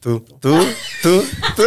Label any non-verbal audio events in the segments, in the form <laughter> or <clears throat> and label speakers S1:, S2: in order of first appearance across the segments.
S1: Tú, tú, tú, tú.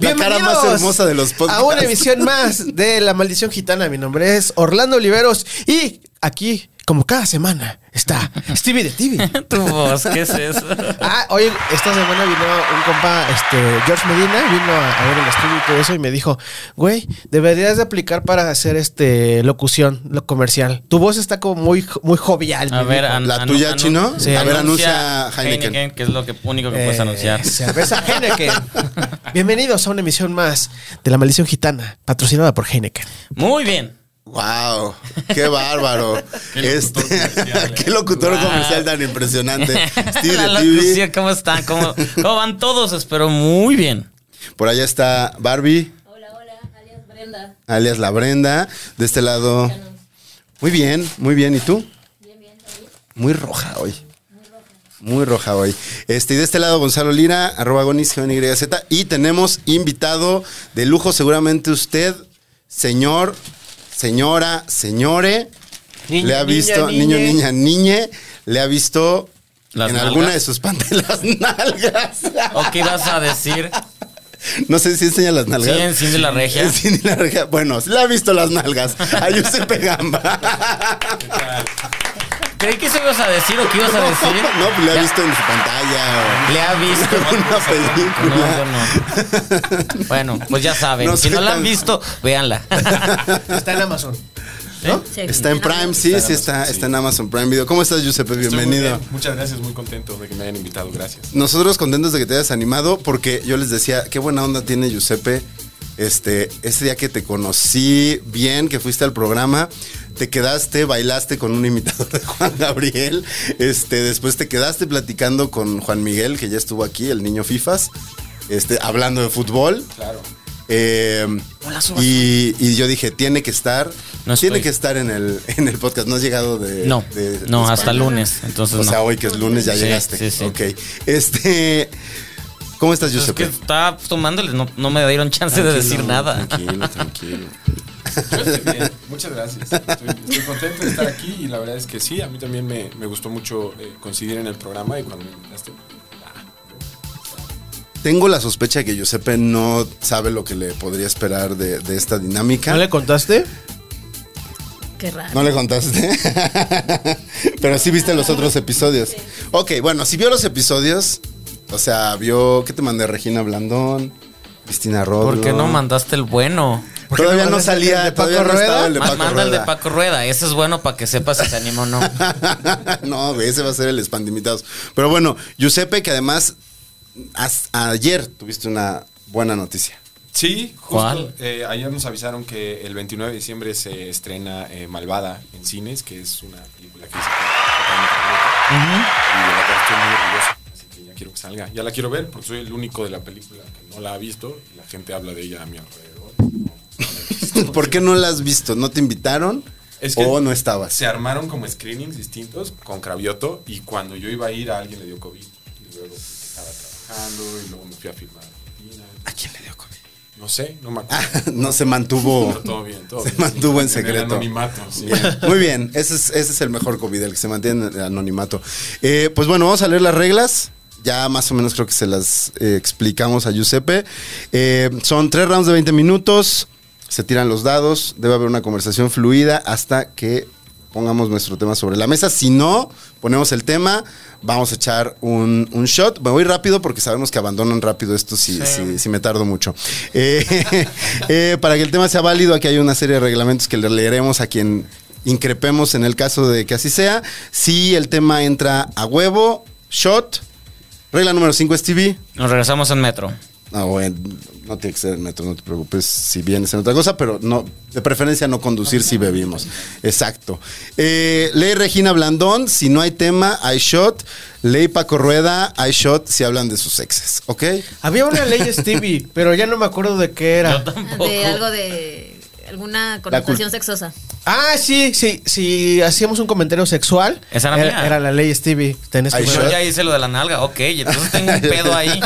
S1: La cara más hermosa de los podcasts.
S2: A una emisión más de La Maldición Gitana. Mi nombre es Orlando Oliveros y aquí, como cada semana, está Stevie de TV.
S3: Tu voz, ¿qué
S1: <laughs>
S3: es eso?
S2: Ah, hoy, esta semana vino un compa, este, George Medina, vino a, a ver el estudio y todo eso y me dijo, güey, deberías de aplicar para hacer este locución, lo comercial. Tu voz está como muy, muy jovial.
S3: A
S2: me
S3: ver,
S2: dijo.
S3: an-
S1: ¿La
S3: anu-
S1: tuya,
S3: anu-
S1: chino?
S2: Sí.
S1: A ver, anuncia Heineken.
S3: que es lo que, único que puedes
S2: Eh,
S3: anunciar.
S2: Cerveza Heineken. Bienvenidos a una emisión más de La Maldición Gitana, patrocinada por Heineken.
S3: <laughs> Muy bien.
S1: ¡Wow! ¡Qué bárbaro! Este,
S3: Qué locutor comercial,
S1: <laughs> ¡Qué locutor
S3: Wow.
S1: comercial tan
S3: <laughs>
S1: impresionante! Steve
S3: La
S1: de TV.
S3: locución, ¿cómo
S1: <laughs>
S3: están? ¿Cómo, cómo van todos? Espero muy bien.
S1: Por allá está Barbie,
S4: Hola, hola, alias Brenda.
S1: alias la Brenda. De este lado. Muy bien, muy bien. ¿Y tú? Muy roja hoy. Muy roja hoy. Este, y de este lado, Gonzalo Lira, arroba gonis, GNYZ. Y tenemos invitado de lujo, seguramente usted, señor, señora, señore.
S2: Niño,
S1: le ha
S2: niña,
S1: visto,
S2: niñe.
S1: niño, niña, niñe, le ha visto
S3: Las
S1: en
S3: nalgas.
S1: alguna de sus pantelas <laughs> nalgas.
S3: ¿O qué ibas a decir?
S1: No sé si enseña las nalgas. <laughs>
S3: Sí, enciende la regia.
S1: Enciende la regia. Bueno, le ha visto las nalgas. A Giuseppe Gamba.
S3: ¿Creí que eso ibas a decir o <laughs> qué ibas a decir?
S1: No, pues le ha visto en su pantalla. o-
S3: Le ha visto
S1: en <laughs> una película.
S3: No,
S1: <laughs>
S3: bueno. Bueno, pues ya saben.
S1: No
S3: si
S1: soy
S3: no la
S1: tan-
S3: han visto,
S1: <laughs>
S3: véanla. <laughs>
S2: Está en Amazon.
S1: Está en Prime, sí, sí, está, está en Amazon Prime Video. ¿Cómo estás, Giuseppe?
S5: Estoy muy
S1: Bienvenido.
S5: bien, Muchas gracias, muy contento de que me hayan invitado, gracias.
S1: Nosotros contentos de que te hayas animado porque yo les decía, qué buena onda tiene Giuseppe. Este, ese día que te conocí bien, que fuiste al programa, te quedaste, bailaste con un imitador de Juan Gabriel. Este, después te quedaste platicando con Juan Miguel, que ya estuvo aquí, el niño FIFAs, este, hablando de fútbol.
S5: Claro.
S1: Eh, y, y yo dije, tiene que estar,
S3: No estoy.
S1: tiene que estar en el, en el podcast. No has llegado de.
S3: No,
S1: de- de
S3: no,
S1: España?
S3: hasta lunes. Entonces
S1: O
S3: no.
S1: sea, hoy que es lunes ya
S3: Sí,
S1: llegaste.
S3: sí, sí.
S1: Ok. Este. ¿Cómo estás,
S3: Pues es que
S1: Giuseppe?
S3: estaba tomándole, no, no me dieron chance de decir nada.
S1: Tranquilo, tranquilo.
S5: Yo estoy bien, Muchas gracias. Estoy, estoy contento de estar aquí y la verdad es que sí, a mí también me, me gustó mucho eh, coincidir en el programa y cuando me invitaste.
S1: Tengo la sospecha que Giuseppe no sabe lo que le podría esperar de, de esta dinámica.
S2: ¿No le contaste?
S4: Qué raro.
S1: No le contaste. <laughs> Pero sí viste los otros episodios. Ok, bueno, si vio los episodios, o sea, vio que te mandé Regina Blandón, Cristina Rodríguez.
S3: ¿Por qué
S1: <laughs>
S3: no mandaste el bueno?
S2: ¿Por qué
S1: Todavía
S2: no
S1: no
S2: mandaste el de
S1: salía,
S2: Paco
S1: todavía no
S2: Rueda?
S1: estaba el de
S3: Ma-
S1: Paco
S3: Manda el de
S1: Rueda.
S3: Paco Rueda. Ese es bueno para que sepas si se anima
S1: <laughs>
S3: o no.
S1: no, güey, ese va a ser el espandimitados. Pero bueno, Giuseppe, que además as- ayer tuviste una buena
S3: <laughs>
S1: noticia.
S5: Sí, justo.
S3: ¿Cuál?
S5: eh, ayer nos avisaron que el 29 de diciembre se estrena eh, Malvada en cines, que es una película que hice con- totalmente remota, y de la cual estoy muy orgulloso. Así que ya quiero que salga. Ya la quiero ver porque soy el único de la película que no la ha visto. y La gente habla de ella a mi alrededor.
S1: ¿Por qué no la has visto? ¿No te invitaron?
S5: Es que-
S1: ¿O no estabas?
S5: Se armaron como screenings distintos con Cravioto y cuando yo iba a ir a alguien le dio COVID. Y luego estaba trabajando y luego me fui a filmar a Argentina.
S1: ¿A quién le dio COVID?
S5: No sé, no me
S1: Ah,
S5: acuerdo.
S1: <laughs> no se mantuvo.
S5: <laughs> Pero todo bien, todo
S1: se
S5: bien,
S1: mantuvo
S5: sí.
S1: en
S5: el
S1: secreto.
S5: anonimato,
S1: <laughs>
S5: sí.
S1: Bien. Muy bien, ese es, ese es el mejor COVID, el que se mantiene en el anonimato. Eh, pues bueno, vamos a leer las reglas. Ya más o menos creo que se las eh, explicamos a Giuseppe. Eh, son tres rounds de 20 minutos. Se tiran los dados. Debe haber una conversación fluida hasta que pongamos nuestro tema sobre la mesa. Si no, ponemos el tema. Vamos a echar un, un shot. Me voy rápido porque sabemos que abandonan rápido esto si, si- si me tardo mucho. Eh, <laughs> eh, para que el tema sea válido, aquí hay una serie de reglamentos que le leeremos a quien increpemos en el caso de que así sea. Si el tema entra a huevo, shot. Regla número 5, Stevie.
S3: Nos regresamos en metro.
S1: Ah, bueno, no tiene que ser en metro, no te preocupes si vienes en otra cosa, pero no, de preferencia no conducir si bebimos. Exacto. Eh, ley Regina Blandón, si no hay tema, hay shot. Ley Paco Rueda, hay shot si hablan de sus exes, ¿ok?
S2: Había una ley Stevie, pero ya no me acuerdo de qué
S3: Yo
S2: era.
S3: tampoco.
S4: De algo de. Alguna
S1: cul-
S4: connotación sexosa.
S2: Ah, sí, sí, si hacíamos un comentario sexual.
S3: Esa era mía.
S2: era la ley Stevie. Tenés que
S1: Ay,
S3: Yo
S2: ver.
S3: ya hice lo de la nalga, ok, entonces tengo un pedo
S1: <laughs>
S3: ahí.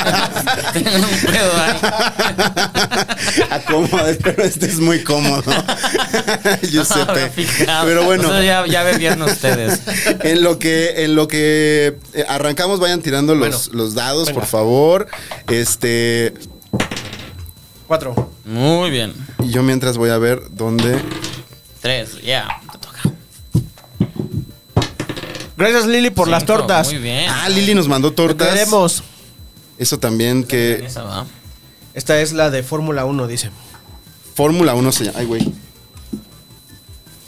S3: <laughs> tengo un pedo ahí.
S1: Acomode, pero este es muy cómodo.
S3: <laughs>
S1: <laughs>
S3: No,
S1: Giuseppe.
S3: no, fijado.
S1: pero bueno.
S3: Eso ya, ya bebieron ustedes.
S1: <laughs> en lo que en lo que eh, arrancamos vayan tirando los, los dados por favor este
S2: Cuatro.
S3: Muy bien.
S1: y yo mientras voy a ver dónde
S3: Tres, ya, te toca.
S2: Gracias, Lili, por las
S3: Cinco,
S2: tortas.
S3: Muy bien.
S1: ah Lili nos mandó
S2: Te
S1: tortas
S2: queremos.
S1: eso también que
S3: Esa va.
S2: Esta es la de Fórmula 1, dice.
S1: Fórmula 1 se llama ay güey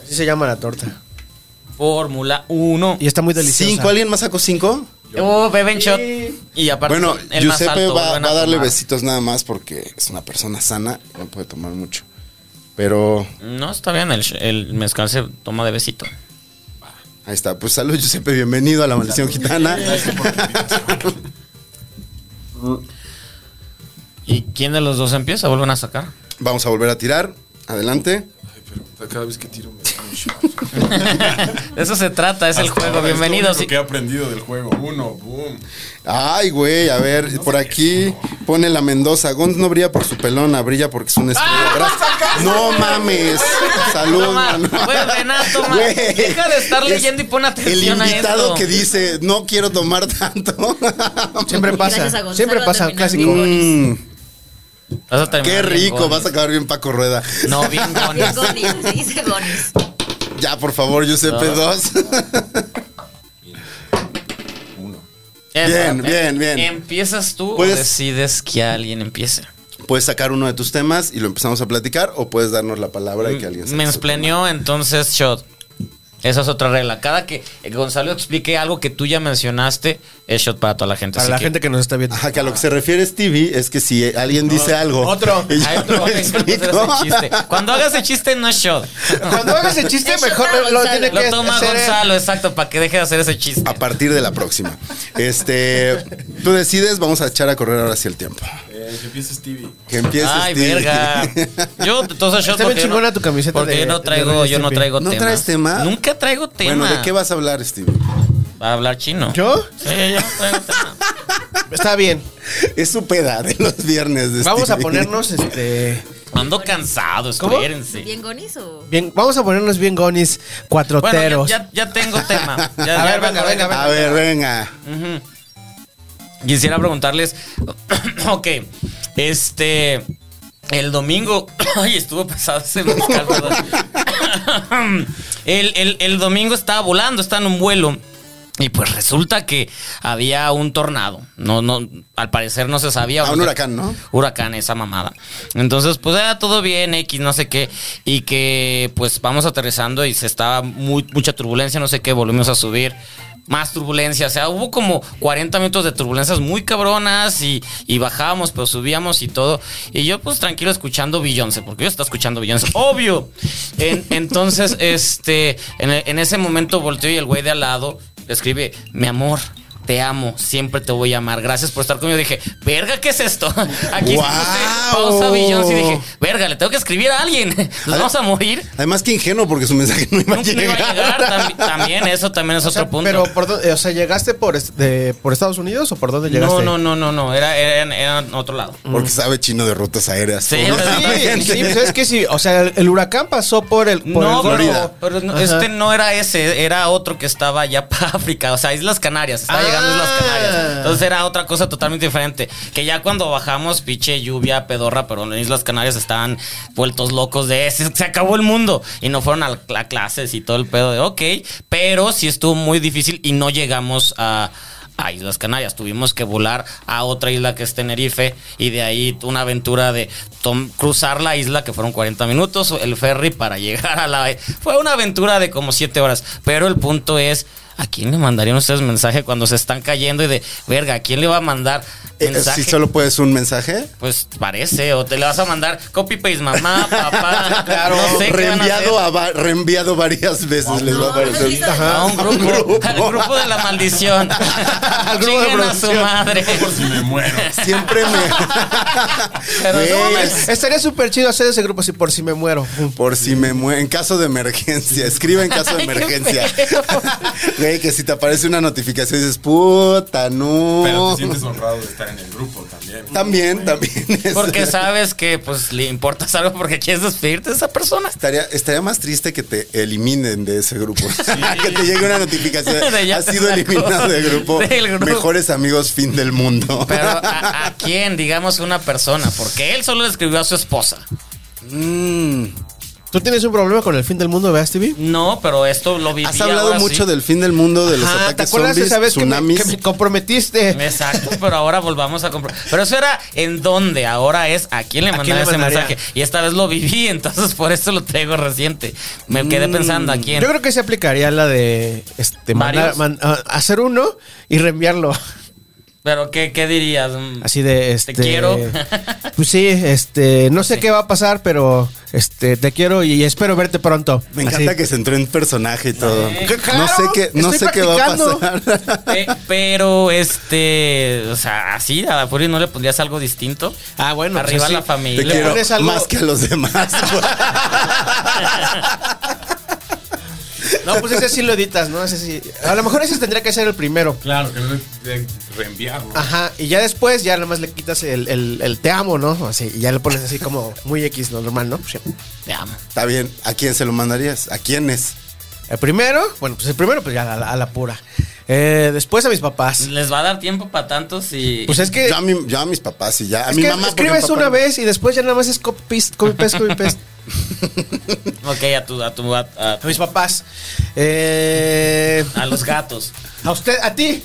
S2: Así se llama la torta.
S3: Fórmula 1.
S2: Y está muy deliciosa.
S1: cinco alguien más sacó cinco
S3: Oh, beben shot. Y aparte,
S1: bueno
S3: el más
S1: Giuseppe
S3: alto,
S1: va,
S3: vuelven
S1: va a darle
S3: tomar.
S1: besitos nada más porque es una persona sana no puede tomar mucho pero
S3: No, está bien, el, sh- el mezcal se toma de besito.
S1: ahí está pues salud Giuseppe bienvenido a la maldición gitana
S3: ¿Y quién de los dos empieza? Vuelven a sacar.
S1: <laughs> vamos a volver a tirar adelante
S5: Ay, pero cada vez que tiro me da
S1: <laughs>
S5: un shot.
S3: De eso se trata, es el
S5: Hasta
S3: juego.
S5: ahora es lo
S3: Bienvenidos.
S5: único que he aprendido del juego. Uno, boom.
S1: Ay, güey, a ver, por aquí pone la Mendoza. Gonz no brilla por su pelona, brilla porque es una estrella. Gracias. No mames. Salud,
S3: Toma,
S1: mano.
S3: güey, Renato,
S1: <laughs>
S3: toma.
S1: Güey,
S3: Deja de estar leyendo y pon atención a
S1: El invitado
S3: esto.
S1: que dice, no quiero tomar tanto. <laughs>
S2: Siempre
S4: Gracias a
S2: pasa.
S4: Gonzalo
S2: Siempre pasa,
S4: terminamos.
S2: clásico.
S1: Mm,
S3: Vas a terminar
S1: qué
S3: bien
S1: rico,
S3: gonis.
S1: vas a acabar bien Paco Rueda.
S3: No, bien
S1: <laughs>
S4: Bien,
S3: gonis.
S4: Gonis. Se dice Gonis.
S1: Ya, por favor, Giuseppe 2.
S3: Eso,
S1: Bien, bien, bien.
S3: ¿Empiezas tú
S1: Pues-
S3: o decides que alguien empiece?
S1: <laughs> Puedes sacar uno de tus temas y lo empezamos a platicar o puedes darnos la palabra y que alguien saque
S3: Me
S1: su tema.
S3: espleneó entonces shot. Esa es otra regla. Cada que Gonzalo explique algo que tú ya mencionaste, es shot para toda la gente.
S2: Para
S3: así
S2: la
S3: que-
S2: gente que nos está viendo.
S1: Ajá, que a lo que se refiere Stevie es que si eh, alguien dice algo.
S2: Otro.
S1: <laughs> y yo
S3: Ay, tú,
S1: no
S3: <laughs> me encanta hacer
S1: explico.
S3: ese chiste. Cuando hagas el chiste, no es shot.
S2: Cuando hagas el chiste,
S4: Eso
S2: mejor
S4: está
S2: lo- lo
S4: Gonzalo.
S2: tiene que
S3: Lo toma
S2: hacer. ¿eh?
S3: Gonzalo, exacto, para que deje de hacer ese chiste.
S1: A partir de la próxima. Este, tú decides, vamos a echar a correr ahora sí el tiempo.
S5: Eh, que empiece Stevie.
S1: Que empieces.
S3: Ay,
S1: Stevie.
S3: verga. Yo,
S1: <laughs>
S3: entonces, shot
S2: Está bien
S3: porque yo no-
S2: chingona tu camiseta
S3: Porque
S2: de-
S3: yo no
S2: de
S3: traigo,
S2: Ren
S3: yo no
S2: Stimpy.
S3: traigo
S1: ¿No
S3: tema.
S1: traes tema?
S3: Nunca traigo tema.
S1: Bueno, ¿de qué vas a hablar, Stevie?
S3: Va a hablar chino.
S2: ¿Yo?
S3: Sí, yo no traigo tema.
S2: Está bien.
S1: Es su peda de los viernes. de
S2: Vamos a
S1: Stevie.
S2: ponernos
S1: <laughs>
S2: este.
S3: Ando cansado,
S2: ¿Cómo?
S3: espérense.
S4: ¿Bien Gonis o.?
S2: Bien, vamos a ponernos bien gonis cuatroteros.
S3: Bueno, ya, ya, ya tengo tema. Ya-
S2: A
S3: ya
S2: ver,
S3: me
S2: venga,
S3: acordé.
S2: venga, venga.
S1: A ver, venga.
S3: Quisiera preguntarles, <clears throat> ok, este, el domingo, <clears throat> ay, estuvo pesado ese mezcal, perdón. el, el- el domingo estaba volando, estaba en un vuelo. Y pues resulta que había un tornado. No, no, al parecer no se sabía.
S1: A Ah, un huracán, ¿no?
S3: Huracán, esa mamada. Entonces, pues era todo bien, X, no sé qué. Y que pues vamos aterrizando y se estaba muy, mucha turbulencia, no sé qué, volvimos a subir. Más turbulencia, o sea, hubo como 40 minutos de turbulencias muy cabronas y, y bajábamos, pero subíamos y todo. Y yo, pues tranquilo, escuchando Beyoncé, porque yo estaba escuchando Beyoncé, obvio. En- entonces, este, en, en ese momento volteo y el güey de al lado le escribe: Mi amor, te amo, siempre te voy a amar. Gracias por estar conmigo. Dije, verga, ¿qué es esto? Aquí
S1: ¡Guau!
S3: puse pausa Beyoncé y dije, verga, le tengo que escribir a alguien. <laughs> Nos vamos a morir.
S1: Además, que ingenuo, porque su mensaje no iba a
S3: Nunca me iba
S1: llegar.
S3: a llegar. Tambi- También eso también es
S2: O sea,
S3: otro punto.
S2: Pero, ¿por dónde- o sea, ¿llegaste por, est- de- por Estados Unidos o por dónde llegaste?
S3: no, no, no, no, no. Era, era, en- era en otro lado.
S1: Porque sabe chino de rutas aéreas. eh,
S3: Sí,
S1: Pobre
S3: pero- <laughs>
S2: Sí,
S1: gente.
S2: sí, pues es que sí, o sea, el, el huracán pasó por el. por
S3: No,
S2: el
S3: pero-
S2: Golfo.
S3: pero, no,
S2: Ajá.
S3: este no era ese, era otro que estaba allá para África, o sea, Islas Canarias, estaba
S2: Ah.
S3: llegando a Islas Canarias. Entonces era otra cosa totalmente diferente. Que ya cuando bajamos, pinche lluvia, pedorra, pero en Islas Canarias estaban vueltos locos de "Se- se acabó el mundo. Y no fueron a, la clases y todo el pedo de ok, pero sí estuvo muy difícil y no llegamos a. A Islas Canarias, tuvimos que volar a otra isla que es Tenerife y de ahí una aventura de tom- cruzar la isla que fueron 40 <laughs> minutos, el ferry para llegar a la... Fue una aventura de como 7 horas, pero el punto es, ¿a quién le mandarían ustedes mensaje cuando se están cayendo y de, verga, ¿a quién le va a mandar
S1: Eh,
S3: mensaje?
S1: si solo puedes un mensaje.
S3: Pues parece, o te le vas a mandar copy paste
S1: <laughs>
S3: mamá, Ah, papá,
S1: Claro,
S3: no sé qué van a hacer.
S1: reenviado, a va- reenviado varias veces les va a
S4: no, no,
S1: aparecer.
S4: no, no,
S3: A un
S1: Un <laughs>
S3: grupo,
S1: grupo.
S3: al grupo de la maldición.
S1: <laughs> Al grupo de
S3: Chinguen a su
S1: producción. <laughs>
S3: madre.
S5: Por si me muero.
S1: Siempre me.
S3: <laughs> Pero no
S1: Güey,
S3: mames.
S2: Estaría súper chido hacer ese grupo así por si me muero.
S1: Por si me muero. En caso de emergencia. Escribe en caso de
S3: Ay, qué
S1: emergencia.
S3: feo.
S1: <laughs> Güey, que si te aparece una notificación dices, puta,
S5: Pero
S1: no.
S5: te sientes honrado de estar en el grupo también.
S1: <laughs> También, también. este, es-
S3: Porque sabes que pues le importas algo porque quieres despedirte de esa persona.
S1: Estaría, estaría más triste que te eliminen de ese grupo. <laughs> que te llegue una notificación.
S3: <laughs> De ya
S1: Has
S3: te
S1: sido
S3: sacó
S1: eliminado del grupo.
S3: del grupo.
S1: Mejores amigos, fin del mundo. <laughs>
S3: Pero ¿a, a quién, digamos, una persona, porque él solo le escribió a su esposa.
S1: Mm.
S2: ¿Tú tienes un problema con el fin del mundo, ¿verdad, Stevie?
S3: No, pero esto lo vivía.
S1: Has hablado
S3: ahora sí.
S1: mucho del fin del mundo, de los
S2: Ajá, Ah, ¿Te
S1: ataques
S2: acuerdas
S1: zombies,
S2: esa vez que me,
S1: tsunamis.
S2: que me comprometiste?
S3: <laughs> Exacto, pero ahora volvamos a comprar. Pero eso era en dónde, ahora es a quién le
S2: ¿A quién le
S3: mandaba ese
S2: mandaría?
S3: mensaje. Y esta vez lo viví, <laughs> entonces por eso lo traigo reciente. Me quedé pensando a quién.
S2: Mm, Yo creo que se aplicaría la de este,
S3: ¿Varios? Mm.
S2: mandar- man- ah, hacer uno y reenviarlo.
S3: Pero ¿qué, qué dirías? Mm,
S2: Así de este.
S3: quiero.
S2: <laughs> Pues sí, este. No sé qué va a pasar, pero este, te quiero y espero verte pronto.
S1: Me encanta
S2: Así.
S1: que se entró en personaje y todo.
S3: Sí.
S1: no sé qué, no
S2: Estoy
S1: sé qué va a
S2: practicando.
S1: pasar.
S3: Pe- pero este, o sea, así a la Fury no le pondrías algo distinto.
S2: Ah, bueno, pues
S3: Arriba
S2: así.
S3: la
S1: Te
S3: familia.
S2: Le pones
S1: quiero
S2: algo-
S1: más que a
S2: <laughs>
S1: los demás.
S2: <laughs> No, pues ese sí lo editas, ¿no? Ese sí. A lo mejor ese tendría que ser el primero.
S5: Claro, que no de Ah. reenviar, ¿no?
S2: Ajá, y ya después ya nada más le quitas el, el- el te amo, ¿no? Así, y ya le pones así como muy X, ¿no? Normal, ¿no? Pues ya.
S3: Te amo.
S1: Está bien, ¿a quién se lo mandarías? ¿A quiénes?
S2: El primero, bueno, pues el primero, pues ya a la, a la pura. Eh, después a mis papás.
S3: Les va a dar tiempo para tantos y.
S2: Pues es que.
S1: Yo a, mi- yo a mis papás y ya. A
S2: es
S1: mi
S2: que
S1: mamá. porque
S2: escribes
S1: papá
S2: una
S1: no-
S2: vez y después ya nada más es copy paste, copy paste, copy paste.
S3: ok, a tu, a tu, a, a-
S2: A mis papás. Eh,
S3: a los gatos.
S2: a usted, a ti.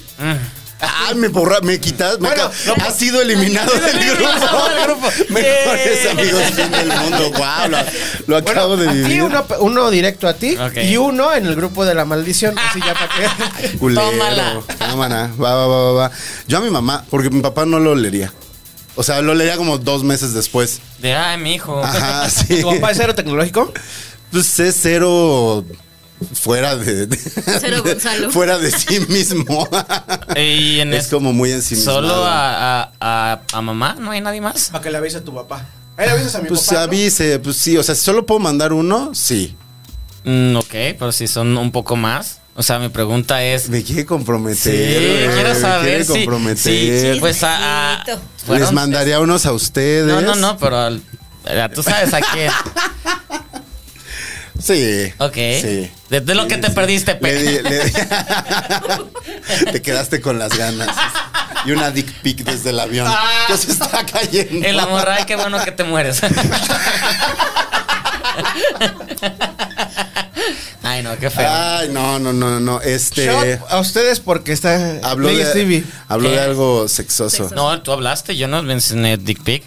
S1: Ay, me borra, me quitas. Me
S2: Bueno, pues,
S1: ca- has sido
S2: <laughs>
S1: eliminado del
S3: Del
S1: grupo.
S3: grupo.
S1: <laughs> Mejores
S2: Eh.
S3: Sí.
S1: amigos fin del mundo. Wow, lo, lo acabo de
S2: a ti
S1: vivir.
S2: uno, uno directo a ti
S3: Ok.
S2: y uno en el grupo de la maldición. Así ya para que.
S1: Culero.
S3: Tómala.
S1: Tómala. Va, va, va, va, va. Yo a mi mamá, porque mi papá no lo leería. O sea, lo leería como dos meses después.
S3: De ay, mi hijo.
S1: Ajá, <laughs> sí.
S2: ¿Tu papá es cero tecnológico?
S1: Pues es cero fuera de, de-
S4: Cero Gonzalo.
S1: fuera de sí mismo.
S3: <laughs> Y en
S1: es
S3: es-
S1: como muy encima.
S3: Solo a, a, a, a mamá, no hay nadie más.
S2: Para que le avises a tu papá. Ahí le avisas a mi
S1: Pues
S2: papá. ¿no?
S1: avise, pues sí, o sea, si solo puedo mandar uno, sí.
S3: Mm, ok, pero si son un poco más. O sea, mi pregunta es.
S1: Me quiere comprometer.
S3: Sí,
S1: güey,
S3: quiero
S1: me
S3: saber
S1: quiere
S3: si.
S1: comprometer.
S3: sí, pues a. a-
S4: Chismecito.
S3: fueron-
S1: Les mandaría unos a ustedes.
S3: No, no, no, pero. al- a- Tú sabes a
S1: <laughs>
S3: quién.
S1: Sí.
S3: Ok.
S1: Sí.
S3: De, de lo que te perdiste, pe.
S1: Le di- <laughs> le di- te quedaste con las ganas. Y una dick pic desde el avión. Ya se está cayendo.
S3: Ah. El amor, ay, qué bueno que
S1: <laughs>
S3: te mueres. ay, no, qué feo.
S1: Ay, no, no, no, no, no. Este.
S2: Shot a ustedes porque está.
S1: Habló
S2: Ley
S1: de,
S2: Stevie.
S1: habló de
S3: ¿Qué?
S1: algo sexoso.
S3: No, tú hablaste, yo no mencioné Dick Pic.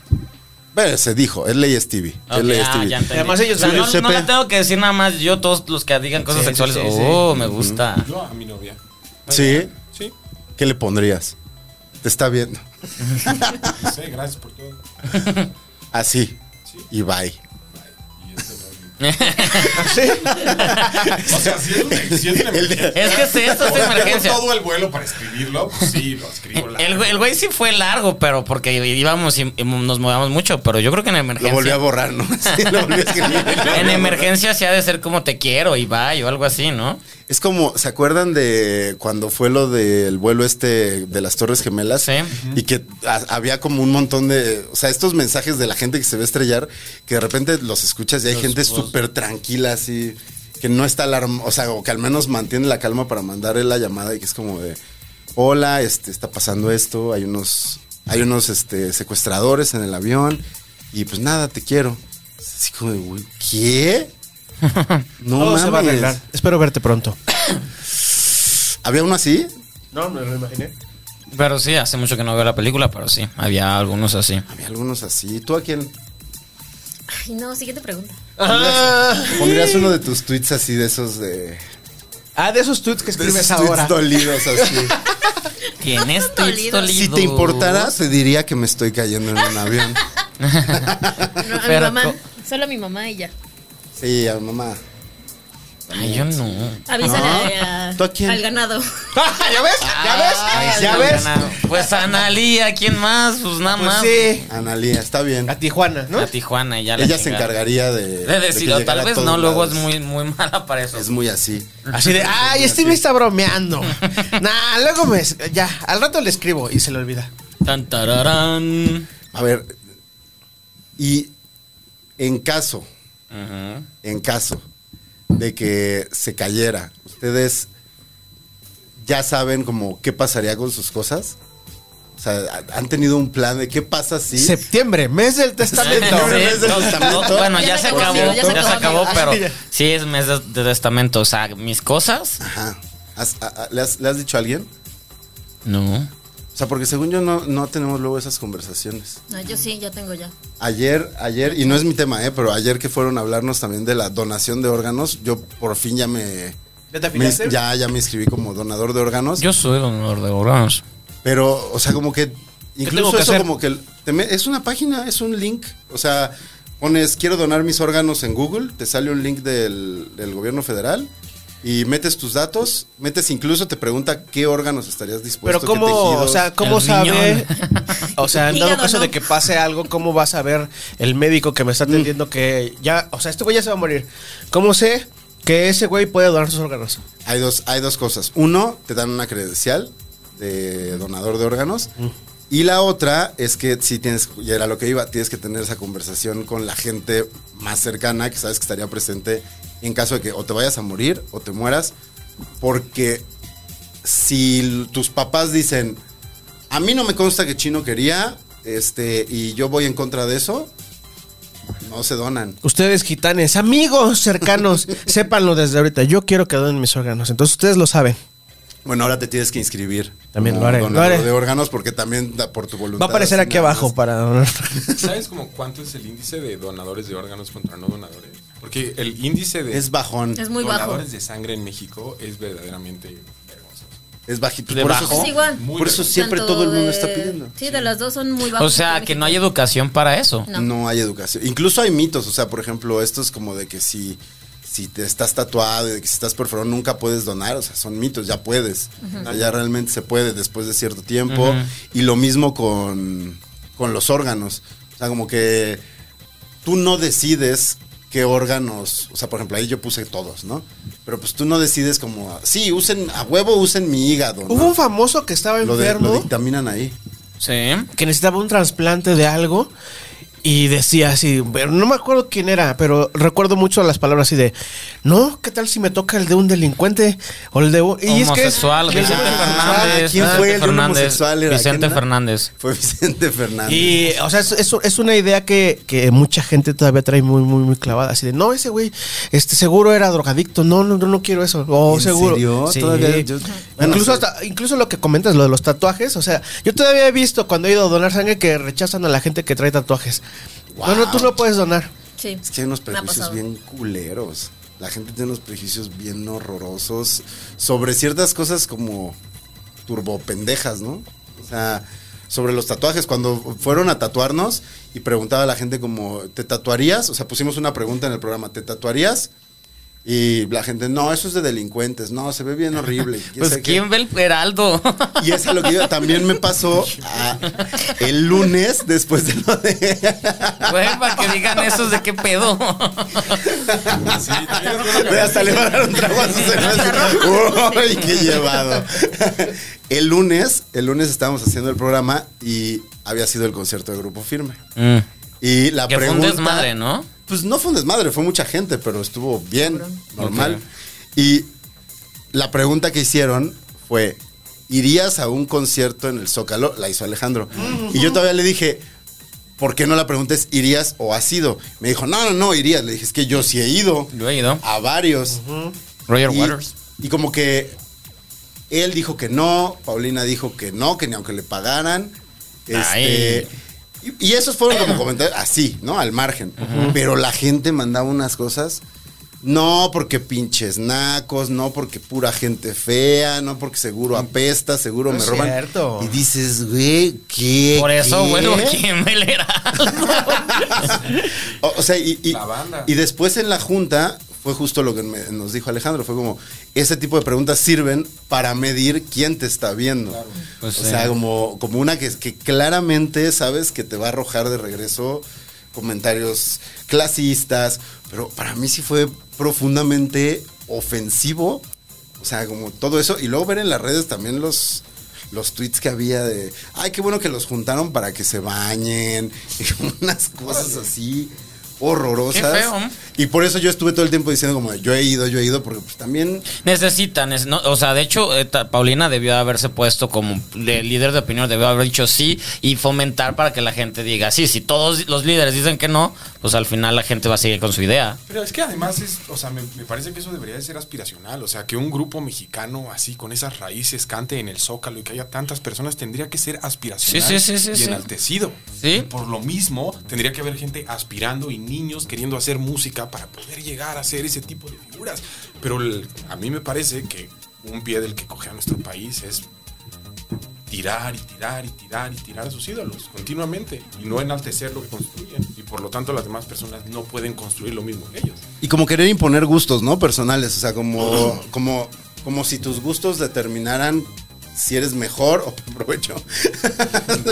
S1: Pero se dijo, es ley Stevie.
S3: Ok,
S1: es ley
S3: ah,
S1: Stevie.
S3: ya entendí.
S2: Además, ellos
S3: O sea,
S2: son
S3: no,
S2: UCP.
S3: no le tengo que decir nada más. Yo, todos los que digan cosas
S2: Sí,
S3: sexuales,
S2: sí, sí, sí.
S3: oh, me gusta.
S5: Yo a mi novia.
S1: ¿Sí?
S5: Sí,
S1: ¿Qué le pondrías? Te está viendo.
S5: no sé, gracias por todo.
S1: Así.
S5: Sí.
S1: Y bye.
S5: Y esto no-
S2: Sí.
S5: O sea, si
S1: <laughs>
S5: es una, si es una
S1: El de-
S5: emergencia.
S3: Es que si esto
S5: O
S3: es
S5: sea, tengo
S3: emergencia. Eh,
S5: todo el vuelo para escribirlo, pues sí, lo escribo. la-
S3: El, güey- el güey sí fue largo, pero porque íbamos y, y nos movíamos mucho. Pero yo creo que en
S1: Lo volví a
S3: emergencia.
S1: borrar, ¿no? <laughs> Sí, lo volví a escribir.
S3: En emergencia sí ha de ser como te quiero y bye o algo así, ¿no?
S1: Es como, ¿se acuerdan de cuando fue lo del vuelo este de las Torres Gemelas?
S3: Sí.
S1: Y que a- había como un montón de, o sea, estos mensajes de la gente que se ve estrellar, que de repente los escuchas y hay
S3: Los-
S1: gente
S3: los-
S1: súper tranquila, así, que no está alarm, o sea, o que al menos mantiene la calma para mandarle la llamada y que es como de, hola, este, está pasando esto, hay unos, hay unos, este, secuestradores en el avión y pues nada, te quiero. Así como de, "Güey,
S2: <laughs>
S1: ¿qué? No
S2: Todo se va a
S1: mames.
S2: arreglar. Espero verte pronto.
S1: ¿Había uno así?
S2: No, no lo imaginé.
S3: Pero sí, hace mucho que no veo la película, pero sí, había algunos así.
S1: Había algunos así. ¿Tú a quién?
S4: Ay, no, siguiente pregunta.
S3: Ah.
S1: ¿Pondrías uno de tus tweets así de esos de.
S2: Ah, de esos tweets que
S1: De esos
S2: escribes
S1: tweets
S2: ahora.
S1: dolidos
S3: <laughs>
S1: así.
S3: Tienes tweets
S4: Dolidos.
S1: si te importara, te diría que me estoy cayendo en un
S3: <laughs>
S1: avión.
S4: No, a mi
S3: Pero
S4: mamá.
S3: co-
S4: Solo a mi mamá y ya.
S1: Sí, a mamá.
S3: Ay, yo no.
S4: Avísale a-
S1: ¿Tú a quién?
S4: al ganado.
S2: <laughs> ¿Ya ves? ¿Ya ves?
S3: Ay,
S2: ¿Ya
S3: sí,
S2: ves?
S3: ganado. Pues Analía, ¿quién más? Pues nada
S2: Pues
S3: más.
S2: sí.
S1: Analía, está bien.
S2: A Tijuana, ¿no?
S3: A Tijuana y ya la
S1: Ella se
S3: chingada.
S1: encargaría de.
S3: De
S1: que
S3: decir, o
S1: llegara
S3: tal
S1: a
S3: vez
S1: todos
S3: no, luego es
S1: lados.
S3: muy, muy mala para eso.
S1: Es muy así.
S2: Así de, ay, este me está bromeando. <laughs> Nah, luego me. Ya, al rato le escribo y se le olvida.
S3: Tan tararán.
S1: A ver. Y en caso,
S3: Ajá.
S1: en caso de que se cayera, ¿ustedes ya saben como qué pasaría con sus cosas? O sea, ¿han tenido un plan de qué pasa si
S2: Septiembre, mes del testamento.
S3: Sí,
S1: mes del
S3: no,
S1: testamento.
S3: no, bueno, ya,
S4: Ya
S3: se
S4: se
S3: acabó,
S4: acabó,
S3: ya se acabó,
S4: amigo.
S3: pero
S2: Ah, ya.
S3: sí es mes de, de testamento. O sea, mis cosas,
S1: Ajá. ¿Has- a- a- ¿le, has, le has dicho a alguien?
S3: no.
S1: O sea, porque según yo no, no tenemos luego esas conversaciones.
S4: No, yo sí, ya tengo ya.
S1: Ayer, ayer, y no es mi tema, ¿eh? pero ayer que fueron a hablarnos también de la donación de órganos, yo por fin ya me...
S2: ¿Ya te
S1: me-
S2: afiliaste?
S1: ya, ya me inscribí como donador de órganos.
S3: Yo soy donador de órganos.
S1: Pero, o sea, como que.
S3: tengo
S1: Incluso
S3: que
S1: eso,
S3: hacer?
S1: como que. te me- es una página, es un link. O sea, pones quiero donar mis órganos en Google, te sale un link del, del gobierno federal y metes tus datos, metes incluso, te pregunta qué órganos estarías
S2: Pero
S1: dispuesto qué
S2: cómo, o
S1: tejidos.
S2: sea, cómo
S3: El
S2: sabe,
S3: riñón.
S2: o sea, en dado
S4: Hígado,
S2: caso
S4: ¿no?
S2: de que pase algo, cómo va a saber el médico que me está atendiendo que ya, o sea, este güey ya se va a morir. ¿Cómo sé que ese güey puede donar sus órganos?
S1: Hay dos, hay dos cosas. Uno, te dan una credencial de donador de órganos. Y la otra es que si tienes, y era lo que iba, tienes que tener esa conversación con la gente más cercana que sabes que estaría presente en caso de que o te vayas a morir o te mueras. Porque si l- tus papás dicen, a mí no me consta que Chino quería, este, y yo voy en contra de eso, no se donan.
S2: Ustedes gitanes, amigos
S4: <laughs>
S2: cercanos, sépanlo desde ahorita. Yo quiero que donen mis órganos, entonces ustedes lo saben.
S1: Bueno, ahora te tienes que inscribir.
S2: También
S1: como
S2: lo haré, lo
S1: donador
S2: haré.
S1: de órganos porque también da por tu voluntad.
S2: Va a aparecer
S1: así
S2: aquí
S1: nada
S2: abajo
S1: más.
S2: para
S1: <laughs>
S2: donar.
S5: ¿Sabes como cuánto es el índice de donadores de órganos contra no donadores? Porque el índice de
S1: Es bajón.
S4: Es
S1: Es,
S4: muy bajo.
S5: donadores de sangre en México es verdaderamente vergonzoso.
S1: bajito.
S3: ¿De
S1: Por
S3: bajo?
S1: eso,
S4: Es igual.
S5: Muy
S1: por eso siempre
S4: Tanto
S1: todo el mundo
S4: de-
S1: está pidiendo.
S4: Sí, de las dos son muy bajas.
S3: O sea, que no hay educación para eso.
S4: No.
S1: No. hay educación. Incluso hay mitos. O sea, por ejemplo, esto es como de que si, si te estás tatuado y de que si estás perforado nunca puedes donar. O sea, son mitos, ya puedes. O sea, ya realmente se puede después de cierto tiempo. Y lo mismo con, con los órganos. O sea, como que tú no decides qué órganos, o sea, por ejemplo, ahí yo puse todos, ¿no? Pero pues tú no decides como, sí, usen, a huevo usen mi hígado. ¿no?
S2: Hubo un famoso que estaba
S1: Lo, de- lo
S2: enfermo.
S1: dictaminan ahí.
S3: Sí.
S2: que necesitaba un trasplante de algo y decía así, pero no me acuerdo quién era, pero recuerdo mucho las palabras así de, no, ¿qué tal si me toca el de un delincuente o el de un y es que es-
S3: Homosexual,
S2: y el de
S3: Vicente
S2: un homosexual,
S3: Fernández.
S1: ¿Quién
S3: Vicente
S1: fue el de un
S3: Fernández,
S1: homosexual? Era,
S3: Vicente
S1: ¿quién era?
S3: Fernández.
S1: Fue Vicente Fernández.
S2: Y, o sea, es, es- es una idea que, que mucha gente todavía trae muy, muy, muy clavada. Así de, no, ese güey, este, seguro era drogadicto. No, no, no, no quiero eso. O
S1: ¿En
S2: Oh, seguro.
S1: serio?
S2: Sí.
S1: Todavía yo- Bueno,
S2: incluso,
S1: o sea-
S2: hasta- incluso lo que comentas, lo de los tatuajes. O sea, yo todavía he visto cuando he ido a donar sangre que rechazan a la gente que trae tatuajes. No, no, tú no puedes donar.
S4: Sí.
S1: Es que hay unos
S4: Me ha
S1: prejuicios
S4: pasado.
S1: bien culeros. La gente tiene unos prejuicios bien horrorosos sobre ciertas cosas como turbopendejas, ¿no? O sea, sobre los tatuajes. Cuando fueron a tatuarnos y preguntaba a la gente como, ¿te tatuarías? O sea, pusimos una pregunta en el programa, ¿te tatuarías? Y la gente, no, eso es de delincuentes, no, se ve bien
S2: <laughs>
S1: horrible. Y
S3: Pues
S1: sé qué.
S3: ¿quién ve el Heraldo?
S1: Y es a lo que yo también me pasó ah, el lunes después de lo de
S3: <laughs> Güey, para que digan eso de qué pedo.
S5: Pues
S1: Ve, hasta le pararon trago a sus hermanos. Uy, qué llevado. El lunes, el lunes estábamos haciendo el programa y había sido el concierto de Grupo Firme.
S3: Mm.
S1: Y la
S3: Que fue un
S1: pregunta.
S3: desmadre, ¿no?
S1: Pues no fue un desmadre, fue mucha gente, pero estuvo bien, normal. Y la pregunta que hicieron fue: ¿irías a un concierto en el Zócalo? La hizo Alejandro. Y yo todavía le dije. ¿Por qué no la preguntes, irías o has ido? Me dijo, no, no, no, irías. Le dije, es que yo sí he ido
S3: Yo he ido.
S1: a varios.
S3: Roger
S1: Y-
S3: Waters.
S1: Y como que él dijo que no, Paulina dijo que no, que ni aunque le pagaran.
S3: Ay.
S1: Este, y, y esos fueron como comentarios así, ¿no? Al margen. Pero la gente mandaba unas cosas No porque pinches nacos, no porque pura gente fea, no porque seguro
S3: Mm.
S1: apesta, seguro
S2: No
S1: me
S2: es
S1: roban.
S2: cierto.
S1: Y dices, güey, ¿qué?
S3: Por eso,
S1: ¿Qué?
S3: bueno, ¿quién me leerá algo?
S1: O, o sea, y, y-
S5: La banda.
S1: y después en la junta fue justo lo que me- nos dijo Alejandro, fue como, ese tipo de preguntas sirven para medir quién te está viendo.
S3: Pues
S1: o
S3: sí.
S1: sea, como, como una que, que claramente sabes que te va a arrojar de regreso comentarios clasistas, pero para mí sí fue profundamente ofensivo. O sea, como todo eso. Y luego ver en las redes también los, los tweets que había de, ay, qué bueno que los juntaron para que se bañen. <laughs> Y unas cosas así horrorosas.
S3: Qué feo, ¿eh?
S1: Y por eso yo estuve todo el tiempo diciendo como, yo he ido, yo he ido, porque pues también...
S3: Necesitan, es- no, o sea, de hecho, eh, ta- Paulina debió haberse puesto como de- líder de opinión, debió haber dicho sí y fomentar para que la gente diga sí. Si todos los líderes dicen que no, pues al final la gente va a seguir con su idea.
S5: Pero es que además es, o sea, me, me parece que eso debería de ser aspiracional. O sea, que un grupo mexicano así, con esas raíces, cante en el Zócalo y que haya tantas personas, tendría que ser aspiracional
S3: Sí, sí, sí, sí,
S5: y
S3: sí.
S5: enaltecido.
S3: Sí.
S5: Y por lo mismo, tendría que haber gente aspirando y niños queriendo hacer música para poder llegar a ser ese tipo de figuras. Pero el- a mí me parece que un pie del que coge a nuestro país es tirar y tirar y tirar y tirar a sus ídolos continuamente y no enaltecer lo que construyen y por lo tanto las demás personas no pueden construir lo mismo que ellos.
S1: Y como querer imponer gustos, ¿no? Personales, o sea, como, como, como si tus gustos determinaran si eres mejor o <laughs> provecho.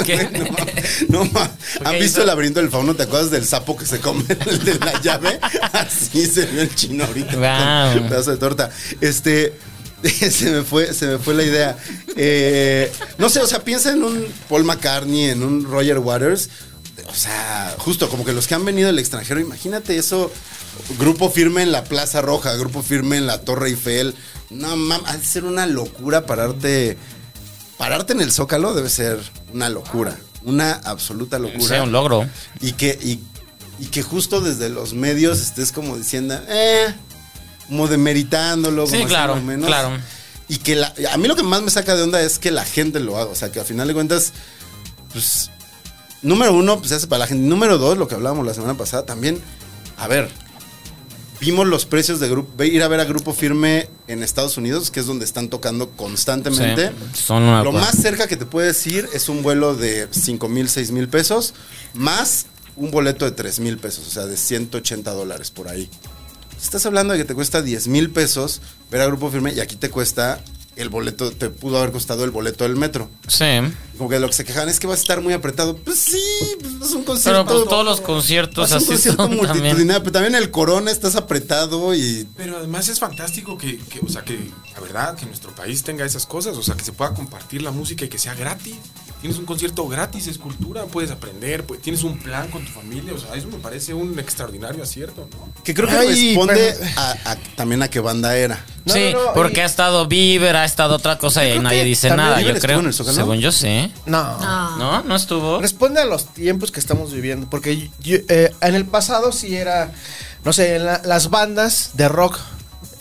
S3: ¿Qué?
S1: <laughs> No, no, ma. ¿Han
S3: Ok,
S1: visto
S3: hizo-
S1: el laberinto del fauno? ¿Te acuerdas del sapo que se come el de la
S3: <laughs>
S1: llave? Así se vio el chino ahorita.
S3: Guau.
S1: con un <laughs> pedazo de torta. Este. <laughs> Se me fue, se me fue la idea. Eh, no sé, o sea, piensa en un Paul McCartney, en un Roger Waters. O sea, justo como que los que han venido del extranjero, imagínate eso. Grupo firme en la Plaza Roja, grupo firme en la Torre Eiffel. No mames, ha de ser una locura pararte. Pararte en el Zócalo debe ser una locura. Una absoluta locura.
S3: Sea un logro.
S1: Y que, y, y que justo desde los medios estés como diciendo, eh, como demeritándolo.
S3: Sí,
S1: como así,
S3: claro,
S1: como menos.
S3: claro.
S1: Y que la, a mí lo que más me saca de onda es que la gente lo haga. O sea, que al final de cuentas, pues, número uno, pues se hace para la gente. Número dos, lo que hablábamos la semana pasada, también, a ver, vimos los precios de grupo, ve- ir a ver a Grupo Firme en Estados Unidos, que es donde están tocando constantemente.
S3: Sí, son una
S1: Lo
S3: cosa.
S1: más cerca que te puedes ir es un vuelo de 5 mil, 6 mil pesos, más un boleto de 3 mil pesos, o sea, de 180 dólares por ahí. Estás hablando de que te cuesta 10 mil pesos ver a Grupo Firme y aquí te cuesta el boleto, te pudo haber costado el boleto del metro.
S3: Sí.
S1: Como que lo que se quejaban es que va a estar muy apretado. Pues sí, pues es un concierto.
S3: Pero pues todos los conciertos
S1: es un
S3: así
S1: concierto
S3: son también.
S1: multitudinario, pero también el corona estás apretado y
S5: Pero además es fantástico que, que, o sea, que la verdad, que nuestro país tenga esas cosas, o sea, que se pueda compartir la música y que sea gratis. Tienes un concierto gratis, es cultura, puedes aprender, pues, tienes un plan con tu familia, o sea, eso me parece un extraordinario acierto, ¿no?
S3: Ah,
S1: que creo que
S2: Ay,
S1: responde
S2: pero-
S1: a- a- también a qué banda era.
S2: No,
S3: sí,
S2: no, no,
S3: porque
S2: y-
S3: ha estado Bieber, ha estado otra cosa y
S2: creo
S3: nadie
S2: que
S3: dice
S2: también
S3: nada,
S1: Bieber
S3: yo
S1: estuvo en
S3: creo.
S1: el Zócalo.
S3: Según yo sé.
S2: No.
S1: <laughs>
S4: Ah.
S3: ¿No? ¿No estuvo?
S2: Responde a los tiempos que estamos viviendo, porque yo- eh, en el pasado sí era, no sé, en la- las bandas de rock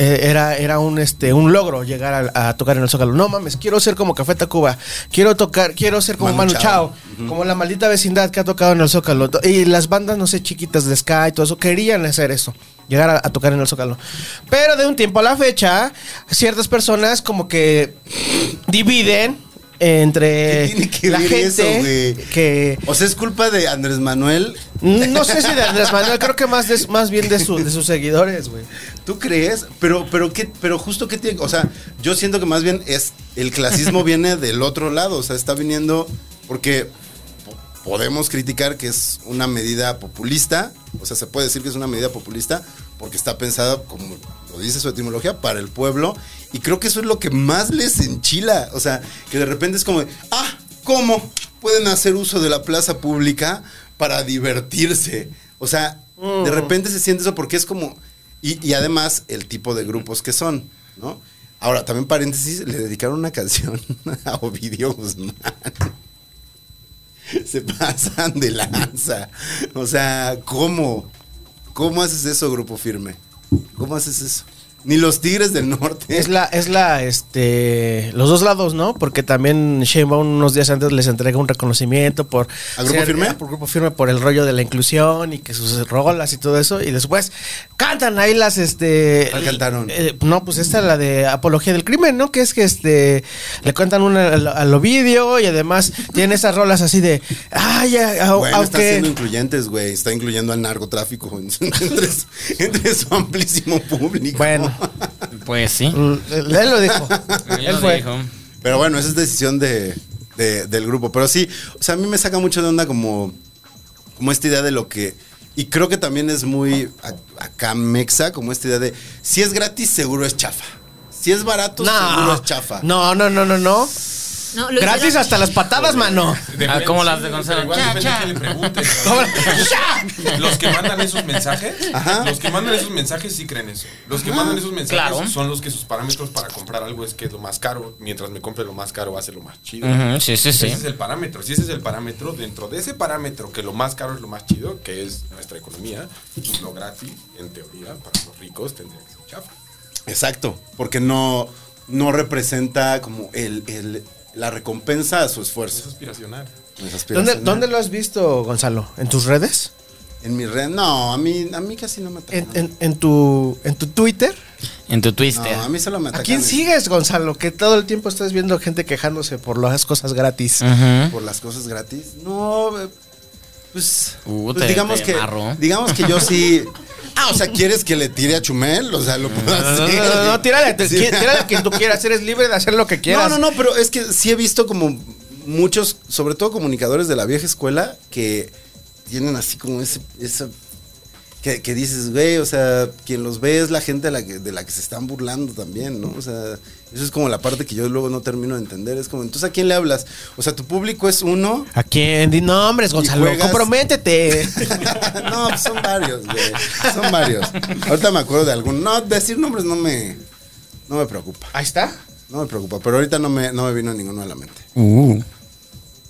S2: eh, era, era un, este, un logro llegar al- a, tocar en el Zócalo. No mames, quiero ser como Café Tacuba, quiero tocar, quiero ser como
S1: Manu
S2: Manu,
S1: Chao.
S2: Chao, como la maldita vecindad que ha tocado en el Zócalo. To- Y las bandas, no sé, chiquitas de Sky y todo eso, querían hacer eso. Llegar a, a tocar en el Zócalo. Pero de un tiempo a la fecha, ciertas personas como que dividen entre
S1: ¿Qué tiene que
S2: la
S1: ver
S2: gente
S1: eso, güey?
S2: que
S1: O sea, es culpa de Andrés Manuel.
S2: no sé si de Andrés Manuel, creo que más, de- más bien de, su- de sus seguidores, güey.
S1: ¿Tú crees? Pero, pero qué, pero justo qué tiene. O sea, yo siento que más bien es el clasismo <laughs> viene del otro lado. O sea, está viniendo porque po- podemos criticar que es una medida populista. O sea, se puede decir que es una medida populista porque está pensada como lo dice su etimología para el pueblo. Y creo que eso es lo que más les enchila. O sea, que de repente es como, de, ah, ¿cómo pueden hacer uso de la plaza pública para divertirse? O sea, de repente se siente eso porque es como, y, y además el tipo de grupos que son, ¿no? Ahora, también paréntesis, le dedicaron una canción <laughs> a Ovidio Guzmán. <laughs> Se pasan de lanza. O sea, ¿cómo? ¿Cómo haces eso, grupo firme? ¿Cómo haces eso? Ni los Tigres del Norte.
S2: Es la, es la, este, los dos lados, ¿no? Porque también Sheinbaum unos días antes les entrega un reconocimiento por...
S1: ¿A Grupo Firme?
S2: ah, Por Grupo Firme, por el rollo de la inclusión y que sus rolas y todo eso. Y después cantan ahí las, este...
S1: ¿Cuál cantaron?
S2: eh, no, pues esta la de Apología del Crimen, ¿no? Que es que, este, le cantan una al, al Ovidio y además tiene esas rolas así de... Ay, a- a-
S1: Bueno, está
S2: aunque...
S1: siendo incluyentes, güey. Está incluyendo al narcotráfico en <laughs> su- entre, su- entre su amplísimo
S2: <laughs>
S1: público.
S2: Bueno.
S3: Pues sí.
S2: Mm, Él lo dijo.
S3: Él
S2: Él
S3: lo
S2: fue.
S3: dijo.
S1: Pero bueno, esa es decisión de, de- del grupo. Pero sí, o sea, a mí me saca mucho de onda como, como esta idea de lo que... Y creo que también es muy a- acá mexa, como esta idea de si es gratis, seguro es chafa. Si es barato, seguro es chafa.
S2: No, no, no, no, no.
S4: No, lo
S2: Gratis
S4: hicieron-
S2: hasta las patadas, mano.
S3: Ah, ¿cómo las de Gonzalo?
S5: Gonzalo? Igual
S3: Cha,
S5: depende de
S3: cha.
S5: quién le preguntes,
S3: <laughs>
S2: ¿Cómo
S5: cabrón. Los que mandan esos mensajes,
S1: Ajá.
S5: los que mandan esos mensajes sí creen eso. Los que mandan esos mensajes
S3: Claro.
S5: son los que sus parámetros para comprar algo es que es lo más caro. Mientras me compre lo más caro, va a ser lo más chido.
S3: Ujú, sí, sí,
S5: Ese
S3: sí.
S5: es el parámetro. Si ese es el parámetro, dentro de ese parámetro que lo más caro es lo más chido, que es nuestra economía, pues lo gratis, en teoría, para los ricos tendría que ser chafa.
S1: Exacto, porque no, no representa como el, el- la recompensa a su
S5: Es
S1: esfuerzo.
S5: aspiracional.
S1: Es
S2: ¿Dónde,
S1: aspiracional.
S2: ¿Dónd- dónde lo has visto, Gonzalo? ¿En tus redes?
S1: En mi red, no, a mí, a mí casi no me atacan.
S2: ¿En, en- en tu, en tu Twitter?
S3: En tu
S1: no,
S3: twister.
S1: a mí solo me
S2: ¿A
S1: atacan.
S2: quién sigues, Gonzalo? Que todo el tiempo estás viendo gente quejándose por las cosas gratis. <laughs>
S3: Ujú.
S1: por las cosas gratis. No, eh, pues,
S3: Uh,
S1: pues
S3: te-
S1: digamos
S3: te
S1: que
S3: amarro.
S1: digamos que yo
S2: <laughs>
S1: sí. Ah, o sea, ¿quieres que le tire a Chumel? O sea, lo puedo
S2: No, no,
S1: hacer.
S2: no, no, no, tírale, te-
S1: Sí.
S2: qui- tírale a quien tú quieras. Eres libre de hacer lo que
S1: No,
S2: quieras.
S1: no, no, pero es que sí he visto como muchos, sobre todo comunicadores de la vieja escuela, que tienen así como ese, esa- que, que dices, güey, o sea, quien los ve es la gente a la que- de la que se están burlando también, ¿no? O sea, eso es como la parte que yo luego no termino de entender. Es como, entonces, ¿a quién le hablas? O sea, tu público es uno,
S2: ¿A quién? Di nombres, Gonzalo.
S1: juegas-
S2: Comprométete.
S1: no, pues son varios, güey. Son varios. Ahorita me acuerdo de algún. No, decir nombres no me. No me preocupa.
S2: <laughs> Ahí está.
S1: No me preocupa. Pero ahorita no me, no me vino ninguno a la mente.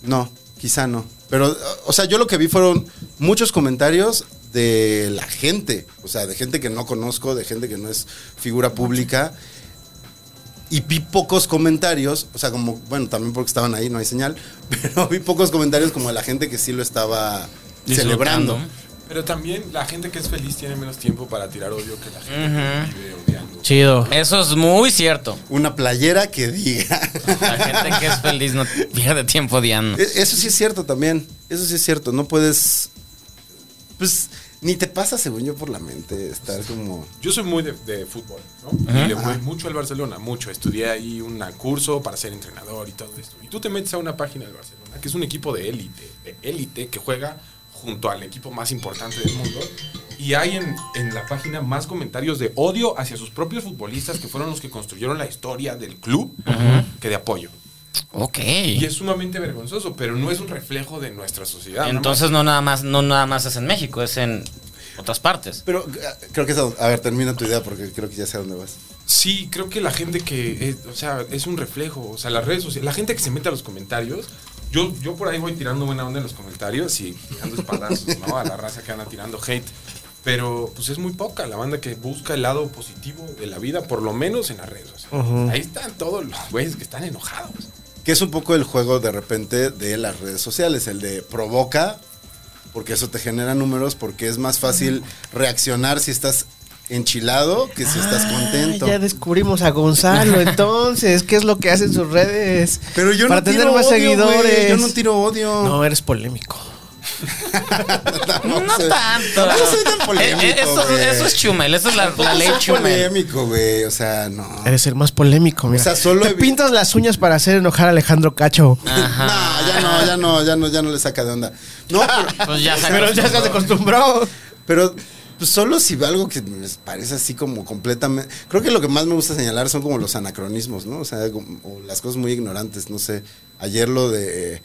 S1: No, quizá no. Pero, o sea, yo lo que vi fueron muchos comentarios de la gente. O sea, de gente que no conozco, de gente que no es figura pública. Y vi pocos comentarios, o sea, como, bueno, también porque estaban ahí, no hay señal, <laughs> pero vi pocos comentarios como de la gente que sí lo estaba
S3: Disfrutando.
S1: celebrando.
S5: Pero también la gente que es feliz tiene menos tiempo para tirar odio que la gente que vive odiando.
S2: Chido.
S3: Eso es muy cierto.
S1: Una playera que diga.
S3: La gente que es feliz no pierde tiempo odiando.
S1: <laughs> E- Eso sí es cierto también. Eso sí es cierto. No puedes. Pues ni te pasa, según yo, por la mente estar como.
S5: Yo soy muy de, de fútbol, ¿no? Y le voy mucho al Barcelona, mucho. Estudié ahí un curso para ser entrenador y todo esto. Y tú te metes a una página del Barcelona, que es un equipo de élite, de élite que juega junto al equipo más importante del mundo. Y hay en, en la página más comentarios de odio hacia sus propios futbolistas, que fueron los que construyeron la historia del club, que de apoyo.
S3: Ok.
S5: Y es sumamente vergonzoso, pero no es un reflejo de nuestra sociedad.
S1: ah,
S5: nada más.
S3: Entonces no nada más, no nada más es en México, es en otras partes.
S1: Pero ah, creo que es. A a ver, termina tu idea porque creo que ya sé a dónde vas.
S5: Sí, creo que la gente que, eh, o sea, es un reflejo, o sea, las redes sociales, la gente que se mete a los comentarios, yo, yo por ahí voy tirando buena onda en los comentarios y tirando espadazos, ¿no? A la raza que anda tirando hate, pero pues es muy poca la banda que busca el lado positivo de la vida, por lo menos en las redes sociales. Ahí están todos los güeyes que están enojados.
S1: Que es un poco el juego de repente de las redes sociales, el de provoca, porque eso te genera números, porque es más fácil reaccionar si estás enchilado que si estás contento.
S2: Ah, ya descubrimos a Gonzalo, entonces, ¿qué es lo que hace en sus redes?
S1: Pero yo
S2: Para
S1: no
S2: tener
S1: tiro
S2: más
S1: odio,
S2: seguidores.
S1: güey, Yo no tiro odio.
S2: No, eres polémico.
S3: No
S1: soy-
S3: tanto.
S1: No soy tan polémico.
S3: Eh, eh, eso,
S1: güey.
S3: eso es Chumel, esa es la, la ley
S1: Soy
S3: Chumel.
S1: polémico, güey. O sea, no.
S2: Eres el más polémico, mira.
S1: O sea, solo
S2: Te
S1: he vi-
S2: pintas las uñas para hacer enojar a Alejandro Cacho.
S1: No, ya no, ya no, ya no, ya no le saca de onda.
S3: <laughs>
S1: No, pero,
S3: Pues ya se
S2: Pero ya se acostumbró.
S1: pero, pues, solo si ve algo que me parece así como completamente. Creo que lo que más me gusta señalar son como los anacronismos, ¿no? O sea, como- o las cosas muy ignorantes, no sé. Ayer lo de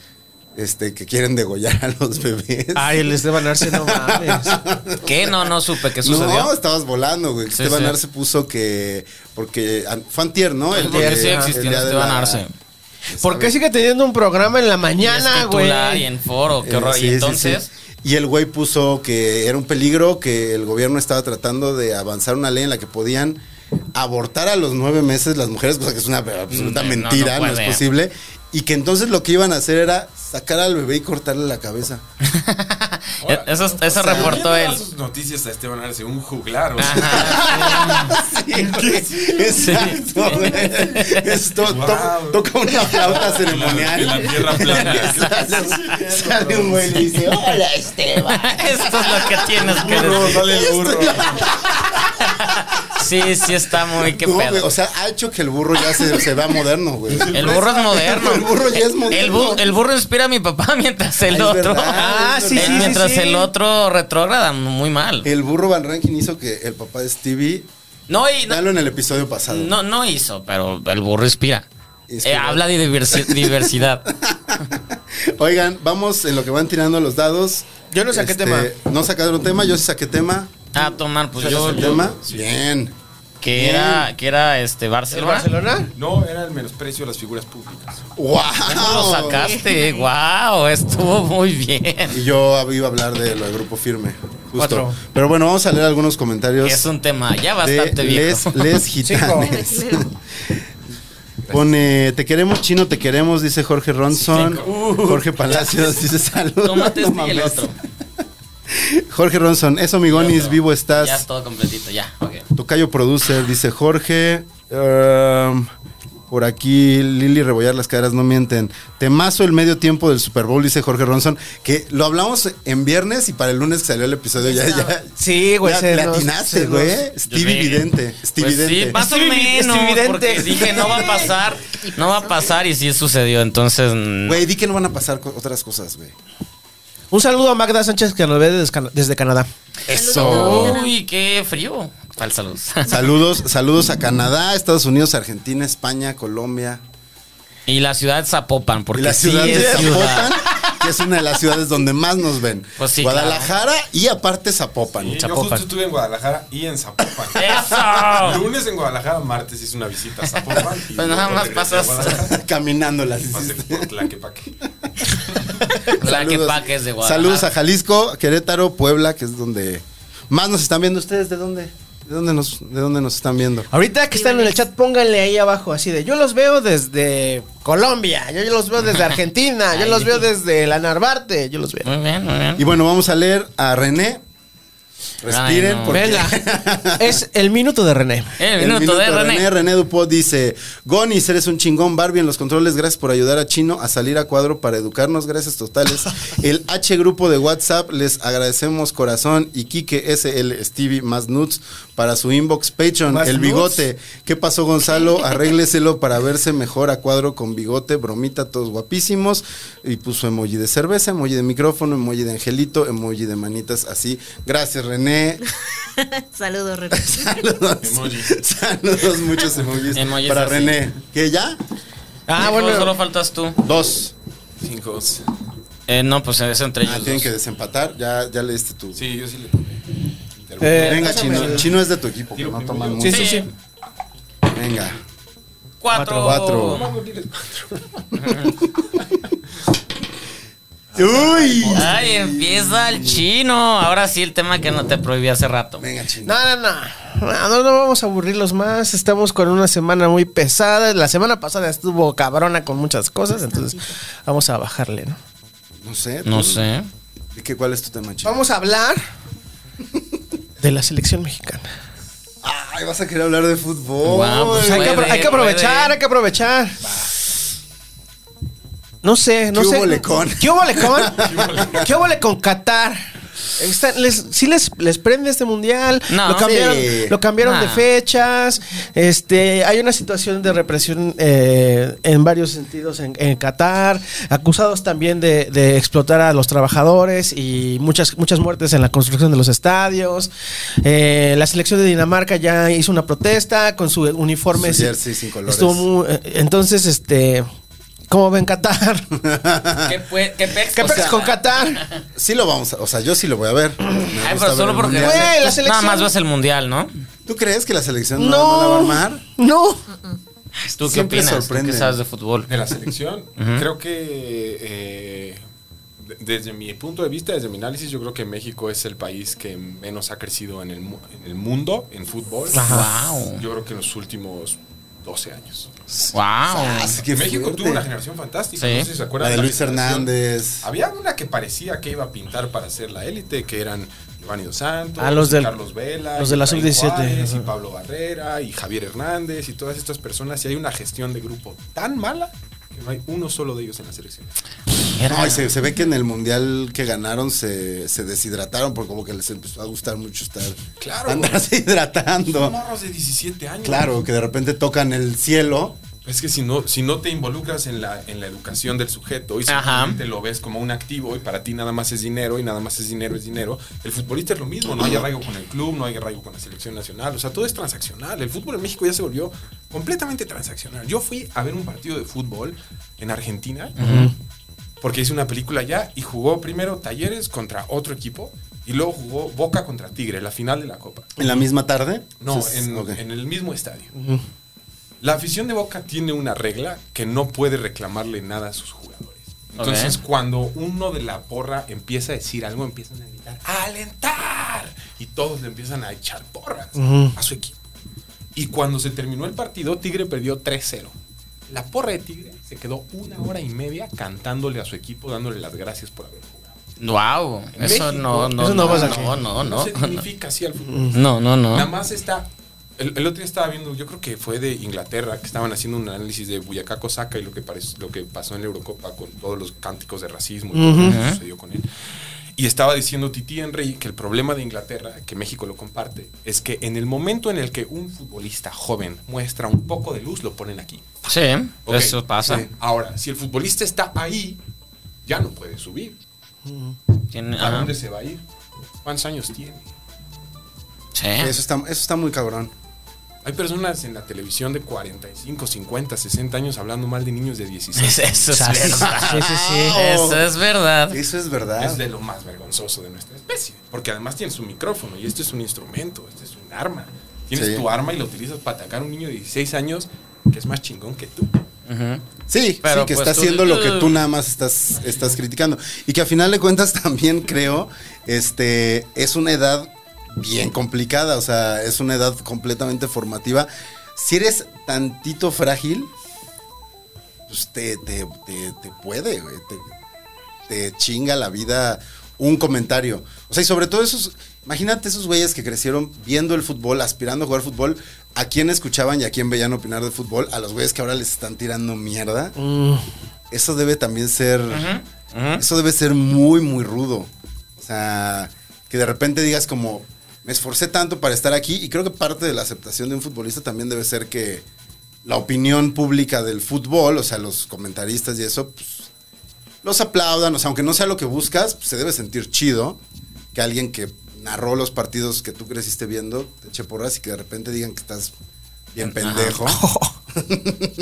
S1: este que quieren degollar a los bebés.
S2: Ay, el Esteban Arce, no
S1: <laughs>
S2: mames.
S3: ¿Qué? No, no supe qué sucedió.
S1: No, estabas volando, güey.
S3: Sí,
S1: Esteban
S3: sí.
S1: Arce puso que. Porque. an- Fue antier, ¿no? El
S3: Porque
S1: día-
S3: sigue existiendo
S1: el día de
S3: Esteban
S1: la- eh,
S3: Arce.
S2: ¿Por qué sigue teniendo un programa en la mañana,
S3: es titular y
S2: güey?
S3: en foro, qué horror.
S1: Eh, sí,
S3: y
S1: sí,
S3: entonces,
S1: sí. Y el güey puso que era un peligro, que el gobierno estaba tratando de avanzar una ley en la que podían abortar a los nueve meses las mujeres, cosa que es una absoluta
S3: Mm, No, no
S1: mentira, no,
S3: puede.
S1: es posible. Y que entonces lo que iban a hacer era sacar al bebé y cortarle la cabeza.
S3: eh, eso eso
S5: sea,
S3: reportó
S5: ¿quién
S3: él.
S5: le da sus noticias a Esteban Arce, un juglar. O sea,
S1: <laughs> Sí, güey. Exacto, güey. Esto to-
S5: Wow.
S1: toca una flauta
S5: en la
S1: ceremonial.
S5: tierra
S1: <laughs>
S5: plana. <laughs>
S1: Sale- Sale un güey y le dice, hola Esteban. <laughs>
S3: Esto es lo que tienes que
S5: Burro,
S3: decir.
S5: dale el burro.
S3: Sí, sí está muy qué
S1: No, güey,
S3: pedo.
S1: o sea, ha hecho que el burro ya se, se vea moderno, güey.
S3: El burro es moderno.
S1: El burro ya es moderno.
S3: El, bu- el burro inspira a mi papá <laughs> mientras el
S1: Es
S3: otro.
S1: verdad, Eh,
S2: Ah, es sí, verdad. sí, sí,
S3: Mientras
S2: sí.
S3: el otro retrógrada muy mal.
S1: El burro Van Rankin hizo que el papá de Stevie.
S3: No, y no,
S1: Dalo en el episodio pasado.
S3: no, no hizo, pero el burro inspira.
S1: Inspira.
S3: Eh, habla de diversi- diversidad.
S1: <laughs> Oigan, vamos en lo que van tirando los dados. Este,
S2: Yo no saqué tema.
S1: No sacaron tema, yo sí saqué tema.
S3: Ah, tomar, pues yo,
S1: ¿Sacaste
S3: yo-
S1: tema? Bien.
S3: que era, que era este
S2: ¿El
S3: Barcelona.
S2: Barcelona?
S5: No, era el menosprecio a las figuras públicas.
S1: ¡Wow!
S3: ¿Cómo
S1: <laughs>
S3: lo sacaste? Wow, estuvo muy bien.
S1: Y yo iba a hablar de lo de grupo firme. Justo.
S2: Cuatro.
S1: Pero bueno, vamos a leer algunos comentarios.
S3: Es un tema ya
S1: de
S3: bastante
S1: les,
S3: viejo.
S1: les
S3: <laughs>
S1: Gitanes. Pone, te queremos chino, te queremos, dice Jorge Ronson. Jorge Palacios dice
S3: <laughs>
S1: salud.
S3: Tómate
S1: No
S3: este y el
S1: mames.
S3: otro.
S1: Jorge Ronson, eso migonis, vivo estás.
S3: Ya es todo completito, ya. ok.
S1: Tocayo Producer, dice Jorge. Em, por aquí, Lili Rebollar, las caras no mienten. Temazo el medio tiempo del Super Bowl, dice Jorge Ronson. Que lo hablamos en viernes y para el lunes que salió el episodio ya. ya
S2: Sí, güey.
S1: ya
S2: se
S1: le
S2: nos-
S1: atinaste,
S2: se nos-
S1: güey.
S3: Yo
S1: Stevie
S3: sé.
S1: Vidente. Stevie
S3: Pues sí,
S1: Vidente.
S3: más o
S2: Stevie Vi-
S3: menos,
S2: Stevie Vidente.
S3: porque dije no va a pasar, no va a pasar y sí sucedió, entonces mm,
S1: Güey, di que no van a pasar co- otras cosas, güey.
S2: Un saludo a Magda Sánchez que nos ve desde, Cana- desde Canadá.
S4: Saludos.
S3: Uy, qué frío. Tal salud.
S1: Saludos, saludos a Canadá, Estados Unidos, Argentina, España, Colombia.
S3: Y la ciudad Zapopan,
S1: Y
S3: porque
S1: la ciudad
S3: sí
S1: de
S3: es ciudad.
S1: Zapopan, que es una de las ciudades donde más nos ven.
S3: Pues sí,
S1: Guadalajara y aparte Zapopan.
S5: Y yo
S3: Zapopan.
S5: justo estuve en Guadalajara y en Zapopan.
S3: ¡Eso!
S5: Lunes en Guadalajara, martes hice una visita a Zapopan.
S3: <laughs>
S5: y
S3: Pues nada
S5: luego
S3: más
S5: regresé a
S3: pasas. <laughs>
S5: Guadalajara.
S1: <laughs> Caminando las
S5: Pasé
S1: hiciste.
S5: por Tlaquepaque.
S1: <laughs>
S3: La que
S1: Saludos.
S3: paque es de Guadalajara.
S1: Saludos a Jalisco, Querétaro, Puebla, que es donde más nos están viendo. ¿Ustedes de dónde? ¿De dónde nos, de dónde nos están viendo?
S2: Ahorita que están en el chat, pónganle ahí abajo así de yo los veo desde Colombia, yo los veo
S3: <laughs>
S2: desde Argentina, yo los veo desde la Narvarte, yo los veo.
S3: Muy bien, muy bien.
S1: Y bueno, vamos a leer a René. Respiren,
S3: Ay, no.
S1: porque
S2: Venga,
S1: <laughs>
S2: es el minuto de René.
S3: El minuto, de Eh, René.
S1: René. Dupont dice: Gonis, eres un chingón. Barbie en los controles, gracias por ayudar a Chino a salir a cuadro para educarnos. Gracias totales. El H grupo de WhatsApp, les agradecemos corazón. Y Kike SL Stevie más nuts para su inbox Patreon.
S2: Más
S1: El
S2: nudes.
S1: bigote. ¿Qué pasó, Gonzalo? Arrégleselo para verse mejor a cuadro con bigote, bromita, todos guapísimos. Y puso emoji de cerveza, emoji de micrófono, emoji de angelito, emoji de manitas así. Gracias, René.
S4: <laughs> Saludos, René.
S1: Saludos.
S5: Emojis.
S1: Saludos, muchos emojis.
S3: Emojis
S1: para
S3: así.
S1: René. ¿Qué ya?
S2: Ah,
S3: Hijo, Solo
S2: bueno,
S3: faltas tú.
S1: Dos.
S5: Cinco.
S3: Eh, no, pues es entre
S1: Ah,
S3: ellos.
S1: tienen
S3: dos.
S1: que desempatar. Ya, ya le diste tu.
S5: Sí, yo sí le puse.
S2: Eh,
S1: Venga,
S2: pásame
S1: chino.
S2: el-
S1: Chino es de tu equipo, que
S5: Tiro
S1: no
S5: primero.
S1: toman
S2: sí,
S1: mucho.
S2: sí, sí.
S1: Venga.
S3: Cuatro.
S1: Cuatro. Uy.
S3: Ay, empieza el chino. Ahora sí, el tema que no te prohibí hace rato.
S1: Venga, chino.
S2: No, no, no. No, no, no vamos a aburrirlos más. Estamos con una semana muy pesada. La semana pasada estuvo cabrona con muchas cosas, entonces vamos a bajarle, ¿no?
S1: No sé. tú-
S3: No sé.
S1: ¿Y qué, ¿Cuál es tu tema, chino?
S2: Vamos a hablar de la selección mexicana.
S1: Ay, vas a querer hablar de fútbol.
S3: Guau, pues,
S2: Pues hay, que, apro-
S3: Puede,
S2: hay que aprovechar,
S3: puede.
S2: hay que aprovechar. No sé, no
S1: ¿Qué
S2: sé.
S1: hubole con?
S2: ¿Qué hubole con? ¿Qué hubole con Qatar? Está- les, sí les, les prende este mundial.
S3: No.
S2: lo cambiaron,
S1: Sí.
S2: lo cambiaron
S3: No.
S2: de fechas. Este, hay una situación de represión eh, en varios sentidos en, en Qatar. Acusados también de, de explotar a los trabajadores y muchas, muchas muertes en la construcción de los estadios. Eh, la selección de Dinamarca ya hizo una protesta con su uniforme.
S1: Su jersey sin colores.
S2: Estuvo muy- eh, entonces, este, ¿cómo ven
S1: <laughs>
S2: Qatar?
S1: Ah.
S3: ¿Qué, fue- qué pex?
S2: ¿Qué
S3: O
S2: pasa
S3: sea,
S2: con Qatar?
S1: <laughs> Sí lo vamos a. O sea, yo sí lo voy a ver. Me
S3: Ay,
S1: gusta
S3: pero
S1: ver
S3: solo
S1: el
S3: porque.
S1: mundial.
S2: Güey, la
S3: Nada
S2: selección.
S3: más vas el mundial, ¿no?
S1: ¿Tú crees que la selección no, no la va a
S2: No,
S1: armar?
S2: no.
S3: ¿Tú qué
S1: Siempre
S3: opinas? ¿Tú
S1: sorprende.
S3: qué sabes de fútbol?
S5: De la selección,
S3: Ujú.
S5: creo que eh, de- desde mi punto de vista, desde mi análisis, yo creo que México es el país que menos ha crecido en el, mu- en el mundo en fútbol.
S3: Ajá. Wow.
S5: Yo creo que en los últimos 12 años.
S3: Wow.
S5: Que México
S1: fuerte.
S5: tuvo una generación fantástica.
S3: Sí.
S5: No sé si se
S1: La
S5: acuerdan.
S1: de Luis
S5: generación-
S1: Hernández.
S5: Había una que parecía que iba a pintar para ser la élite, que eran Giovanni Dos Santos,
S2: Ah, los del-
S5: Carlos Vela,
S2: los de la
S5: Efraín
S2: sub-17,
S5: Juárez, Y
S2: ajá.
S5: Pablo Barrera, y Javier Hernández, y todas estas personas. Y hay una gestión de grupo tan mala que no hay uno solo de ellos en la selección.
S1: No, y se, se ve que en el mundial que ganaron se, se deshidrataron porque como que les empezó a gustar mucho estar.
S5: Claro.
S1: <laughs> Andarse hidratando.
S5: Morros de 17 años.
S1: Claro, que de repente tocan el cielo.
S5: Es que si no, si no te involucras en la, en la educación del sujeto y
S3: Ajá.
S5: simplemente lo ves como un activo y para ti nada más es dinero y nada más es dinero es dinero, el futbolista es lo mismo, no hay arraigo con el club, no hay arraigo con la selección nacional, o sea, todo es transaccional. El fútbol en México ya se volvió completamente transaccional. Yo fui a ver un partido de fútbol en Argentina porque hice una película allá y jugó primero Talleres contra otro equipo y luego jugó Boca contra Tigre, la final de la Copa.
S1: En la misma tarde.
S5: No,
S1: Entonces,
S5: en,
S1: ok.
S5: en el mismo estadio. La afición de Boca tiene una regla que no puede reclamarle nada a sus jugadores. Entonces,
S3: Ok.
S5: cuando uno de la porra empieza a decir algo, empiezan a gritar ¡Alentar! Y todos le empiezan a echar porras a su equipo. Y cuando se terminó el partido, Tigre perdió 3-0. La porra de Tigre se quedó una hora y media cantándole a su equipo, dándole las gracias por haber jugado.
S3: Wow.
S5: En
S3: Eso
S5: México,
S3: no, no.
S2: eso no pasa aquí.
S3: No, no, no.
S5: se dignifica así al fútbol.
S3: No, no,
S5: Nada
S3: no.
S5: más está. El, el otro día estaba viendo, yo creo que fue de Inglaterra, que estaban haciendo un análisis de Boyacá Cosaca y lo que, parec- lo que pasó en la Eurocopa con todos los cánticos de racismo y todo lo que sucedió con él. Y estaba diciendo Titi Henry que el problema de Inglaterra, que México lo comparte, es que en el momento en el que un futbolista joven muestra un poco de luz, lo ponen aquí.
S3: Sí,
S5: Ok,
S3: eso pasa.
S5: sí. Ahora, si el futbolista está ahí, ya no puede subir.
S3: Tiene-
S5: ¿A
S3: ajá.
S5: dónde se va a ir? ¿Cuántos años tiene?
S3: Sí.
S1: Eso está, eso está muy cabrón.
S5: Hay personas en la televisión de 45, 50, 60 años hablando mal de niños de
S3: <laughs>
S5: 16.
S3: Eso es verdad.
S2: Sí, sí, sí.
S3: Eso es verdad.
S1: Eso es verdad.
S5: Es de lo más vergonzoso de nuestra especie. Porque además tienes un micrófono y este es un instrumento, este es un arma. Tienes
S1: Sí.
S5: tu arma y la utilizas para atacar a un niño de 16 años que es más chingón que tú.
S3: Ujú.
S1: Sí,
S3: Pero,
S1: sí, que
S3: pues,
S1: está
S3: tú-
S1: haciendo lo que tú nada más estás, estás criticando. Y que a final de cuentas <laughs> también creo, este, es una edad bien complicada, o sea, es una edad completamente formativa. Si eres tantito frágil, pues te, te, te- te puede, güey, te, te chinga la vida un comentario. O sea, y sobre todo esos, imagínate esos güeyes que crecieron viendo el fútbol, aspirando a jugar fútbol, a quién escuchaban y a quién veían opinar de fútbol, a los güeyes que ahora les están tirando mierda. Eso debe también ser, eso debe ser muy, muy rudo. O sea, que de repente digas como, me esforcé tanto para estar aquí y creo que parte de la aceptación de un futbolista también debe ser que la opinión pública del fútbol, o sea, los comentaristas y eso, pues, los aplaudan, o sea, aunque no sea lo que buscas, pues, se debe sentir chido que alguien que narró los partidos que tú creciste viendo te eche porras y que de repente digan que estás bien pendejo.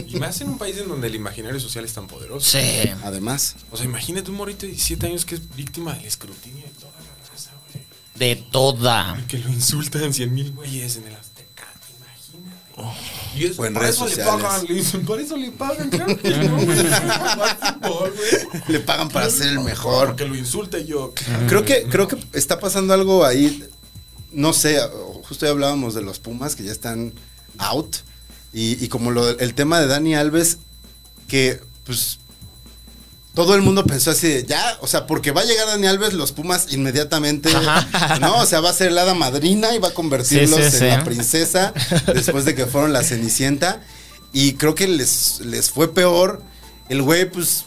S5: Y más en un país en donde el imaginario social es tan poderoso.
S3: Sí.
S1: Además,
S5: O sea, imagínate un morrito de 17 años que es víctima del escrutinio de toda la raza, güey.
S3: De toda.
S5: Y que lo insultan 100 mil güeyes en el Azteca. Imagínate. Y es,
S1: O en
S5: por
S1: redes
S5: eso
S1: sociales.
S5: le pagan, le dicen, por eso le pagan, claro que no, güey, es jugar fútbol, güey.
S1: le pagan para ser el mejor.
S5: Porque lo insulte yo.
S1: Creo que, creo que está pasando algo ahí. No sé, justo ya hablábamos de los Pumas que ya están out. Y, y como lo- el tema de Dani Alves, que pues todo el mundo pensó así de ya, o sea, porque va a llegar Dani Alves, los Pumas inmediatamente, ¿no? O sea, va a ser la hada madrina y va a convertirlos
S3: Sí, sí,
S1: en
S3: sí.
S1: la princesa después de que fueron la Cenicienta. Y creo que les, les fue peor. El güey, pues,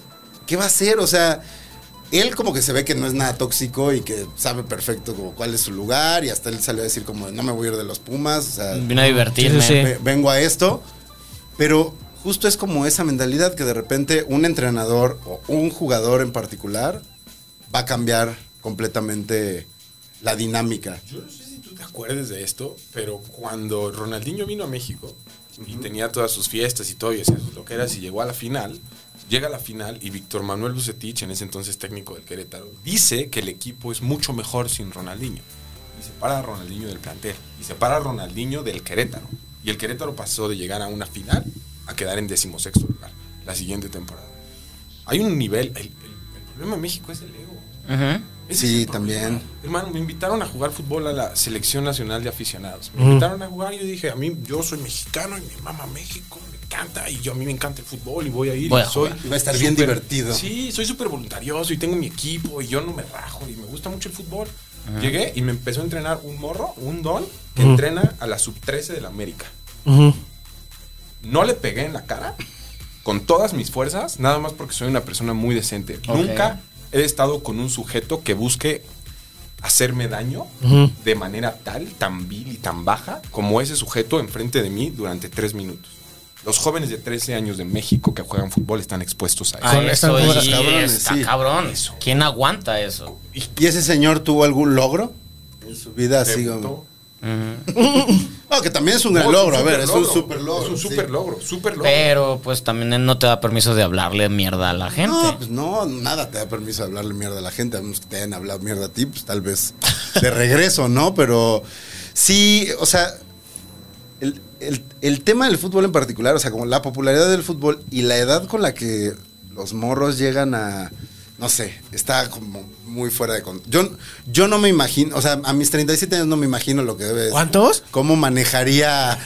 S1: ¿qué va a hacer? O sea, él como que se ve que no es nada tóxico y que sabe perfecto como cuál es su lugar y hasta él salió a decir como no me voy a ir de los Pumas, o sea,
S3: Vino a divertirme.
S2: Sí, sí, sí.
S1: ve- vengo a esto, pero justo es como esa mentalidad que de repente un entrenador o un jugador en particular va a cambiar completamente la dinámica.
S5: Yo no sé si tú te acuerdes de esto, pero cuando Ronaldinho vino a México y tenía todas sus fiestas y todo y hacía sus loqueras y llegó a la final, llega a la final y Víctor Manuel Bucetich, en ese entonces técnico del Querétaro, dice que el equipo es mucho mejor sin Ronaldinho. Y separa a Ronaldinho del plantel y separa a Ronaldinho del Querétaro. Y el Querétaro pasó de llegar a una final a quedar en decimosexto lugar la siguiente temporada. Hay un nivel, el, el- el problema de México es el ego.
S3: Ujú.
S5: Ese
S1: Sí,
S5: es el problema.
S1: también.
S5: Hermano, me invitaron a jugar fútbol a la Selección Nacional de Aficionados. Me invitaron a jugar y yo dije, a mí, yo soy mexicano y me mama México, me encanta. Y yo a mí me encanta el fútbol y voy a ir.
S3: Voy a
S5: y soy
S3: jugar.
S1: Y va a estar bien
S5: súper-
S1: divertido.
S5: Sí, soy súper voluntarioso y tengo mi equipo y yo no me rajo y me gusta mucho el fútbol. Llegué y me empezó a entrenar un morro, un don, que entrena a la sub-13 de la América.
S2: Ujú.
S5: No le pegué en la cara con todas mis fuerzas, nada más porque soy una persona muy decente.
S3: Ok.
S5: Nunca he estado con un sujeto que busque hacerme daño de manera tal, tan vil y tan baja como ese sujeto enfrente de mí durante tres minutos. Los jóvenes de 13 años de México que juegan fútbol están expuestos a eso.
S3: Ah,
S2: Son- están
S3: eso
S2: como
S3: y
S1: los cabrones,
S3: está
S1: sí.
S3: cabrón.
S5: Eso.
S3: ¿Quién aguanta eso?
S1: ¿Y ese señor tuvo algún logro en su vida? Así
S5: Debutó.
S1: como-
S3: Ujú.
S1: No, que también es un
S5: No,
S1: gran
S5: es un
S1: logro. A ver, es un
S5: superlogro.
S1: super logro.
S5: Es un
S1: sí.
S5: super logro, super logro.
S3: Pero pues también él no te da permiso de hablarle mierda a la gente.
S1: No, pues no, nada te da permiso de hablarle mierda a la gente. A menos que te hayan hablado mierda a ti, pues tal vez de regreso, ¿no? Pero sí, o sea, el, el- el tema del fútbol en particular, o sea, como la popularidad del fútbol y la edad con la que los morros llegan a. No sé, está como muy fuera de control. Yo, yo no me imagino, o sea, a mis 37 años no me imagino lo que debe
S2: ¿Cuántos?
S1: cómo manejaría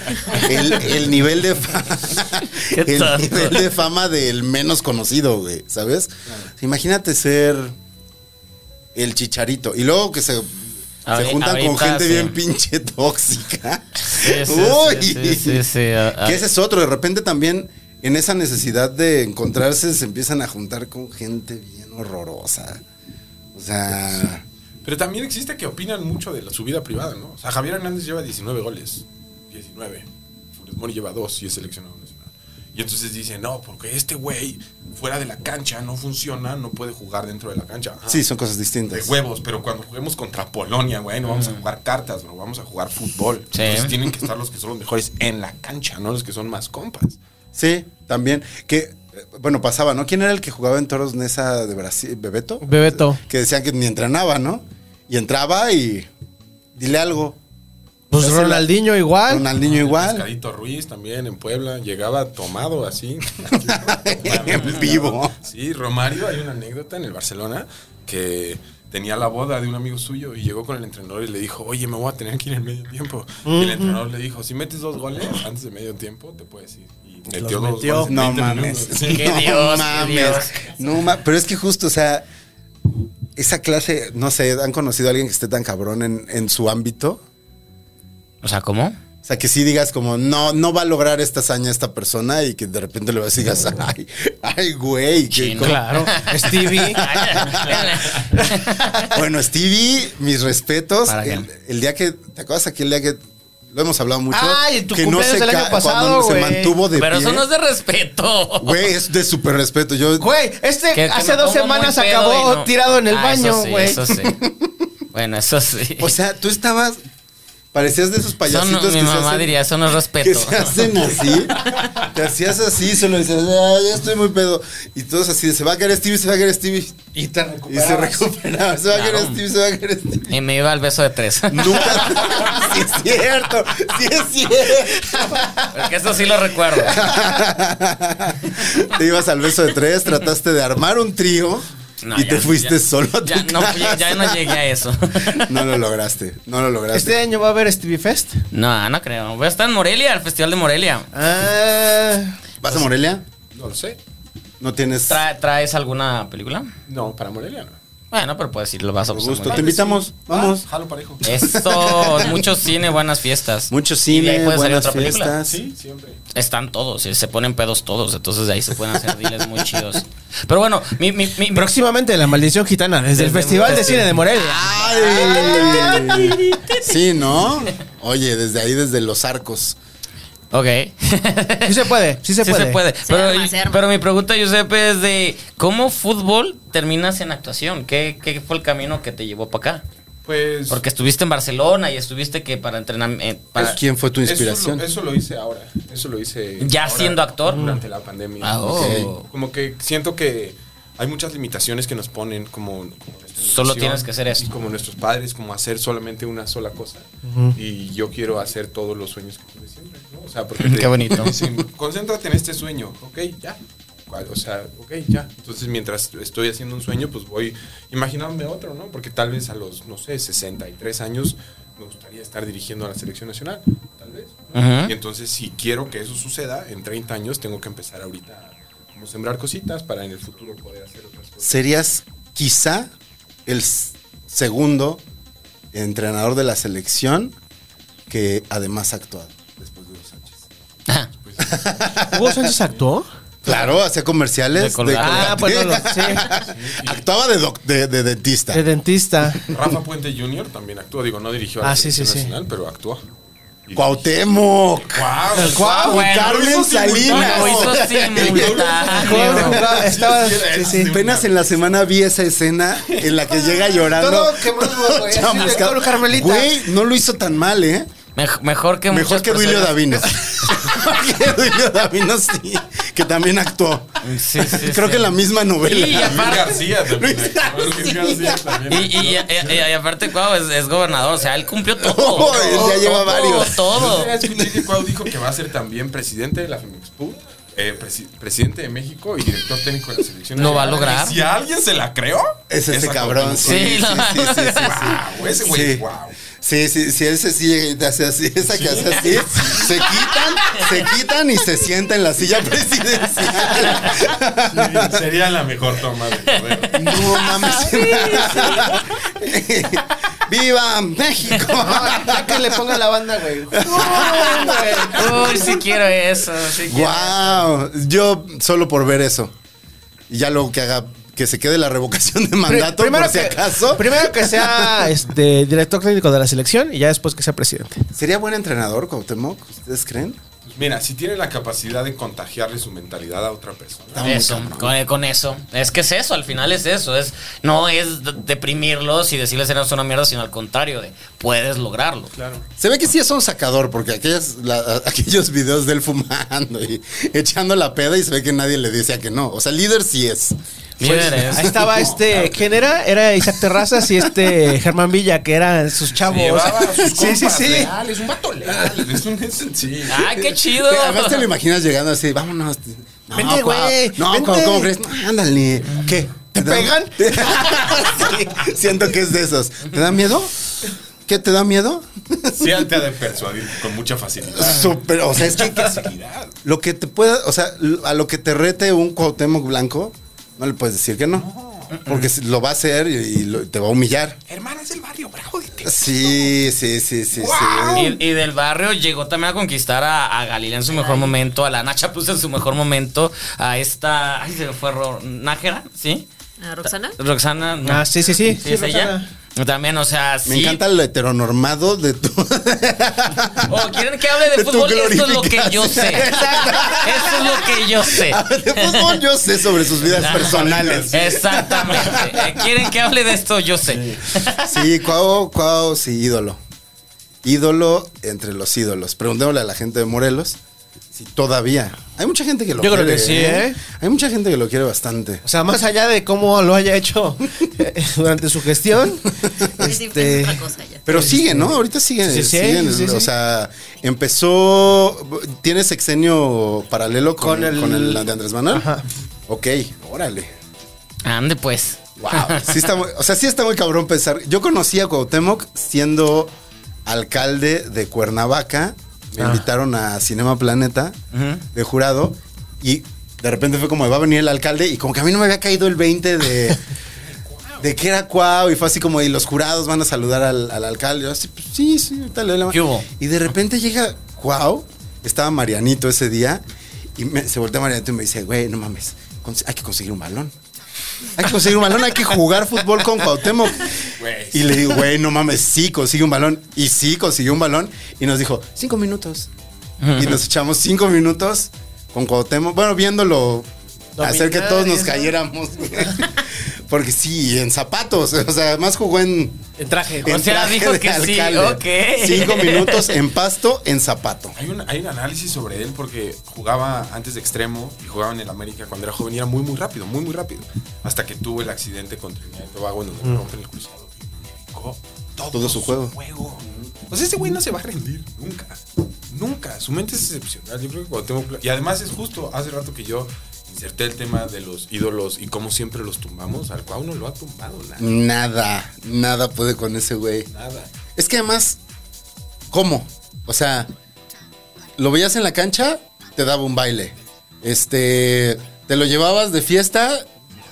S1: el, el nivel de fama,
S3: <laughs> ¿Qué
S1: el
S3: tanto?
S1: nivel de fama del menos conocido, güey, ¿sabes? Imagínate ser el chicharito y luego que se, se
S3: Ahori-
S1: juntan con
S3: ahorita
S1: gente
S3: sí.
S1: bien pinche tóxica.
S3: Sí, sí,
S1: Uy.
S3: sí, sí, sí, sí, a- a-
S1: Que ese es otro, de repente también en esa necesidad de encontrarse se empiezan a juntar con gente bien horrorosa. O sea,
S5: Pero también existe que opinan mucho de la, su vida privada, ¿no? O sea, Javier Hernández lleva 19 goles. 19. Funes Mori lleva 2 y es seleccionado nacional. Y entonces dicen, no, porque este güey fuera de la cancha no funciona, no puede jugar dentro de la cancha. Ajá.
S1: sí, son cosas
S5: De
S1: distintas.
S5: huevos, pero cuando juguemos contra Polonia, güey, no vamos a jugar cartas, no vamos a jugar fútbol.
S3: Sí.
S5: Entonces tienen que estar los que son los mejores en la cancha, no los que son más compas.
S1: Sí, también. Que, eh, bueno, pasaba, ¿no? ¿Quién era el que jugaba en toros Nesa de Brasil? ¿Bebeto?
S2: Bebeto.
S1: Que decían que ni entrenaba, ¿no? Y entraba y. Dile algo.
S2: Pues
S1: Hace la-
S2: Ronaldinho igual.
S1: Ronaldinho igual.
S5: Pescadito Ruiz también en Puebla llegaba tomado así.
S1: <laughs> En vivo.
S5: Sí, Romario, hay una anécdota en el Barcelona que tenía la boda de un amigo suyo y llegó con el entrenador y le dijo, oye, me voy a tener que ir en medio tiempo. Y el entrenador le dijo, si metes dos goles antes de medio tiempo, te puedes ir. Y metió dos
S2: metió.
S5: goles en
S1: No
S5: 20
S1: mames. <laughs>
S5: minutos.
S3: Sí, qué Dios, qué Dios.
S1: No ma- Pero es que justo, o sea, esa clase, no sé, ¿han conocido a alguien que esté tan cabrón en, en su ámbito?
S3: O sea, ¿cómo?
S1: O sea, que sí digas como, no, no va a lograr esta hazaña esta persona y que de repente le vas y digas, <laughs> ay, ay, güey. qué
S3: Chino.
S1: co- <laughs>
S2: Claro. Stevie.
S1: Bueno, Stevie, mis respetos.
S3: Para
S1: El,
S3: acá.
S1: el día que. ¿Te acuerdas aquel día que lo hemos hablado mucho?
S2: Ay, tu
S1: que
S2: cumpleaños del año
S1: ca-
S2: pasado,
S1: Cuando
S2: güey.
S1: se mantuvo de
S3: Pero
S1: pie.
S3: eso no es de respeto.
S1: Güey, es de súper respeto. Yo.
S2: Güey, este
S3: Que- que
S2: hace
S3: me
S2: dos
S3: pongo
S2: semanas
S3: muy pedo
S2: acabó
S3: y no-
S2: tirado en el
S3: Ah,
S2: baño,
S3: eso sí,
S2: güey.
S3: Eso sí. Bueno,
S1: <laughs>
S3: eso sí.
S1: O sea, tú estabas. Parecías de esos
S3: Eso no-
S1: payasitos
S3: mi
S1: Pues, que se
S3: mamá
S1: hacen-
S3: diría, eso no es
S1: que
S3: respeto.
S1: se hacen así, te hacías así, solo dices, "Ah, ya estoy muy pedo. Y todos así, de, se va a caer Stevie, se va a caer Stevie.
S2: Y te
S1: Y se
S2: <laughs>
S1: recuperaba, se va a caer
S3: Claro.
S1: Stevie, se va a caer Stevie.
S3: Y me iba al beso de tres.
S1: Nunca. <laughs> sí, es cierto, sí es cierto.
S3: <laughs> Porque eso sí
S1: <laughs>
S3: lo recuerdo.
S1: Ah, te ibas al beso de tres, trataste de armar un trío
S3: No,
S1: y
S3: ya-
S1: te fuiste
S3: ya-
S1: solo a tu
S3: ya no,
S1: casa.
S3: ya no llegué a eso. <laughs>
S1: No lo lograste, no lo lograste.
S2: Este año va a haber Stevie Fest.
S3: No, no creo. Voy a estar en Morelia, al Festival de Morelia.
S2: Ah,
S1: ¿Vas a Morelia?
S5: No lo sé.
S1: No tienes
S3: Tra- ¿Traes alguna película?
S5: No, para Morelia no.
S3: Bueno, pero puedes ir, lo vas a
S1: Con
S3: pasar
S1: gusto.
S3: muy
S1: Te
S3: bien.
S1: invitamos, vamos.
S5: Ah, jalo parejo.
S3: Eh. Eso, mucho cine, buenas fiestas.
S1: Mucho
S3: Y de ahí
S1: cine,
S3: puede salir
S1: buenas
S3: otra película.
S1: fiestas.
S5: Sí, siempre.
S3: Están todos, y se ponen pedos todos, entonces de ahí se pueden hacer deals muy chidos. Pero bueno, mi, mi, mi-
S2: próximamente La Maldición Gitana, desde, el
S3: Desde Ah.
S2: Festival de
S3: Morelia.
S2: Cine de Morelia.
S1: Ay. Sí, ¿no? Oye, desde ahí, desde los arcos.
S3: Ok.
S2: Sí se puede, sí se
S3: Sí
S2: puede.
S4: Se
S3: Pero,
S4: arma, se arma.
S3: pero mi pregunta, Giuseppe, es de ¿cómo fútbol terminas en actuación? ¿Qué, qué fue el camino que te llevó para acá?
S5: Pues.
S3: Porque estuviste en Barcelona y estuviste que para entrenar... eh, para-
S1: ¿Quién fue tu
S5: Eso
S1: inspiración?
S5: lo- Eso lo, hice ahora. Eso lo hice.
S3: ¿Ya
S5: ahora,
S3: siendo actor?
S5: Durante la pandemia.
S3: Ah, oh.
S5: Ok. Como que siento que hay muchas limitaciones que nos ponen como. como nuestra
S3: Solo
S5: educación
S3: tienes que hacer esto.
S5: Y como nuestros padres, como hacer solamente una sola cosa. Y yo quiero hacer todos <laughs> los sueños que tuve siempre. ¿no? O sea, porque.
S3: Qué bonito.
S5: dicen, concéntrate en este sueño. Ok, ya. o sea, ok, ya. Entonces, mientras estoy haciendo un sueño, pues voy imaginándome otro, ¿no? Porque tal vez a los, no sé, 63 años me gustaría estar dirigiendo a la selección nacional, tal vez.
S3: Ajá.
S5: Y entonces, si quiero que eso suceda, en 30 años tengo que empezar ahorita a como sembrar cositas para en el futuro poder hacer otras cosas.
S1: serías quizá el s- segundo entrenador de la selección que además ha actuado después de Hugo Sánchez.
S2: ¿Hugo Sánchez actuó?
S1: Claro, hacía comerciales.
S3: De Colgate.
S1: Colgate.
S2: Ah, pues no lo sé.
S1: <laughs> Actuaba de, doc- de- de dentista.
S2: De dentista.
S5: Rafa Puente Jr. también actuó, digo, no dirigió a la
S2: Ah, sí, sí,
S5: selección
S2: sí.
S5: nacional, pero actuó. Y-
S1: Cuauhtémoc.
S5: ¡Guau!
S1: Cuau,
S3: Bueno,
S1: Carmen
S5: hizo
S1: Salinas. <laughs>
S3: Lo hizo Ah, simultáneo.
S2: Estaba- Estaba. Sí, sí.
S1: Apenas en la semana vi esa escena en la que llega llorando.
S2: Todo quemado,
S1: <laughs>
S2: güey, así de
S1: chamuscado.
S2: color Carmelita.
S1: Güey, no lo hizo tan mal, ¿eh?
S3: Mej- mejor que
S1: Mejor
S3: muchas
S1: que Duilio
S3: personas.
S1: Davino. Mejor <laughs> que Duilio Davino, sí. Que también actuó.
S3: Sí, sí,
S1: <laughs> Creo
S3: sí.
S1: que en la misma novela.
S3: Y
S5: Luis
S3: aparte-
S5: García también.
S1: Luis
S5: actuó, Luis García
S3: Y,
S5: también.
S3: y- y- y- y aparte, Cuau es, es gobernador, o sea, él cumplió
S1: <laughs>
S3: todo.
S1: Oh,
S3: Todo,
S1: ya lleva
S3: todo,
S1: varios.
S3: Todo.
S5: Ya escuché que Cuau dijo que va a ser también presidente de la FEMEXPU, eh, presi- presidente de México y director técnico de la selección.
S3: Lo va a
S5: nacional.
S3: lograr.
S5: Si a alguien se la creó,
S1: Es ese
S5: a
S1: cabrón.
S5: Cuauhtémoc.
S3: Sí, no.
S5: Guau, ese güey,
S1: Sí.
S5: guau.
S1: Sí, sí, sí, ese sí te hace así, esa que hace así, se quitan, se quitan y se sienta en la silla presidencial.
S5: Sí, <laughs> sería la mejor toma de poder.
S1: No mames. <laughs> ¡Viva México!
S2: Ya que le ponga la banda, güey.
S3: Uy, sí quiero eso. Sí quiero.
S1: Wow, yo solo por ver eso. Y ya luego que haga que se quede la revocación de mandato por si
S2: que-
S1: acaso.
S2: primero que sea este, director técnico de la selección y ya después que sea presidente.
S1: <laughs> ¿Sería buen entrenador Cuauhtémoc? ¿Ustedes creen?
S5: Pues Mira, si tiene la capacidad de contagiarle su mentalidad a otra persona.
S3: Eso, con, con eso. Es que es eso, al final es eso. Es, no es de- deprimirlos y decirles eres una mierda, sino al contrario, de puedes lograrlo.
S5: Claro.
S1: Se ve que sí es un sacador, porque aquellas, la- aquellos videos de él fumando y <laughs> echando la peda y se ve que nadie le decía que no. O sea, líder sí es.
S3: Líder
S2: Ahí
S3: es.
S2: estaba este, ¿quién era? Era Isaac Terrazas y este Germán Villa, que eran sus chavos.
S5: Llevaba a sus
S2: sí, sí,
S5: compas
S2: sí.
S5: leales, un vato leal. <laughs> Es un, es un- sí.
S3: ¡Ay, qué
S1: <laughs>
S3: chido!
S1: Te- Además te lo imaginas llegando así, vámonos. No,
S2: Vente, güey,
S1: No,
S2: vente.
S1: ¿cómo, cómo crees? No, ándale. ¿Qué?
S2: ¿Te pegan?
S1: <laughs> Sí, siento que es de esos. ¿Te da miedo? ¿Qué te da miedo?
S5: Sí, te <laughs> ha de persuadir con mucha facilidad.
S1: <laughs> Súper, o sea, es que, que
S5: Facilidad.
S1: lo que te pueda, o sea, l- a lo que te rete un Cuauhtémoc blanco, no le puedes decir que no. Porque si- lo va a hacer y, y lo- te va a humillar.
S5: Hermana, es el barrio bravo de Texas.
S1: Sí, sí, sí, sí, sí.
S3: Y, y del barrio llegó también a conquistar a, a Galilea en su mejor momento, a la Nacha Plus en su mejor momento, a esta. Ay, se me fue Ro- Nájera, ¿sí?
S4: ¿A Roxana?
S3: Este, Roxana. no.
S2: Ah, sí, sí, sí.
S3: Sí, es ella. También, o sea, sí.
S1: Me encanta lo heteronormado de tu.
S3: O Oh, quieren que hable de,
S1: De tu
S3: fútbol, esto es lo que
S1: glorificación. Ah,
S3: yo sé. Esto es lo que
S1: <laughs>
S3: yo sé.
S1: De fútbol yo sé sobre sus vidas personales.
S3: Exactamente. Eh, Quieren que hable de esto, yo sé.
S1: Sí, Cuau, Cuau, sí, ídolo. Ídolo entre los ídolos. Preguntémosle a la gente de Morelos si todavía. Hay mucha gente que lo
S2: Yo creo
S1: quiere.
S2: que sí, ¿eh?
S1: Hay mucha gente que lo quiere bastante.
S2: O sea, más allá de cómo lo haya hecho <laughs> eh, durante su gestión.
S4: <laughs> Es diferente,
S2: Este,
S4: es otra cosa ya.
S1: Pero sigue, ¿no? Ahorita sigue.
S2: Sí, sí,
S1: siguen,
S2: sí, sí.
S1: O sea, empezó. ¿Tiene sexenio paralelo con,
S2: Con el-
S1: con el de Andrés Manuel?
S2: Ajá.
S1: Ok, órale.
S3: Ande pues.
S1: Wow. <laughs> Sí está muy- o sea, sí está muy cabrón pensar. Yo conocí a Cuauhtémoc siendo alcalde de Cuernavaca.
S3: Ah.
S1: Me invitaron a Cinema Planeta de jurado y de repente fue como va a venir el alcalde y como que a mí no me había caído el 20
S3: <laughs>
S1: de de que era cuau y fue así como y los jurados van a saludar al, al alcalde. Yo así, pues, sí, sí, ahorita le doy la mano.
S3: ¿Qué hubo?
S1: Y de repente llega cuau, estaba Marianito ese día y me- se voltea Marianito y me dice, "Güey, no mames, cons- hay que conseguir un balón." Hay que conseguir un balón, hay que jugar fútbol con Cuauhtémoc.
S5: Güey.
S1: Y le digo, güey, no mames, sí consigue un balón. Y sí consiguió un balón. Y nos dijo, cinco minutos. Y nos echamos cinco minutos con Cuauhtémoc. Bueno, viéndolo hacer que todos nos cayéramos. güey. Porque sí, en zapatos. O sea, además jugó en.
S2: En traje.
S1: en
S3: sea,
S1: traje
S3: dijo
S1: de
S3: que sí, ok.
S1: Cinco minutos en pasto, en zapato.
S5: Hay un, hay un análisis sobre él porque jugaba antes de extremo y jugaba en el América cuando era joven y era muy, muy rápido, muy, muy rápido. Hasta que tuvo el accidente contra Trinidad y Tobago en donde le rompen el cruzado. y modificó Todo,
S1: Todo su juego.
S5: Pues ese güey no se va a rendir nunca. Nunca. Su mente es excepcional. Yo creo que cuando tengo. Y además es justo. Hace rato que yo inserté el tema de los ídolos y cómo siempre los tumbamos, al cual no lo ha tumbado nada.
S1: Nada, nada puede con ese güey.
S5: Nada.
S1: Es que además, ¿cómo? O sea, lo veías en la cancha, te daba un baile. Este, te lo llevabas de fiesta,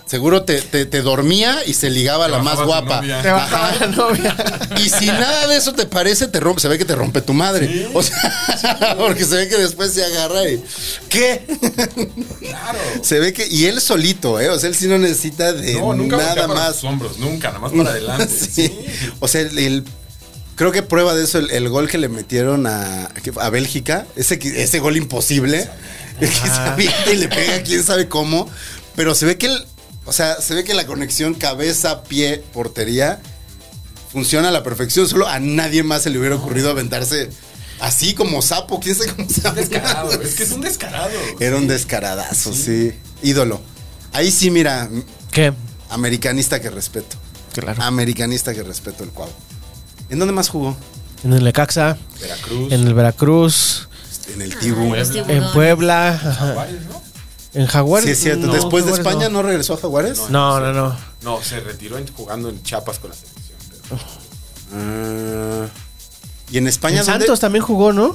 S1: seguro te, te- te dormía y se ligaba
S5: Te
S1: la más
S5: bajaba tu
S1: guapa.
S5: novia.
S2: Te bajaba
S1: Ajá.
S2: la novia.
S1: Y si nada de eso te parece, te rompe, se ve que te rompe tu madre. O sea, <laughs> porque se ve que después se agarra y. ¿Qué?
S5: Claro.
S1: Se ve que. Y él solito, ¿eh? O sea, él sí no necesita de
S5: No, nunca
S1: eh, nada
S5: voltea para
S1: más.
S5: sus hombros, nunca, nada más para adelante.
S1: <laughs> Sí.
S5: sí.
S1: O sea, el, el- creo que prueba de eso el, el gol que le metieron a, que- a Bélgica, ese, que- ese gol imposible,
S5: Ah.
S1: que se avienta y le pega quién sabe cómo, pero se ve que el, o sea, se ve que la conexión cabeza, pie, portería funciona a la perfección, solo a nadie más se le hubiera ocurrido aventarse así como sapo, quién sabe cómo se
S5: Es descarado,
S1: aventaba.
S5: es que es un descarado.
S1: <laughs> Era un descaradazo, sí. Ídolo. Ahí sí, mira,
S2: ¿Qué?
S1: americanista que respeto.
S2: Claro.
S1: Americanista que respeto el cuau. ¿En dónde más jugó?
S2: En el Lecaxa,
S5: Veracruz,
S2: en el Veracruz,
S1: Pues, En
S2: Ah,
S1: el
S4: Ay,
S1: Tibu.
S4: Pues los
S2: en
S4: tiburones.
S2: Puebla, ajá.
S5: Juárez, ¿no?
S2: en Jaguares.
S1: Sí, es cierto.
S2: no,
S1: Después de
S2: Jaguares
S1: España no. regresó a Jaguares.
S2: No, no, no.
S5: No, se retiró en- jugando en Chiapas con la selección. pero
S1: Ah. ¿Y en España
S2: En
S1: dónde?
S2: Santos también jugó, ¿no?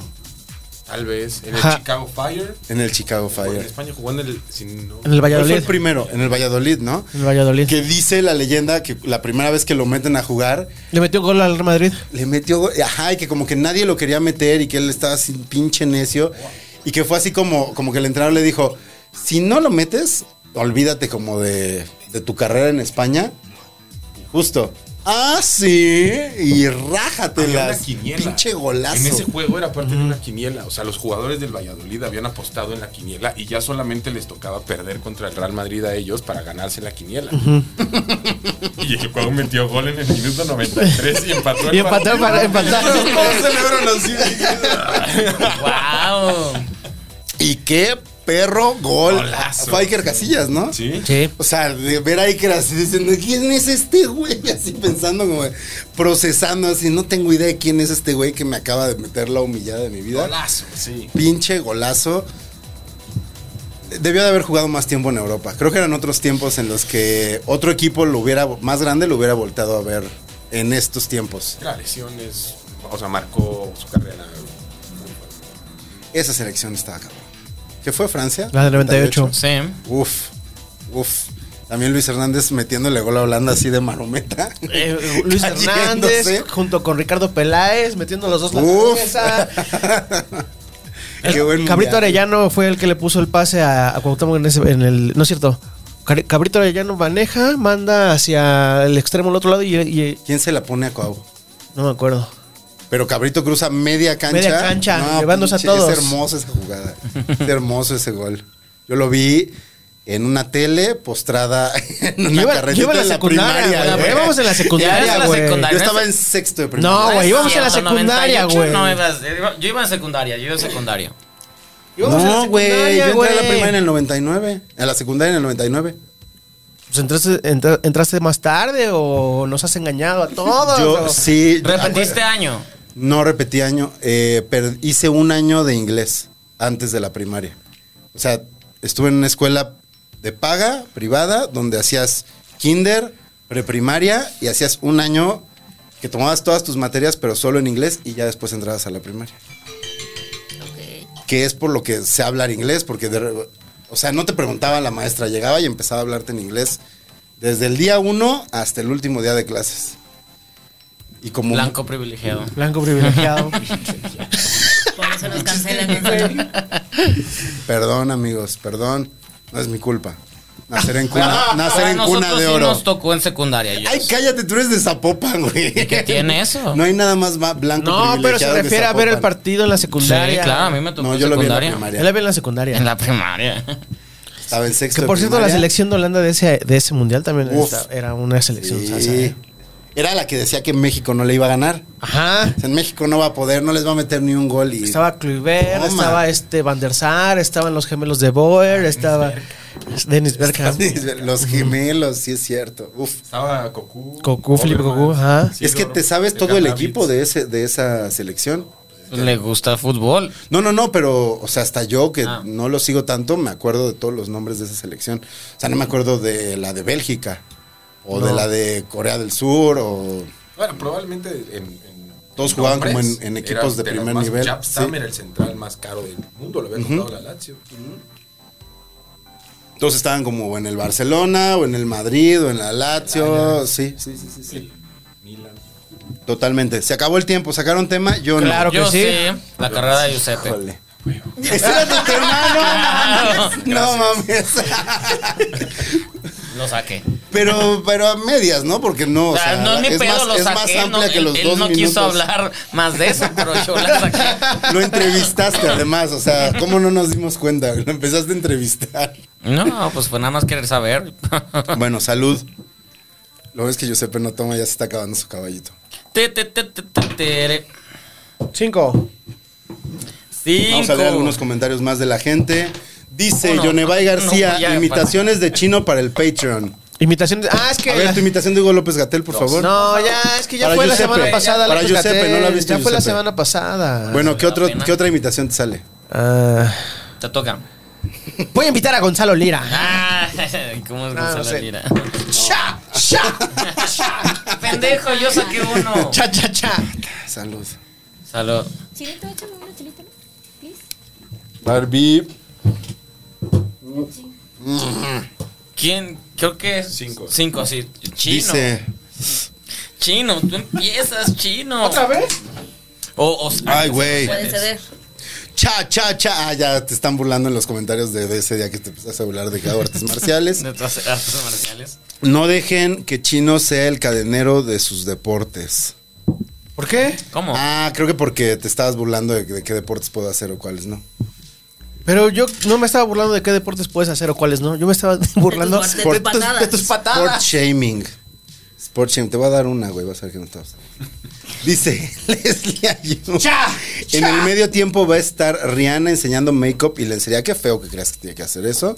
S5: Tal vez en el
S2: Ajá.
S5: Chicago Fire.
S1: En el Chicago
S5: o En
S1: Fire.
S5: España jugó en el. si no-
S2: En el
S1: ¿Cuál fue
S2: Valladolid.
S1: el primero? En el Valladolid, ¿no?
S2: En el Valladolid.
S1: Que dice la leyenda que la primera vez que lo meten a jugar,
S2: Le metió un gol al Real Madrid.
S1: le metió. go- Ajá, y que como que nadie lo quería meter y que él estaba sin pinche necio. Y que fue así como, como que el entrenador le dijo: Si no lo metes, olvídate como de, de tu carrera en España. Y Justo. Ah, sí. Y rájate
S5: Ah, Había
S1: la
S5: una quiniela.
S1: pinche golazo.
S5: En ese juego era parte de una quiniela. O sea, los jugadores del Valladolid habían apostado en la quiniela y ya solamente les tocaba perder contra el Real Madrid a ellos para ganarse la quiniela. <laughs> y el juego metió gol en el minuto 93 y empató
S2: <laughs>
S5: el
S2: Y empató
S5: partido.
S2: para
S4: <laughs>
S2: empatar.
S1: Todos celebran así.
S3: ¡Wow!
S1: Y qué perro gol.
S5: Golazo.
S1: Fue Iker Casillas, ¿no?
S5: Sí.
S3: Sí.
S1: O sea, de ver a Iker así diciendo, ¿quién es este güey? <laughs> Así pensando, como procesando, así, no tengo idea de quién es este güey que me acaba de meter la humillada de mi vida.
S5: Golazo, sí.
S1: Pinche golazo. Debió de haber jugado más tiempo en Europa. Creo que eran otros tiempos en los que otro equipo lo hubiera, más grande lo hubiera voltado a ver en estos tiempos.
S5: Las lesiones, o sea, marcó su carrera.
S1: Esa selección estaba cabrón. ¿Qué fue Francia?
S2: La del 98.
S3: Sí.
S1: Uf, uf. También Luis Hernández metiéndole gol a Holanda así
S2: <laughs>
S1: de marometa.
S2: Eh, Luis
S1: Cayéndose.
S2: Hernández junto con Ricardo Peláez metiendo los dos la
S1: Uf.
S2: cabeza.
S1: Qué buen
S2: Cabrito
S1: mundial.
S2: Arellano fue el que le puso el pase a, a Cuauhtémoc en, ese- en el. No es cierto. Cari- Cabrito Arellano maneja, manda hacia el extremo al otro lado y, y-
S1: ¿Quién se la pone a Cuau?
S2: no me acuerdo.
S1: Pero Cabrito cruza media cancha.
S2: Media cancha, llevándose a
S1: pinche,
S2: todos.
S1: Es hermosa esa jugada. Es hermoso ese gol. Yo lo vi en una tele postrada <laughs> en una
S2: Lleva-
S1: carretita
S2: lleva la
S1: de la
S2: secundaria,
S1: primaria.
S2: güey.
S1: güey.
S2: Íbamos en la secundaria,
S1: <laughs> Ya,
S2: güey.
S1: Yo
S3: secundaria.
S1: estaba en sexto de primaria.
S2: No, güey, íbamos
S3: Sí,
S2: a la
S3: hasta
S2: secundaria,
S3: 98,
S2: güey.
S3: no, ibas- iba- yo iba en secundaria, yo iba en secundaria.
S2: Íbamos a la
S1: No, güey. Yo
S2: secundaria,
S1: entré a la
S2: güey.
S1: primaria en el 99. A la secundaria en el 99.
S2: Pues entraste, entra- entraste más tarde o nos has engañado a todos.
S1: Yo
S2: o-
S1: sí.
S3: ¿Repetiste año?
S1: No repetí año, eh, per- hice un año de inglés antes de la primaria. O sea, estuve en una escuela de paga, privada, donde hacías kinder, preprimaria y hacías un año que tomabas todas tus materias, pero solo en inglés y ya después entrabas a la primaria.
S4: Ok.
S1: Que es por lo que sé hablar inglés, porque, de re- o sea, no te preguntaba la maestra, llegaba y empezaba a hablarte en inglés desde el día uno hasta el último día de clases. Y como
S3: Blanco privilegiado.
S2: Blanco
S1: <laughs>
S2: privilegiado.
S4: Por eso nos cancelan. eso.
S1: <laughs> Perdón, amigos, perdón. No es mi culpa. Nacer en
S2: <laughs>
S1: cuna,
S3: Ah,
S1: nacer
S3: a
S1: en
S3: nosotros
S1: cuna de
S3: sí
S1: oro.
S3: nos tocó en secundaria. yo
S1: Ay,
S3: sé.
S1: cállate, tú eres de
S2: <laughs>
S1: Zapopan, güey.
S3: ¿Qué tiene eso?
S1: No hay nada más ma- blanco
S2: No, pero se
S1: privilegiado que
S2: refiere a ver el
S1: Zapopan.
S2: partido en la
S3: Sí,
S2: secundaria.
S3: claro, a mí me tocó
S1: No,
S3: en
S1: yo lo vi en la
S3: secundaria.
S1: primaria.
S2: Él la ve en la secundaria.
S3: En la primaria.
S1: <laughs> Estaba en sexto
S2: Que
S1: de
S2: por cierto, la
S1: primaria.
S2: selección de Holanda de ese, de ese mundial también
S1: Uf.
S2: esta- era una selección.
S1: Sí.
S2: sasa, ¿eh?
S1: Era la que decía que México no le iba a ganar.
S2: Ajá.
S1: O sea, en México no va a poder, no les va a meter ni un gol. Y <laughs>
S2: Estaba Kluivert,
S1: Toma.
S2: estaba este Van der Sar, estaban los gemelos de Boer, estaba Dennis Bergkamp.
S1: los gemelos, sí es cierto. Uf.
S5: Estaba Cocu.
S2: Cocu, Felipe
S5: Overman,
S2: Cocu, ajá.
S1: es que
S5: Sidor,
S1: te sabes todo el
S5: Gandavits.
S1: equipo de, ese, de esa selección.
S3: Pues, le gusta el fútbol.
S1: No, no, no, pero, o sea, hasta yo que
S3: Ah.
S1: no lo sigo tanto, me acuerdo de todos los nombres de esa selección. O sea, no me acuerdo de la de Bélgica, o de la de Corea del Sur, o.
S5: Bueno, probablemente en. en
S1: Todos jugaban como
S5: nombres,
S1: en- en
S5: era
S1: equipos de
S5: los
S1: primer
S5: más-
S1: nivel,
S5: Jaap
S1: sí.
S5: Stam era el central más caro del mundo, lo había contado la Lazio.
S1: Todos estaban como en el Barcelona, o en el Madrid, o en la
S3: Ah,
S1: Lazio. Sí, sí, sí, sí, sí.
S5: Milan.
S1: Totalmente. Se acabó el tiempo, sacaron tema, yo no.
S2: Claro que
S3: Yo
S2: sí.
S3: sé la carrera de Giuseppe.
S1: Híjole. Ese era
S3: <laughs>
S1: tu tema, no mames. No mames.
S3: Lo saqué.
S1: Pero, pero a medias, ¿no? Porque no. O
S3: O sea,
S1: sea,
S3: Ah, no es mi
S1: es
S3: pedo,
S1: más,
S3: lo
S1: es
S3: saqué.
S1: más amplia
S3: no,
S1: que
S3: él-
S1: los
S3: él
S1: dos
S3: no
S1: minutos.
S3: quiso hablar más de eso, pero
S1: <laughs>
S3: yo la saqué.
S1: Lo entrevistaste además, o sea, ¿cómo no nos dimos cuenta? Lo empezaste a entrevistar.
S3: No, pues fue nada más
S1: <laughs>
S3: querer saber.
S1: Bueno, salud. Lo ves que Giuseppe no toma, ya se está acabando su caballito.
S3: Te, te, te, te, te, tere.
S2: Cinco.
S3: Cinco.
S1: Vamos a leer algunos comentarios más de la gente. Dice
S3: Uno.
S1: Yonevay García,
S3: No, ya,
S1: imitaciones de chino para el Patreon.
S2: Imitaciones. Ah, es que.
S1: A ver, tu imitación de Hugo López Gatel, por favor.
S2: No, ya, es que ya
S1: Para
S2: fue
S1: Giuseppe.
S2: la semana pasada.
S1: Para
S2: López
S1: Giuseppe,
S2: Gatell.
S1: no la viste,
S2: Ya fue la
S1: Giuseppe.
S2: semana pasada.
S1: Bueno, ¿qué,
S3: la
S1: otro,
S3: Ah, pena.
S1: ¿qué otra imitación te sale?
S2: Ah,
S3: Te toca.
S2: voy a invitar a Gonzalo Lira.
S3: Ah, <laughs> ¿Cómo es
S2: No, no
S3: Gonzalo
S2: sé.
S3: Lira?
S2: ¡Sha! ¡Sha!
S3: <laughs> Pendejo, yo saqué
S1: <laughs>
S3: uno.
S2: ¡Cha, cha, cha!
S1: Salud.
S3: Salud.
S4: Chilito, échame uno, chilito. Please.
S1: Barbie.
S3: ¿Quién? Creo que.
S5: Cinco.
S3: Cinco, sí. Chino.
S1: Dice.
S3: Chino, tú empiezas, chino.
S2: vez?
S3: O, o-
S1: Ay, güey.
S4: Pueden ceder.
S1: Cha, cha, cha. Ah, ya te están burlando en los comentarios de, de ese día que te empezaste a burlar de que hago artes marciales.
S3: <laughs> De todas las artes marciales.
S1: No dejen que Chino sea el cadenero de sus deportes.
S2: ¿Por qué?
S3: ¿Cómo?
S1: Ah, creo que porque te estabas burlando de, de qué deportes puedo hacer o cuáles no.
S2: Pero yo no me estaba burlando de qué deportes puedes hacer o cuáles no. Yo me estaba <laughs> burlando
S4: de tus patadas.
S2: de tus
S1: Sport
S2: patadas.
S1: shaming. Sport shaming. Te voy a dar una, güey. Vas a ver que no te vas a- Dice <laughs> Leslie Ayun. En el medio tiempo va a estar Rihanna enseñando make-up y lencería. Qué feo que creas que tiene que hacer eso.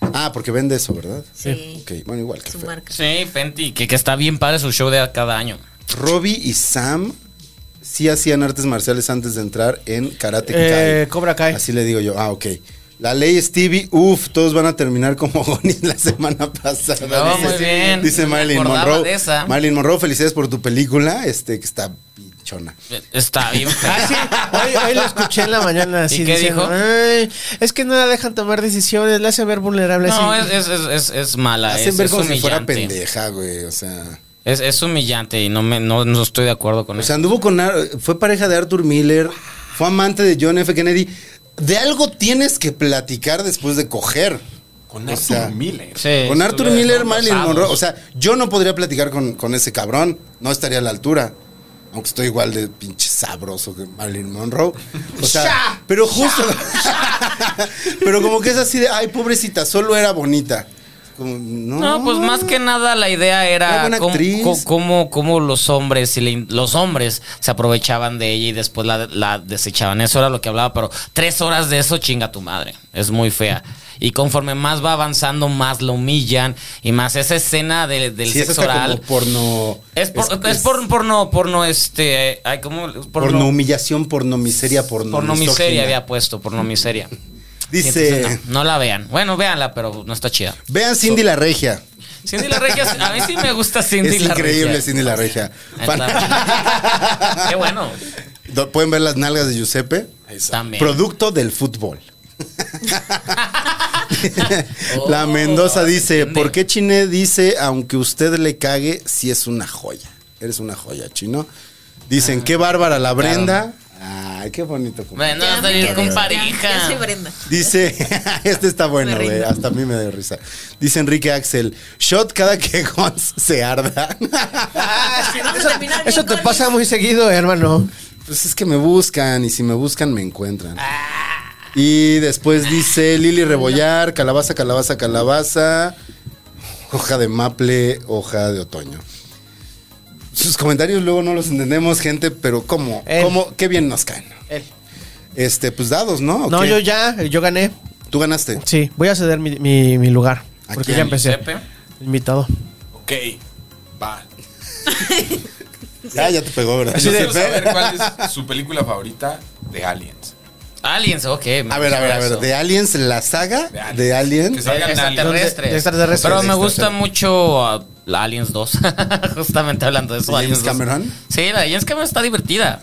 S1: Ah, porque vende eso, ¿verdad?
S4: Sí.
S1: Ok, bueno, igual que
S4: Su
S1: feo.
S4: marca.
S3: Sí, Fenty, que, que está bien padre su show de cada año.
S1: Robbie y Sam sí hacían artes marciales antes de entrar en Karate Kai.
S2: Eh, Cobra Kai.
S1: Así le digo yo. Ah, ok. La ley Stevie, uff, todos van a terminar como <laughs> Gonis la semana pasada.
S3: No, muy bien.
S1: Dice
S3: No me
S1: Marilyn
S3: acordaba
S1: Monroe.
S3: de esa.
S1: Marilyn Monroe, felicidades por tu película, este que está pichona.
S3: Está bien
S2: <laughs> Ah, sí.
S3: fea.
S2: Hoy, hoy lo escuché en la mañana así
S3: ¿Y qué
S2: diciendo,
S3: dijo?
S2: "Ay, es que no la dejan tomar decisiones, la hacen ver vulnerable.
S3: No,
S2: así".
S3: es, es, es, es, es mala.
S1: Hacen
S3: es,
S1: ver
S3: Ah, es
S1: como si
S3: humillante.
S1: fuera pendeja, güey. O sea.
S3: Es, es humillante y no, me, no, no estoy de acuerdo con
S1: O
S3: eso.
S1: sea, anduvo con. Ar- Fue pareja de Arthur Miller. Fue amante de John F. Kennedy. De algo tienes que platicar después de coger.
S5: Con
S1: O
S5: Arthur
S1: sea,
S5: Miller.
S3: Sí,
S1: con
S3: Eh, estuve
S1: Arthur Miller,
S3: los
S1: Marilyn
S3: sábados.
S1: Monroe. O sea, yo no podría platicar con, con ese cabrón. No estaría a la altura. Aunque estoy igual de pinche sabroso que Marilyn Monroe. O sea, pero justo. <laughs> pero como que es así de, ay, pobrecita, solo era bonita. Como, no,
S3: No, pues más que nada la idea
S1: Era
S3: era
S1: buena
S3: cómo,
S1: actriz.
S3: co- cómo- cómo los hombres y le- los hombres se aprovechaban de ella y después la, la desechaban. Eso era lo que hablaba, pero tres horas de eso chinga tu madre. Es muy fea. Y conforme más va avanzando, más lo humillan y más esa escena de- del
S1: Sí, es
S3: sexo
S1: hasta como
S3: oral.
S1: porno.
S3: Es por, es, por, porno, porno, este, ay, ¿cómo? Porno,
S1: porno humillación, porno miseria, porno.
S3: porno miseria
S1: misógina.
S3: había puesto, porno miseria.
S1: <laughs> Dice.
S3: Entonces, no, no la vean. Bueno, véanla, pero no está chida.
S1: Vean Cindy la Regia.
S3: Cindy la Regia, a mí sí me gusta Cindy
S1: es
S3: la
S1: increíble
S3: Regia.
S1: Cindy la Regia.
S3: Ahí
S1: Fan- <laughs>
S3: está. Qué bueno.
S1: Do- Pueden ver las nalgas de Giuseppe.
S3: También.
S1: Producto del fútbol. <laughs> la
S3: Oh,
S1: Mendoza dice,
S3: entiende.
S1: ¿por qué Chine dice, aunque usted le cague, si es una joya? Eres una joya, Chino.
S3: Ah.
S1: Dicen, qué bárbara la Brenda. Ay, qué bonito.
S3: bueno,
S4: Ya me
S3: salir
S4: quedé,
S3: con
S4: ya- Ya soy
S3: pareja.
S4: Brenda.
S1: Dice, <laughs> este está bueno,
S4: Me rindo.
S1: güey, hasta a mí me da risa. Dice Enrique Axel, shot cada que <laughs> Gons se
S4: <laughs>
S1: arda.
S2: Ah, sí,
S4: Vamos a
S2: eso,
S4: terminar bien
S2: eso te
S4: con
S2: pasa muy seguido, hermano.
S1: Pues es que me buscan y si me buscan me encuentran.
S4: Ah.
S1: Y después dice Lili Rebollar, calabaza, calabaza, calabaza, hoja de maple, hoja de otoño. Sus comentarios luego no los entendemos, gente, pero ¿cómo?
S2: Él.
S1: ¿Cómo? Qué bien nos caen. Este, pues dados, ¿no? ¿O
S2: No,
S1: qué?
S2: yo ya, yo gané.
S1: Tú ganaste.
S2: Sí, voy a ceder mi, mi- mi lugar.
S1: ¿A
S2: Porque
S1: quién?
S2: ya empecé.
S3: Giuseppe.
S2: Invitado.
S5: Ok, va.
S1: Ah, Ya, ya te pegó, ¿verdad?
S2: Así de-
S5: Quiero saber cuál es su película favorita de Aliens.
S3: Aliens, ok. me
S1: A ver, a ver, a
S3: gusta
S1: ver.
S3: eso.
S1: De Aliens, la saga
S5: De Aliens.
S1: de
S5: Que
S1: Aliens.
S5: salgan aliens.
S3: extraterrestres.
S2: De extraterrestres.
S3: Pero me
S1: De
S3: gusta
S1: extraterrestres.
S3: mucho ah, la Aliens 2. <laughs> Justamente hablando de eso.
S1: ¿De James
S3: Aliens 2.
S1: Cameron? Ah.
S3: Sí, la de James Cameron está divertida.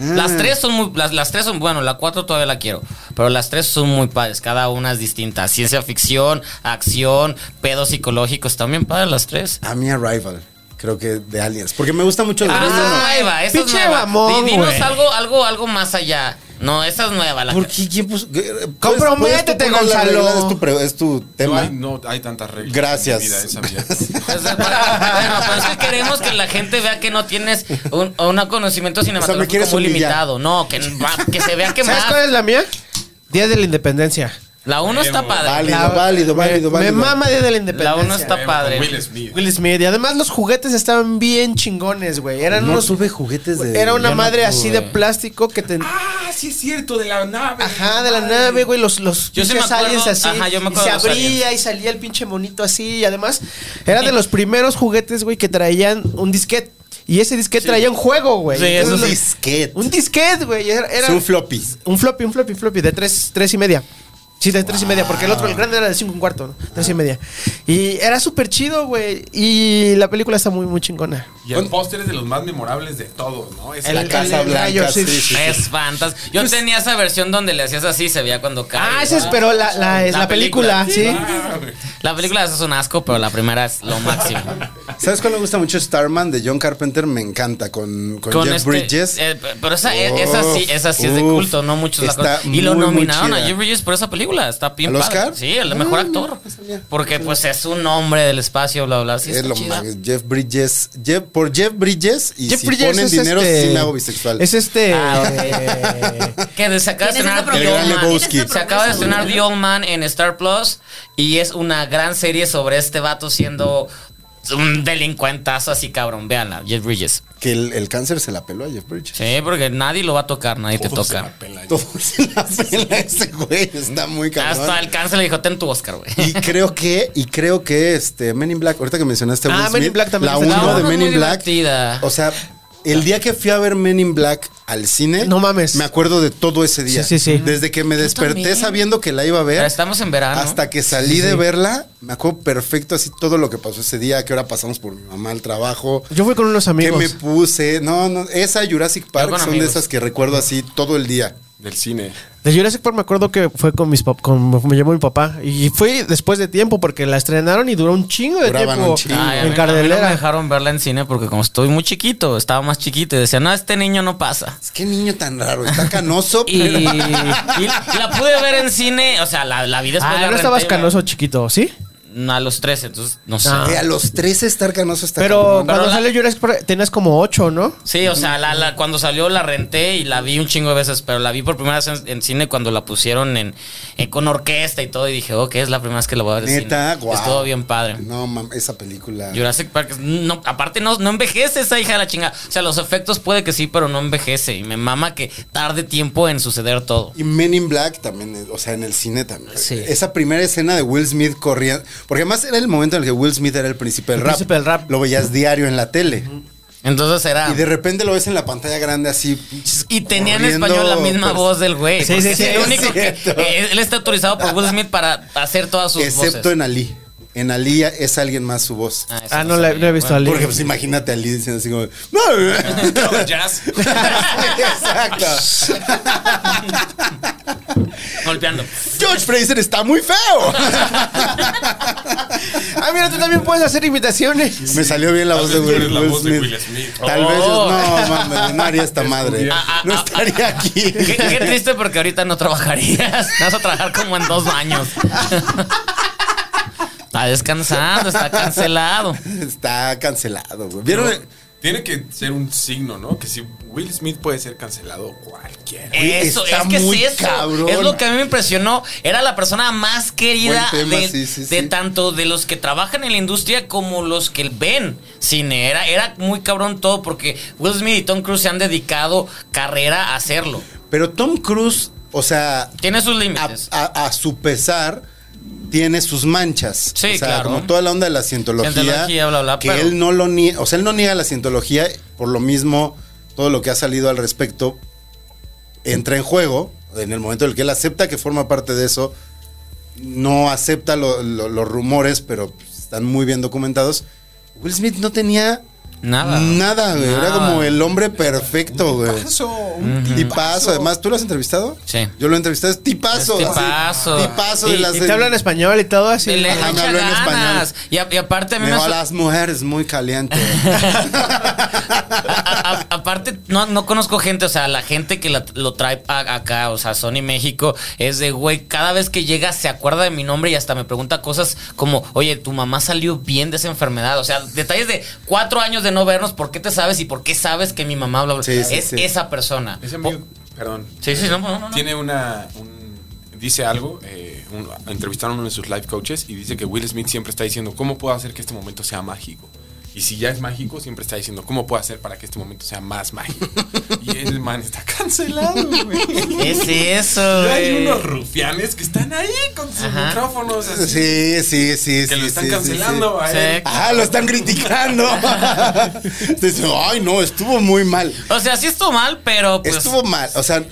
S3: Las tres son muy. Las, las tres son. Bueno, la cuatro todavía la quiero. Pero las tres son muy padres. Cada una es distinta. Ciencia ficción, acción, pedos psicológicos. También padres las tres.
S1: A mi Arrival. Creo que de Aliens. Porque me gusta mucho el
S3: Ah, esa
S1: original.
S3: es nueva. Esa es
S2: Pinche
S3: nueva.
S2: mamón,
S3: Di- dinos
S2: güey.
S3: algo, algo, algo más allá. No, esa es nueva. La
S1: ¿Por
S3: que-
S1: qué? ¿Quién puso?
S2: Comprométete,
S1: ¿Puedes tú poner la
S2: Gonzalo.
S1: regla? Es tu, pre- es tu
S5: No
S1: tema.
S5: hay, no hay tantas reglas.
S1: Gracias.
S5: en mi vida, esa
S1: <laughs>
S5: vida. <laughs>
S3: <laughs> Pues, eh, para- bueno, pero es que queremos que la gente vea que no tienes un, un conocimiento cinematográfico
S1: quieres
S3: muy
S1: humillar.
S3: limitado. No, que, va- que se vea que
S2: ¿Sabes
S3: más.
S2: cuál es la mía? Día de la Independencia.
S3: La 1 está padre.
S1: Válido,
S2: La-
S1: válido, válido,
S2: me,
S1: válido.
S2: me mama Día de la
S3: La
S2: Independencia.
S3: 1 está
S5: Con
S3: padre.
S5: Will Smith.
S2: Will Smith. Y además los juguetes estaban bien chingones, güey. Eran
S1: No
S2: unos-
S1: tuve juguetes de.
S2: Era una
S3: yo no
S2: madre así de
S3: tuve.
S2: plástico que te...
S5: Ah, sí es cierto, de la nave.
S2: Ajá, de la nave, güey, los, los
S3: Yo sí me
S2: pinches
S3: acuerdo,
S2: aliens así.
S3: ajá, yo me
S2: y
S3: acuerdo
S2: se
S3: de los
S2: abría y salía el pinche monito así. Y además, era de los primeros juguetes, güey, que traían un disquete. Y ese disquete traía un juego, güey.
S3: Sí,
S2: Entonces,
S3: eso
S1: Un
S3: sí.
S2: los-
S1: disquete.
S2: Un disquete, güey. Era, era
S1: Es un floppy.
S2: un floppy, un floppy, un floppy de tres, tres y media. Sí, de tres y media, porque el otro, el grande era de cinco y un cuarto, ¿no? Tres y media. Y era súper chido, güey. Y la película está muy, muy chingona.
S5: Y el póster es de los más memorables de todos, ¿no? Es
S1: La
S2: el-
S1: Casa
S2: el rayo,
S1: Blanca.
S2: sí. Pues-
S1: Sí, sí, sí.
S3: Es fantástico. Yo tenía esa versión donde le hacías así, se veía cuando cae.
S2: Ah, esa es, pero la, la, es la,
S3: La
S2: película,
S3: película,
S2: ¿sí?
S5: Ah, güey.
S3: La película es un asco, pero la primera es lo máximo.
S2: <laughs>
S1: ¿Sabes cuál me gusta mucho? Starman de John Carpenter. Me encanta con, con, Jeff
S3: este-
S1: Bridges. Oh,
S3: eh, pero esa, e- esa sí, esa sí es de
S1: Uf,
S3: culto, no muchos la
S1: está
S3: conocen. Y lo
S1: muy, muy
S3: nominaron a
S1: chida.
S3: Jeff Bridges por esa película. Está bien
S1: ¿Al
S3: padre.
S1: Oscar? Ah,
S3: Sí, el mejor actor. Porque pues es un hombre del espacio, bla, bla. Sí,
S1: es
S3: está
S1: lo
S3: chida.
S1: más. Jeff Bridges. Jeff, por Jeff Bridges. Y
S2: Jeff
S1: si
S2: Bridges
S1: ponen
S2: es
S1: dinero,
S2: este-
S1: sí me hago bisexual.
S2: Es este.
S3: Ah,
S2: eh,
S3: <laughs> Que de- se acaba de
S4: Tienes
S3: estrenar
S4: esa
S3: The
S1: El gran
S3: Old Man.
S1: Lebowski.
S4: Tienes
S3: Se
S4: esa
S3: acaba de
S4: promesa,
S3: estrenar
S4: ¿no?
S3: The Old Man en Star Plus y es una gran serie sobre este vato siendo un delincuentazo así cabrón. Veanla, Jeff Bridges.
S1: que el, el cáncer se la peló a Jeff Bridges.
S3: Sí, porque nadie lo va a tocar, nadie te
S5: Todo se
S3: toca.
S5: la pela.
S1: Todo se la pela ese güey. Está muy cabrón.
S3: Hasta el cáncer le dijo, ten tu Oscar, güey.
S1: Y creo que, y creo que este Men in Black, ahorita que mencionaste a Will
S2: Ah, Men in
S1: Smith,
S2: Black también
S1: la
S2: está-
S3: La
S1: uno de
S3: uno es
S1: Men
S3: muy
S1: in Black.
S3: divertida.
S1: O sea, el día que fui a ver Men in Black al cine,
S2: No mames.
S1: Me acuerdo de todo ese día.
S2: Sí, sí, sí.
S1: Desde que me desperté
S3: también.
S1: sabiendo que la iba a
S3: Pero
S1: ver.
S3: estamos en verano.
S1: Hasta que salí de verla, me acuerdo perfecto así todo lo que pasó ese día, que hora pasamos por mi mamá al trabajo,
S2: <laughs> yo fui con unos
S1: que me
S2: amigos.
S1: puse, no, no, esa Jurassic Park
S3: con
S1: son
S3: amigos.
S1: de esas que recuerdo así todo el día.
S5: Del cine.
S2: De Jurassic Park me acuerdo que fue con mis pap- con, me llamó mi papá. Y fue después de tiempo, porque la estrenaron y duró un chingo de
S1: Duraban
S2: tiempo
S1: un chingo.
S3: Ay, a
S2: en
S3: mí- a mí no me
S2: cardelera.
S3: dejaron verla en cine porque como estoy muy chiquito, estaba más chiquito y decía, no, este niño no pasa.
S1: Es que niño tan raro, está canoso.
S2: <laughs>
S3: <laughs> Y,
S1: pero-
S3: y la pude ver en cine, o sea, la, la vi después
S2: Ah,
S3: la
S2: no estabas
S3: renté, la-
S2: canoso chiquito, ¿sí?
S3: A los 13, entonces no sé.
S2: Ah.
S1: Eh, a los 13 estar canoso está
S2: Pero
S1: cabrón.
S2: cuando
S3: la-
S2: salió Jurassic Park tenías como ocho, ¿no?
S3: Sí, o sea, la, la- cuando salió la renté y la vi un chingo de veces, pero la vi por primera vez en, en cine cuando la pusieron en, en- con orquesta y todo y dije, "Oh, ok, es la primera vez que la voy a ver en
S1: Neta,
S3: cine.
S1: guau.
S3: Estuvo bien padre.
S1: No, mam, esa película.
S3: Jurassic Park, es- no, aparte no, no envejece esa hija de la chingada. O sea, los efectos puede que sí, pero no envejece. Y me mama que tarde tiempo en suceder todo.
S1: Y Men in Black también, eh, o sea, en el cine también.
S3: Sí.
S1: Esa primera escena de Will Smith corriendo. Porque además era el momento en el que Will Smith era el príncipe del
S2: El
S1: rap.
S2: príncipe del rap.
S1: Lo veías diario en la tele.
S3: Entonces era...
S1: Y de repente lo ves en la pantalla grande así. pinches,
S3: Ah. Y tenía en
S1: corriendo,
S3: español la misma
S1: pues,
S3: voz del güey.
S2: Sí,
S3: porque
S2: sí, sí,
S3: es el
S1: es
S3: único que-
S1: cierto.
S3: eh, él está autorizado por Will Smith para hacer todas sus
S1: Excepto
S3: voces.
S1: en Ali. En Ali es alguien más su voz.
S3: eso
S2: Ah, no, la-
S3: sabía.
S2: no he visto a
S1: Porque
S2: Lee.
S1: pues imagínate a Ali diciendo así como... "No". <laughs>
S5: Jazz.
S3: Ah.
S1: Exacto.
S3: Golpeando.
S1: George Fraser está muy
S3: <laughs>
S1: feo.
S2: Ah, mira, tú también puedes hacer imitaciones.
S1: Me salió bien la voz de
S5: vez tú
S1: Will,
S5: eres la
S1: Will
S5: voz de
S1: Smith.
S5: Will Smith.
S1: Tal
S3: Oh.
S1: vez yo, no, mames, no haría
S5: <laughs>
S1: esta madre.
S3: Ah, ah,
S1: No
S3: ah,
S1: estaría aquí.
S3: Qué, qué triste porque ahorita no trabajarías. Vas a trabajar como en dos años. <laughs> Está descansando, está cancelado.
S1: Está cancelado, güey. ¿Vieron?
S5: Tiene que ser un signo, ¿no? Que si Will Smith puede ser cancelado cualquiera.
S3: Eso,
S1: está
S3: es que
S1: muy
S3: es eso.
S1: cabrón.
S3: Es lo que a mí me impresionó. Era la persona más querida
S1: Buen tema,
S3: de,
S1: sí, sí,
S3: de
S1: sí.
S3: tanto de los que trabajan en la industria como los que ven cine. Era, era muy cabrón todo porque Will Smith y Tom Cruise se han dedicado carrera a hacerlo.
S1: Pero Tom Cruise, o sea,
S3: Tiene sus <laughs>
S1: a,
S3: límites.
S1: a- a su pesar, tiene sus manchas.
S3: Sí,
S1: o sea,
S3: claro.
S1: como toda la onda de la cientología.
S3: Cientología, bla, bla,
S1: que
S3: pero-
S1: él no lo niega. O sea, él no niega la cientología, por lo mismo, todo lo que ha salido al respecto. entra en juego, en el momento en el que él acepta que forma parte de eso, no acepta lo- lo- los rumores, pero pues, están muy bien documentados. Will Smith no tenía
S3: Nada.
S1: nada, güey. Era
S3: Nada.
S1: como el hombre perfecto, güey.
S5: Tipazo, un
S1: Tipazo, además, ¿tú lo has entrevistado?
S3: Sí.
S1: Yo lo he entrevistado, es tipazo.
S3: Es
S1: así,
S3: tipazo.
S1: Tipazo de
S3: Y-
S1: las
S2: Y te hablan español y todo así.
S3: Y le
S1: Ajá, me
S3: echa
S1: habló en
S3: ganas.
S1: español.
S3: Y, a- y aparte a mí
S1: Me
S3: me
S1: va a
S3: so-
S1: las mujeres muy
S3: <laughs>
S1: caliente.
S3: A- a- aparte, no, no conozco gente, o sea, la gente que la- lo trae a- acá, o sea, Sony México, es de, güey, cada vez que llega se acuerda de mi nombre y hasta me pregunta cosas como, oye, tu mamá salió bien de esa enfermedad, o sea, detalles de cuatro años de no vernos, ¿por qué te sabes y por qué sabes que mi mamá bla, bla,
S1: Sí, sí,
S3: es
S1: sí.
S3: esa persona?
S5: Ese amigo, perdón.
S3: Sí, sí, no, no, no, no.
S5: Tiene una. un- dice algo. eh, un- entrevistaron a uno de sus life coaches y dice que Will Smith siempre está diciendo: ¿Cómo puedo hacer que este momento sea mágico? Y si ya es mágico, siempre está diciendo: ¿Cómo puedo hacer para que este momento sea
S3: <laughs>
S5: más mágico? Y el man está cancelado, güey.
S3: Es eso,
S5: Ya hay
S3: güey.
S5: unos rufianes que están ahí con sus
S3: Ajá.
S5: micrófonos. así,
S1: Sí, sí, sí.
S5: que
S1: sí,
S5: lo están
S1: sí, sí, sí.
S5: cancelando. a
S3: Sí.
S5: él.
S1: Ah, lo están criticando. <laughs> Dice, Ay, no, estuvo muy mal.
S3: O sea, sí estuvo mal, pero pues...
S1: estuvo mal. O sea,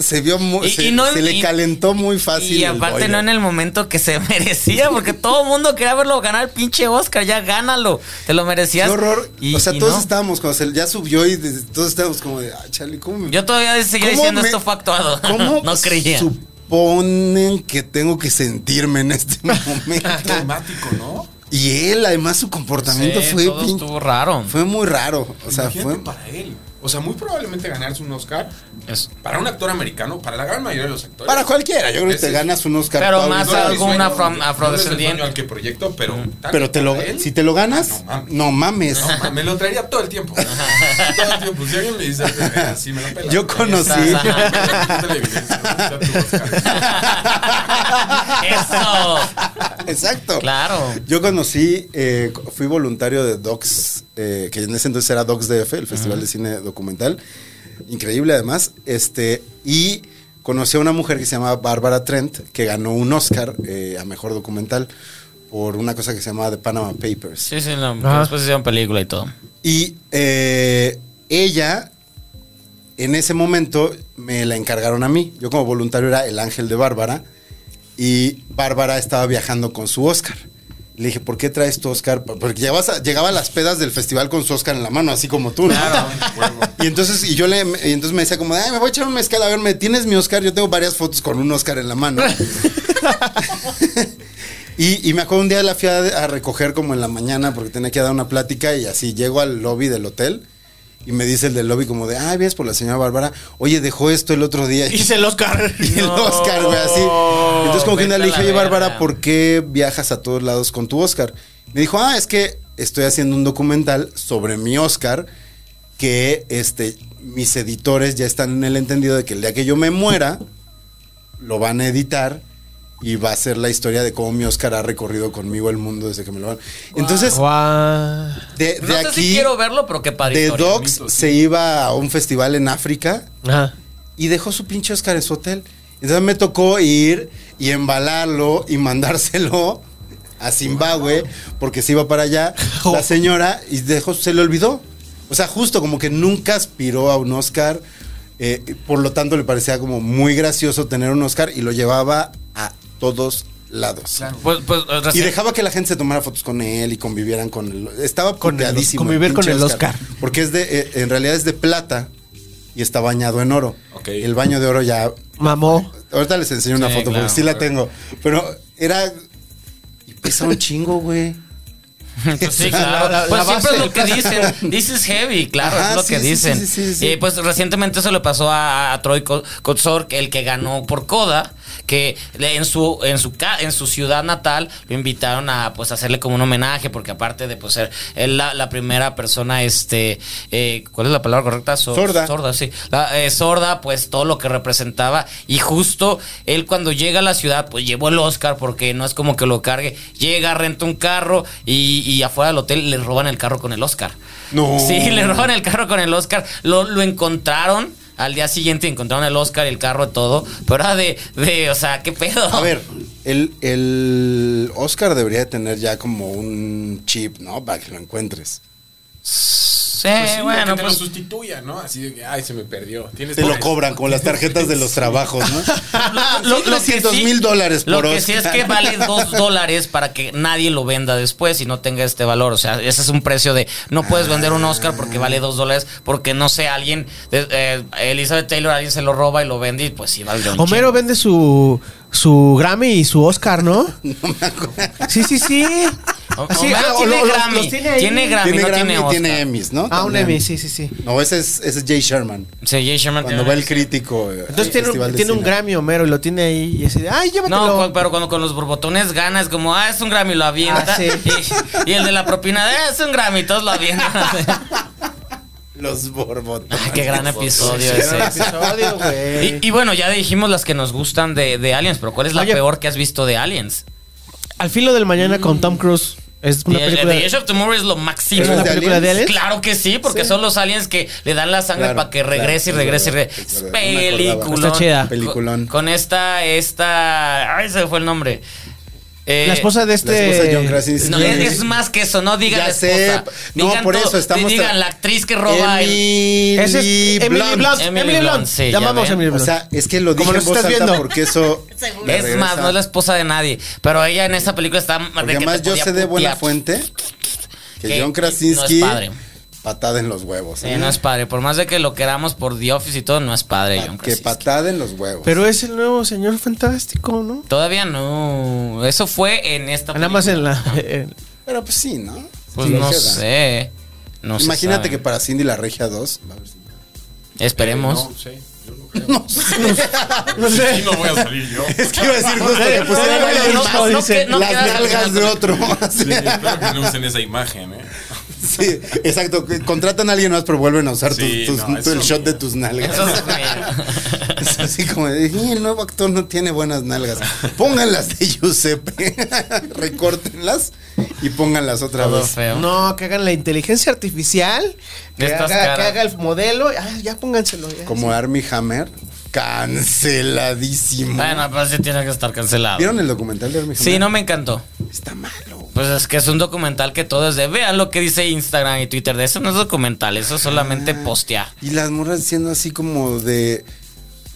S1: se vio muy.
S3: Y-
S1: se,
S3: y no-
S1: se le
S3: y-
S1: calentó muy fácil.
S3: Y
S1: el
S3: aparte
S1: boiler.
S3: no en el momento que se <laughs> merecía, porque todo el mundo quería verlo ganar el pinche Oscar, ya gánalo, te lo
S1: Qué
S3: merecías.
S1: horror.
S3: Y-
S1: o sea,
S3: y
S1: todos
S3: no.
S1: estábamos cuando se- ya subió y desde- todos estábamos como de, ah, Charlie, ¿cómo me-
S3: Yo todavía seguía
S1: ¿cómo
S3: diciendo
S1: me-
S3: esto fue actuado. <laughs>
S1: ¿Cómo
S3: no creía.
S1: Suponen que tengo que sentirme en este <laughs> momento.
S5: <laughs> Automático, ¿no?
S1: y él, además, su comportamiento
S3: Sí,
S1: fue
S3: todo
S1: pin-
S3: estuvo raro.
S1: fue muy raro. O sea,
S5: Imagínate
S1: fue.
S5: para él. O sea, muy probablemente ganarse un Oscar
S3: Es-
S5: para un actor americano, para la gran mayoría de los actores.
S1: Para cualquiera, yo creo que
S5: Ese
S1: te
S5: es-
S1: ganas un Oscar.
S3: Pero
S1: todo el-
S3: más
S5: es mi
S3: algo- algún
S5: sueño,
S3: afro-
S5: no es el
S3: afrodescendiente.
S5: sueño al que proyecto, pero. tal
S1: Pero
S5: vez
S1: te lo,
S5: para él,
S1: si te lo ganas,
S5: no mames.
S1: no mames.
S5: no,
S1: <laughs>
S5: ma- me lo traería todo el tiempo. <laughs> todo el tiempo. Si alguien me dice, así me "Ah, lo pela.
S1: Yo conocí- <laughs>
S3: <laughs> Eso.
S1: Exacto.
S3: Claro.
S1: <laughs> Yo conocí, eh, fui voluntario de Docs, eh, que en ese entonces era Docs DF, el Festival de Cine Documental. Increíble además. Este, y conocí a una mujer que se llamaba Bárbara Trent, que ganó un Oscar eh, a Mejor Documental por una cosa que se llamaba The Panama Papers.
S3: Sí, sí, no,
S2: Ajá.
S3: después hicieron película y todo.
S1: Y eh, ella, en ese momento, me la encargaron a mí. Yo como voluntario era el ángel de Bárbara. Y Bárbara estaba viajando con su Oscar. Le dije, ¿por qué traes tu Oscar? Porque llegabas a- llegaba a las pedas del festival con su Oscar en la mano, así como tú, ¿no?
S5: <laughs>
S3: Eh,
S1: Y entonces, y yo le, y entonces me decía como, ay, me voy a echar un mezcal, a ver, ¿me tienes mi Oscar? Yo tengo varias fotos con un Oscar en la mano.
S2: <laughs>
S1: y, y me acuerdo un día la fui a, a recoger como en la mañana porque tenía que dar una plática y así llego al lobby del hotel y me dice el del lobby como de, ay, ves por la señora Bárbara, oye, dejó esto el otro día. Y,
S2: Hice el Oscar.
S1: <laughs> el
S3: No,
S1: Oscar, güey, así. Entonces como que un día
S3: vete
S1: le dije,
S3: a la
S1: oye,
S3: verga".
S1: Bárbara, ¿por qué viajas a todos lados con tu Oscar? Me dijo, ah, es que estoy haciendo un documental sobre mi Oscar que este, mis editores ya están en el entendido de que el día que yo me muera, lo van a editar y va a ser la historia de cómo mi Oscar ha recorrido conmigo el mundo desde que me lo van. Entonces,
S2: Guau.
S1: de, de
S3: No sé
S1: aquí,
S3: si quiero verlo, pero qué padre.
S1: de
S3: historia.
S1: Docs se iba a un festival en África
S2: Ajá.
S1: y dejó su pinche Oscar en su hotel. Entonces me tocó ir y embalarlo y mandárselo a Zimbabue porque se iba para allá la señora y dejó, se le olvidó. O sea, justo como que nunca aspiró a un Oscar. eh, por lo tanto, le parecía como muy gracioso tener un Oscar y lo llevaba a todos lados.
S3: Pues, pues,
S1: Y
S3: recién-
S1: dejaba que la gente se tomara fotos con él y convivieran con él. Estaba
S2: Con el-
S1: puteadísimo
S2: convivir
S1: pinche
S2: con el Oscar.
S1: Porque es de, eh, en realidad es de plata y está bañado en oro.
S5: Ok.
S1: El baño de oro ya.
S2: Mamó.
S1: Ahorita les enseño una
S3: Sí,
S1: foto
S3: claro.
S1: porque sí la tengo. Pero era. Y pesa un chingo, güey.
S3: Pues <laughs> sí,
S1: La-
S3: claro.
S1: la-
S3: pues
S1: la
S3: siempre
S1: base.
S3: es lo que dicen. This is heavy, claro,
S1: Ajá,
S3: es lo
S1: sí,
S3: que
S1: sí,
S3: dicen.
S1: sí, sí, sí, sí.
S3: Y pues recientemente eso le pasó a, a Troy Co- Kotsur, el que ganó por Coda, que le- en su en su ca- en su ciudad natal lo invitaron a pues hacerle como un homenaje porque aparte de pues ser él la, la primera persona este eh, ¿cuál es la palabra correcta? So-
S1: Sorda.
S3: Sorda, sí. La, eh, sorda, pues todo lo que representaba. Y justo él cuando llega a la ciudad, pues llevó el Oscar porque no es como que lo cargue. Llega, renta un carro y, y afuera del hotel le roban el carro con el Oscar.
S1: No.
S3: Sí, le roban el carro con el Oscar. Lo, lo encontraron. Al día siguiente encontraron el Oscar, el carro, todo. Pero era de, de o sea, ¿qué pedo?
S1: A ver, el, el Oscar debería tener ya como un chip, ¿no? Para que lo encuentres.
S3: Sí,
S5: Pues sí,
S3: bueno,
S5: que te
S3: pues-
S5: lo sustituya, ¿no? Así de que, ay, se me perdió. Tienes
S1: Te lo cobran con las tarjetas
S3: <laughs>
S1: de los trabajos, ¿no?
S3: Lo- lo que
S1: 300
S3: sí-
S1: Ah, mil dólares
S3: Lo
S1: por
S3: que sí es
S1: Oscar. <laughs>
S3: que vale dos dólares para que nadie lo venda después y no tenga este valor. O sea, ese es un precio de no puedes vender un Oscar porque vale dos dólares, porque no sé, alguien, de- eh, Elizabeth Taylor, alguien se lo roba y lo vende y pues sí vale un
S2: Homero
S3: chingo.
S2: vende su, su Grammy y su Oscar,
S1: <laughs>
S2: ¿no? Sí, sí, sí.
S3: O-
S2: Sí,
S3: Homero
S2: ah, o
S3: tiene
S2: lo- los-
S3: Grammy,
S2: los tiene ahí.
S3: tiene Grammy,
S1: Tiene
S3: Ah, no
S1: Grammy
S3: tiene
S1: y
S3: Oscar.
S1: tiene Emmys, ¿no?
S2: Ah, un
S1: También.
S2: Emmy, sí, sí, sí.
S1: No, ese es, ese es Jay Sherman.
S3: Sí, Jay Sherman
S1: Cuando va
S3: tiene-
S1: el crítico. eh, al
S2: Entonces tiene,
S1: Festival
S2: un,
S1: de
S2: tiene un
S1: Cine.
S2: Grammy Homero y lo tiene ahí y así de, ay, llévatelo.
S3: No, cu- pero cuando con los borbotones gana es como, ah, es un Grammy, lo avienta.
S2: Ah, sí.
S3: <laughs> y, y el de la propina, "Ah, es un Grammy, todos lo avientan. <laughs>
S1: Los borbotones.
S3: Ay, Ah, qué gran episodio
S2: Sí, era un
S3: ese.
S2: episodio,
S1: Eh.
S2: güey.
S3: Y, y bueno, ya dijimos las que nos gustan de, de Aliens, pero ¿cuál es la
S2: Oye.
S3: peor que has visto de Aliens?
S2: Al filo del mañana con Tom Cruise. Es una
S3: The,
S2: película.
S3: The Age of Tomorrow es lo máximo.
S2: ¿Es una
S1: ¿De
S2: película de
S1: aliens?
S2: aliens?
S3: Claro que sí, porque son los aliens que le dan la sangre
S1: Claro,
S3: para que regrese
S1: claro,
S3: y regrese y
S1: es verdad,
S3: regrese.
S1: es verdad, no me acordaba.
S3: Peliculón.
S2: Está chida.
S1: Peliculón.
S3: Con, con esta, esta. Ay, se me fue el nombre. Eh,
S2: La esposa de
S1: La esposa
S2: este.
S1: de John Krasinski.
S3: No, es, es más que eso, no digan
S1: Ya
S3: la
S1: sé,
S3: esposa.
S1: no,
S3: digan
S1: por
S3: todo,
S1: eso estamos
S3: di- Digan
S1: tra-
S3: la actriz que roba el.
S1: Emily
S2: Ese es Emily
S1: Blunt.
S2: Blunt.
S3: Emily
S2: Emily Blunt.
S3: Blunt, sí, ya
S2: Llamamos
S3: ven.
S2: a Emily
S1: O
S2: Blunt.
S1: sea, es que lo dije
S2: Como
S1: en
S2: nos
S1: voz
S2: estás
S1: alta
S2: viendo.
S1: porque eso.
S4: Seguro.
S1: la
S3: <laughs> Es más,
S1: regresa.
S3: no es la esposa de nadie. Pero ella en esa película está. de
S1: Porque
S3: que te
S1: además yo
S3: podía
S1: sé de buena
S3: putear.
S1: fuente que,
S3: Que
S1: John
S3: no
S1: Krasinski.
S3: es padre.
S1: Patada en los huevos.
S3: Sí,
S1: ¿eh?
S3: no es padre. Por más de que lo queramos por The Office y todo, no es padre, John
S1: que
S3: Krasinski.
S1: patada en los huevos.
S2: pero es el nuevo señor fantástico, ¿no?
S3: Todavía no. Eso fue en esta
S2: Nada más en
S3: película.
S2: la. <laughs> en-
S1: Pero pues sí, ¿no?
S3: Pues
S1: Sí,
S3: no
S1: queda.
S3: sé. No se
S1: Imagínate
S3: sabe.
S1: que para Cindy la regia
S3: <laughs>
S1: 2. va a haber Cindy.
S3: Esperemos.
S1: <laughs>
S5: No sé, yo no creo. No sé. no voy a salir yo.
S1: <laughs> Es que iba a decir justo que
S3: No,
S1: pusieran
S3: no,
S1: ahí
S3: no,
S1: las-
S3: no, no, que- no
S1: las
S3: quedas
S1: nalgas de otro. <laughs>
S5: Sí, espero que no usen esa imagen, ¿eh?
S1: Sí, exacto. que Contratan a alguien más, pero vuelven a usar tus-
S5: Sí,
S1: tus-
S5: no,
S1: tu- el
S5: eso-
S1: shot de tus nalgas. <laughs>
S3: Eso es mío.
S1: Es así como de, "Y el nuevo actor no tiene buenas nalgas. Pónganlas de Giuseppe, <laughs> recórtenlas y pónganlas otra
S3: Todo
S1: vez.
S3: feo.
S2: No, que hagan la inteligencia artificial. Que
S3: Estas
S2: haga, que
S3: caras.
S2: haga el modelo. Ah, ya pónganselo. ya.
S1: Como Army Hammer, canceladísimo.
S3: Bueno, pero sí tiene que estar cancelado.
S1: ¿Vieron el documental de Army Hammer?
S3: Sí, no me encantó.
S1: Está malo.
S3: Pues es que es un documental que todo es de vean lo que dice Instagram y Twitter. De eso no es documental, eso es
S1: Ah.
S3: solamente postear.
S1: Y las morras diciendo así como de.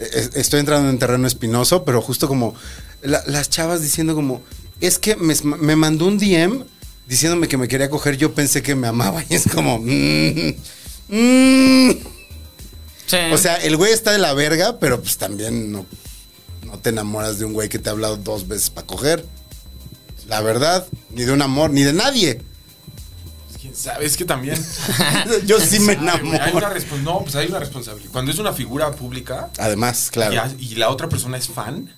S1: es- Estoy entrando en terreno espinoso, pero justo como. la- las chavas diciendo como. Es que me, me mandó un DM diciéndome que me quería coger. Yo pensé que me amaba. <laughs> Y es como. mm, mm.
S3: Sí.
S1: O sea, el güey está de la verga, pero pues también no, no te enamoras de un güey que te ha hablado dos veces para coger. La verdad, ni de un amor, ni de
S5: <laughs>
S1: nadie.
S5: Pues, ¿Quién sabe? Es
S1: <laughs>
S5: que también.
S1: Yo sí me
S5: Ay, güey, hay una
S1: enamoro.
S5: respons- no, pues hay una responsabilidad. Cuando es una figura pública
S1: Además,
S5: y
S1: claro.
S5: a- y la otra persona es fan.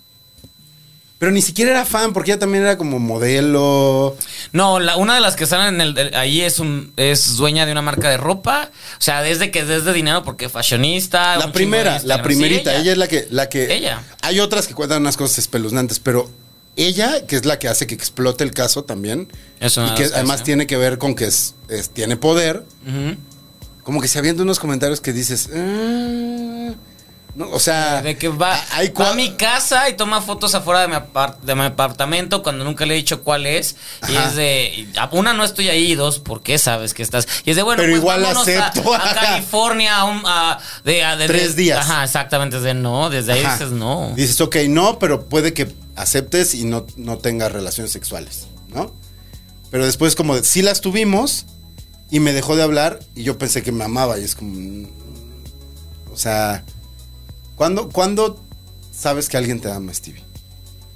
S1: Pero ni siquiera era fan, porque ella también era como modelo.
S3: No, la, una de las que están en el, el- ahí es un es dueña de una marca de ropa. O sea, desde que desde dinero porque fashionista. Ah, un
S1: La
S3: chingo de
S1: primera, la
S3: Instagram.
S1: primerita.
S3: Sí,
S1: ella. es la que, la que.
S3: Ella.
S1: Hay otras que cuentan unas cosas espeluznantes, pero ella, que es la que hace que explote el caso también.
S3: Es una
S1: y
S3: de
S1: que
S3: las
S1: además
S3: cosas.
S1: tiene que ver con que es, es- tiene poder.
S3: Ujú.
S1: Como que se avientan unos comentarios que dices. "Ah", no, o sea.
S3: De que va,
S1: a- hay
S3: va
S1: cua-
S3: a mi casa y toma fotos afuera de mi, apar- de mi apartamento cuando nunca le he dicho cuál es. Y
S1: Ajá.
S3: es de, y, a- una, no estoy ahí, y dos, ¿por qué sabes que estás? Y es de, bueno,
S1: Pero
S3: pues,
S1: igual
S3: vámonos a-
S1: acepto. <laughs>
S3: A, California, a un- a- de, a- de-
S1: Tres
S3: de-
S1: días.
S3: Ajá, exactamente, es de no, desde ahí
S1: Ajá.
S3: dices no.
S1: Dices, ok, no, pero puede que aceptes y no, no tengas relaciones sexuales, ¿no? Pero después como, de, sí las tuvimos y me dejó de hablar y yo pensé que me amaba y es como... mm, O sea, ¿cuándo, ¿cuándo sabes que alguien te ama, Stevie?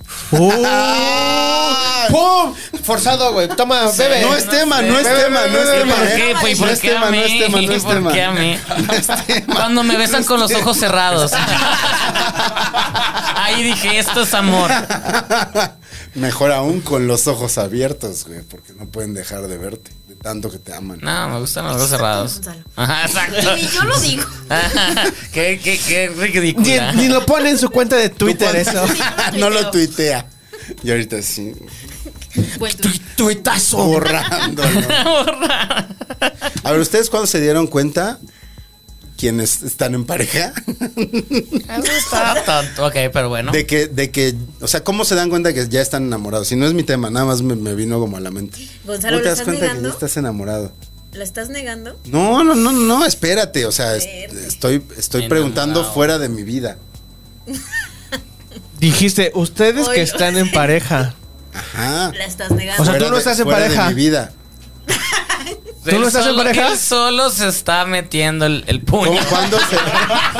S1: <laughs>
S2: ¡Oh! ¡Pum! Forzado, güey. Toma, bebe.
S1: no es tema, no es
S2: Bebe,
S1: tema, no
S2: bebe,
S1: es
S2: bebe,
S1: tema.
S3: ¿Por
S1: ¿eh?
S3: qué?
S1: No
S3: Pues, ¿por
S1: es
S3: qué a
S1: tema, no es
S3: mí?
S1: tema, no es
S3: ¿Por
S1: tema.
S3: qué a mí?
S1: No es tema.
S3: <laughs> Cuando me besan
S1: No
S3: con
S1: es
S3: los
S2: Este.
S1: tema.
S2: <laughs>
S3: ojos cerrados. Ahí dije, esto es amor.
S1: Mejor aún con los ojos abiertos, güey, porque no pueden dejar de verte, de tanto que te aman.
S3: No, me gustan los ojos cerrados.
S4: Gonzalo.
S3: Ajá, exacto.
S4: Y yo lo digo.
S3: <laughs> qué, qué, qué
S2: Ni,
S3: ridícula.
S2: ni lo pone en su cuenta de Twitter
S1: Tú
S2: eso.
S1: cuando- <laughs> no lo tuitea. Y ahorita sí,
S4: Buen tuit.
S2: Tuitazo.
S1: borrándolo.
S3: <laughs>
S1: A ver, ¿ustedes cuándo se dieron cuenta? Quienes están en pareja,
S3: Eso está <laughs> tonto. Ok, pero bueno.
S1: de que, de que, o sea, ¿cómo se dan cuenta que ya están enamorados? Si no es mi tema, nada más me, me vino como a la mente. ¿Cómo
S4: Gonzalo, ¿lo
S1: te das
S4: estás
S1: cuenta que
S4: negando?
S1: ya estás enamorado?
S4: ¿La estás negando?
S1: No, no, no, no, espérate. O sea, es- estoy, estoy
S3: Enamorado.
S1: preguntando fuera de mi vida.
S2: Dijiste, ustedes que
S4: Oye,
S2: están en pareja.
S1: Ajá.
S4: ¿La estás negando?
S2: O sea,
S1: Fuera
S2: tú no
S1: de-
S2: estás en
S1: fuera
S2: pareja.
S1: de mi vida.
S2: ¿Tú no
S3: Él
S2: estás en
S3: solo-
S2: pareja?
S3: Él solo se está metiendo el, el puño.
S1: ¿Cómo- ¿Cuándo se.?
S2: <laughs>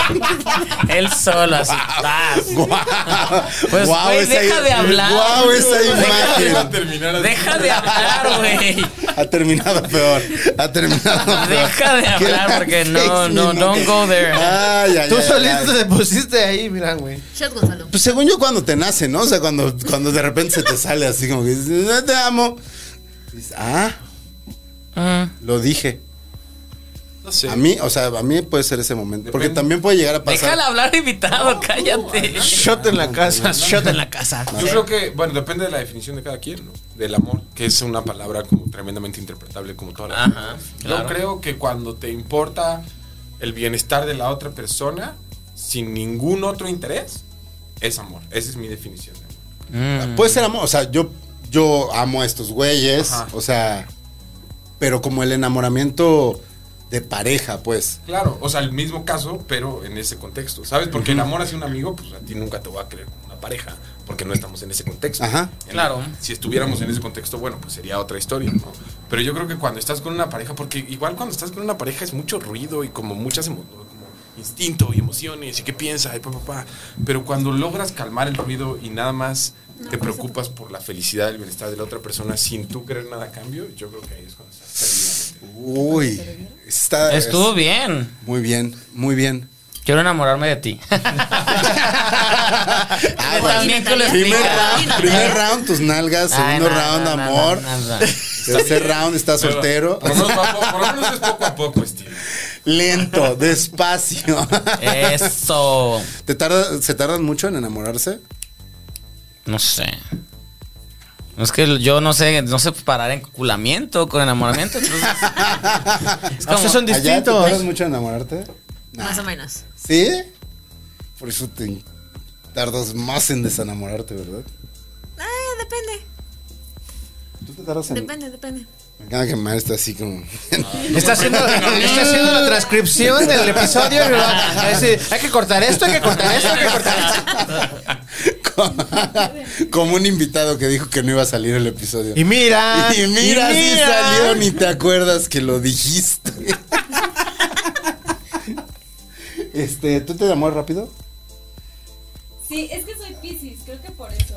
S2: Oh.
S3: Él solo así. tas.
S1: ¡Guau!
S3: <laughs> Pues,
S1: Guau,
S3: güey,
S1: esa
S3: deja
S1: i-
S3: de hablar.
S1: guau, esa
S3: Deja de-
S1: imagen!
S5: Terminar así.
S3: Deja de hablar, güey.
S1: Ha terminado peor. Ha terminado peor.
S3: Deja de hablar, porque no,
S1: Seis
S3: no,
S1: minutos.
S3: don't go there.
S1: Ay,
S2: <laughs>
S1: ay,
S2: Tú
S1: ay,
S2: solito
S1: ay.
S2: te pusiste ahí, mira, güey.
S4: Shot, Gonzalo.
S1: Pues según yo, cuando te nace, ¿no? O sea, cuando, cuando de repente se te sale así como que dices, "No, te amo. Dices, ah,
S3: Ah.
S1: lo dije.
S5: No sé.
S1: A mí, o sea, a mí puede ser ese momento. Porque también puede llegar a pasar.
S3: Déjala hablar invitado, cállate.
S2: Shot en la casa, <laughs> shot en la casa.
S5: Yo creo que, bueno, depende de la definición de cada quien, ¿no? Del amor, que es una palabra como tremendamente interpretable como toda la
S3: Ajá, claro.
S5: Yo creo que cuando te importa el bienestar de la otra persona sin ningún otro interés, es amor. Esa es mi definición. de amor.
S3: Mm.
S1: Puede ser amor. O sea, yo, yo amo a estos güeyes.
S5: Ajá.
S1: O sea, pero como el enamoramiento de pareja, pues.
S5: Claro, o sea, el mismo caso, pero en ese contexto, ¿sabes? Porque el amor hacia un amigo, pues a ti nunca te va a querer como una pareja, porque no estamos en ese contexto.
S1: Ajá.
S5: En-
S3: Claro.
S5: Si estuviéramos en ese contexto, bueno, pues sería otra historia, ¿no? Pero yo creo que cuando estás con una pareja, porque igual cuando estás con una pareja es mucho ruido y como muchas emo- como instinto y emociones y qué piensa y papá, papá. Pero cuando logras calmar el ruido y nada más te preocupas por la felicidad, el bienestar de la otra persona sin tú querer nada a cambio, yo creo que ahí es cuando estás perdidamente.
S1: Uy. Está.
S3: Estuvo bien.
S1: Muy bien, muy
S3: <laughs>
S1: bien.
S3: Quiero enamorarme de ti.
S1: Ah, bueno.
S3: Pues También que lo
S1: Primer
S3: explica.
S1: round, primer round, tus nalgas.
S3: Ay,
S1: Segundo
S3: no,
S1: round,
S3: no, no,
S1: amor.
S3: no, no, no.
S1: Tercer round, estás soltero.
S5: Por lo menos, va po- por lo menos es poco a poco, Steve.
S1: <laughs> Lento, despacio. <laughs>
S3: Eso.
S1: ¿Te tarda, ¿Se tardan mucho en enamorarse?
S3: No sé. Es que yo no sé, no sé parar en culamiento con enamoramiento, entonces. Es
S2: O sea, son
S1: Allá, ¿Te tardas
S2: distintos.
S1: mucho en enamorarte?
S4: Más o menos.
S1: ¿Sí? Por eso te tardas más en desenamorarte, ¿verdad?
S4: Ah, depende.
S1: Tú te tardas en.
S4: Depende, depende.
S1: Me encanta que Mar está así como.
S2: Está haciendo, está haciendo la transcripción del episodio. y va- es decir, hay que cortar esto, hay que cortar esto, hay que cortar esto.
S1: <laughs> como, como un invitado que dijo que no iba a salir el episodio.
S2: Y mira,
S1: Y
S2: <laughs>
S1: mira,
S2: Ah, y
S1: sí
S2: mira.
S1: salió, ni te acuerdas que lo dijiste. Este, ¿tú te enamoras rápido?
S6: Sí, es que soy Pisces, creo que por eso.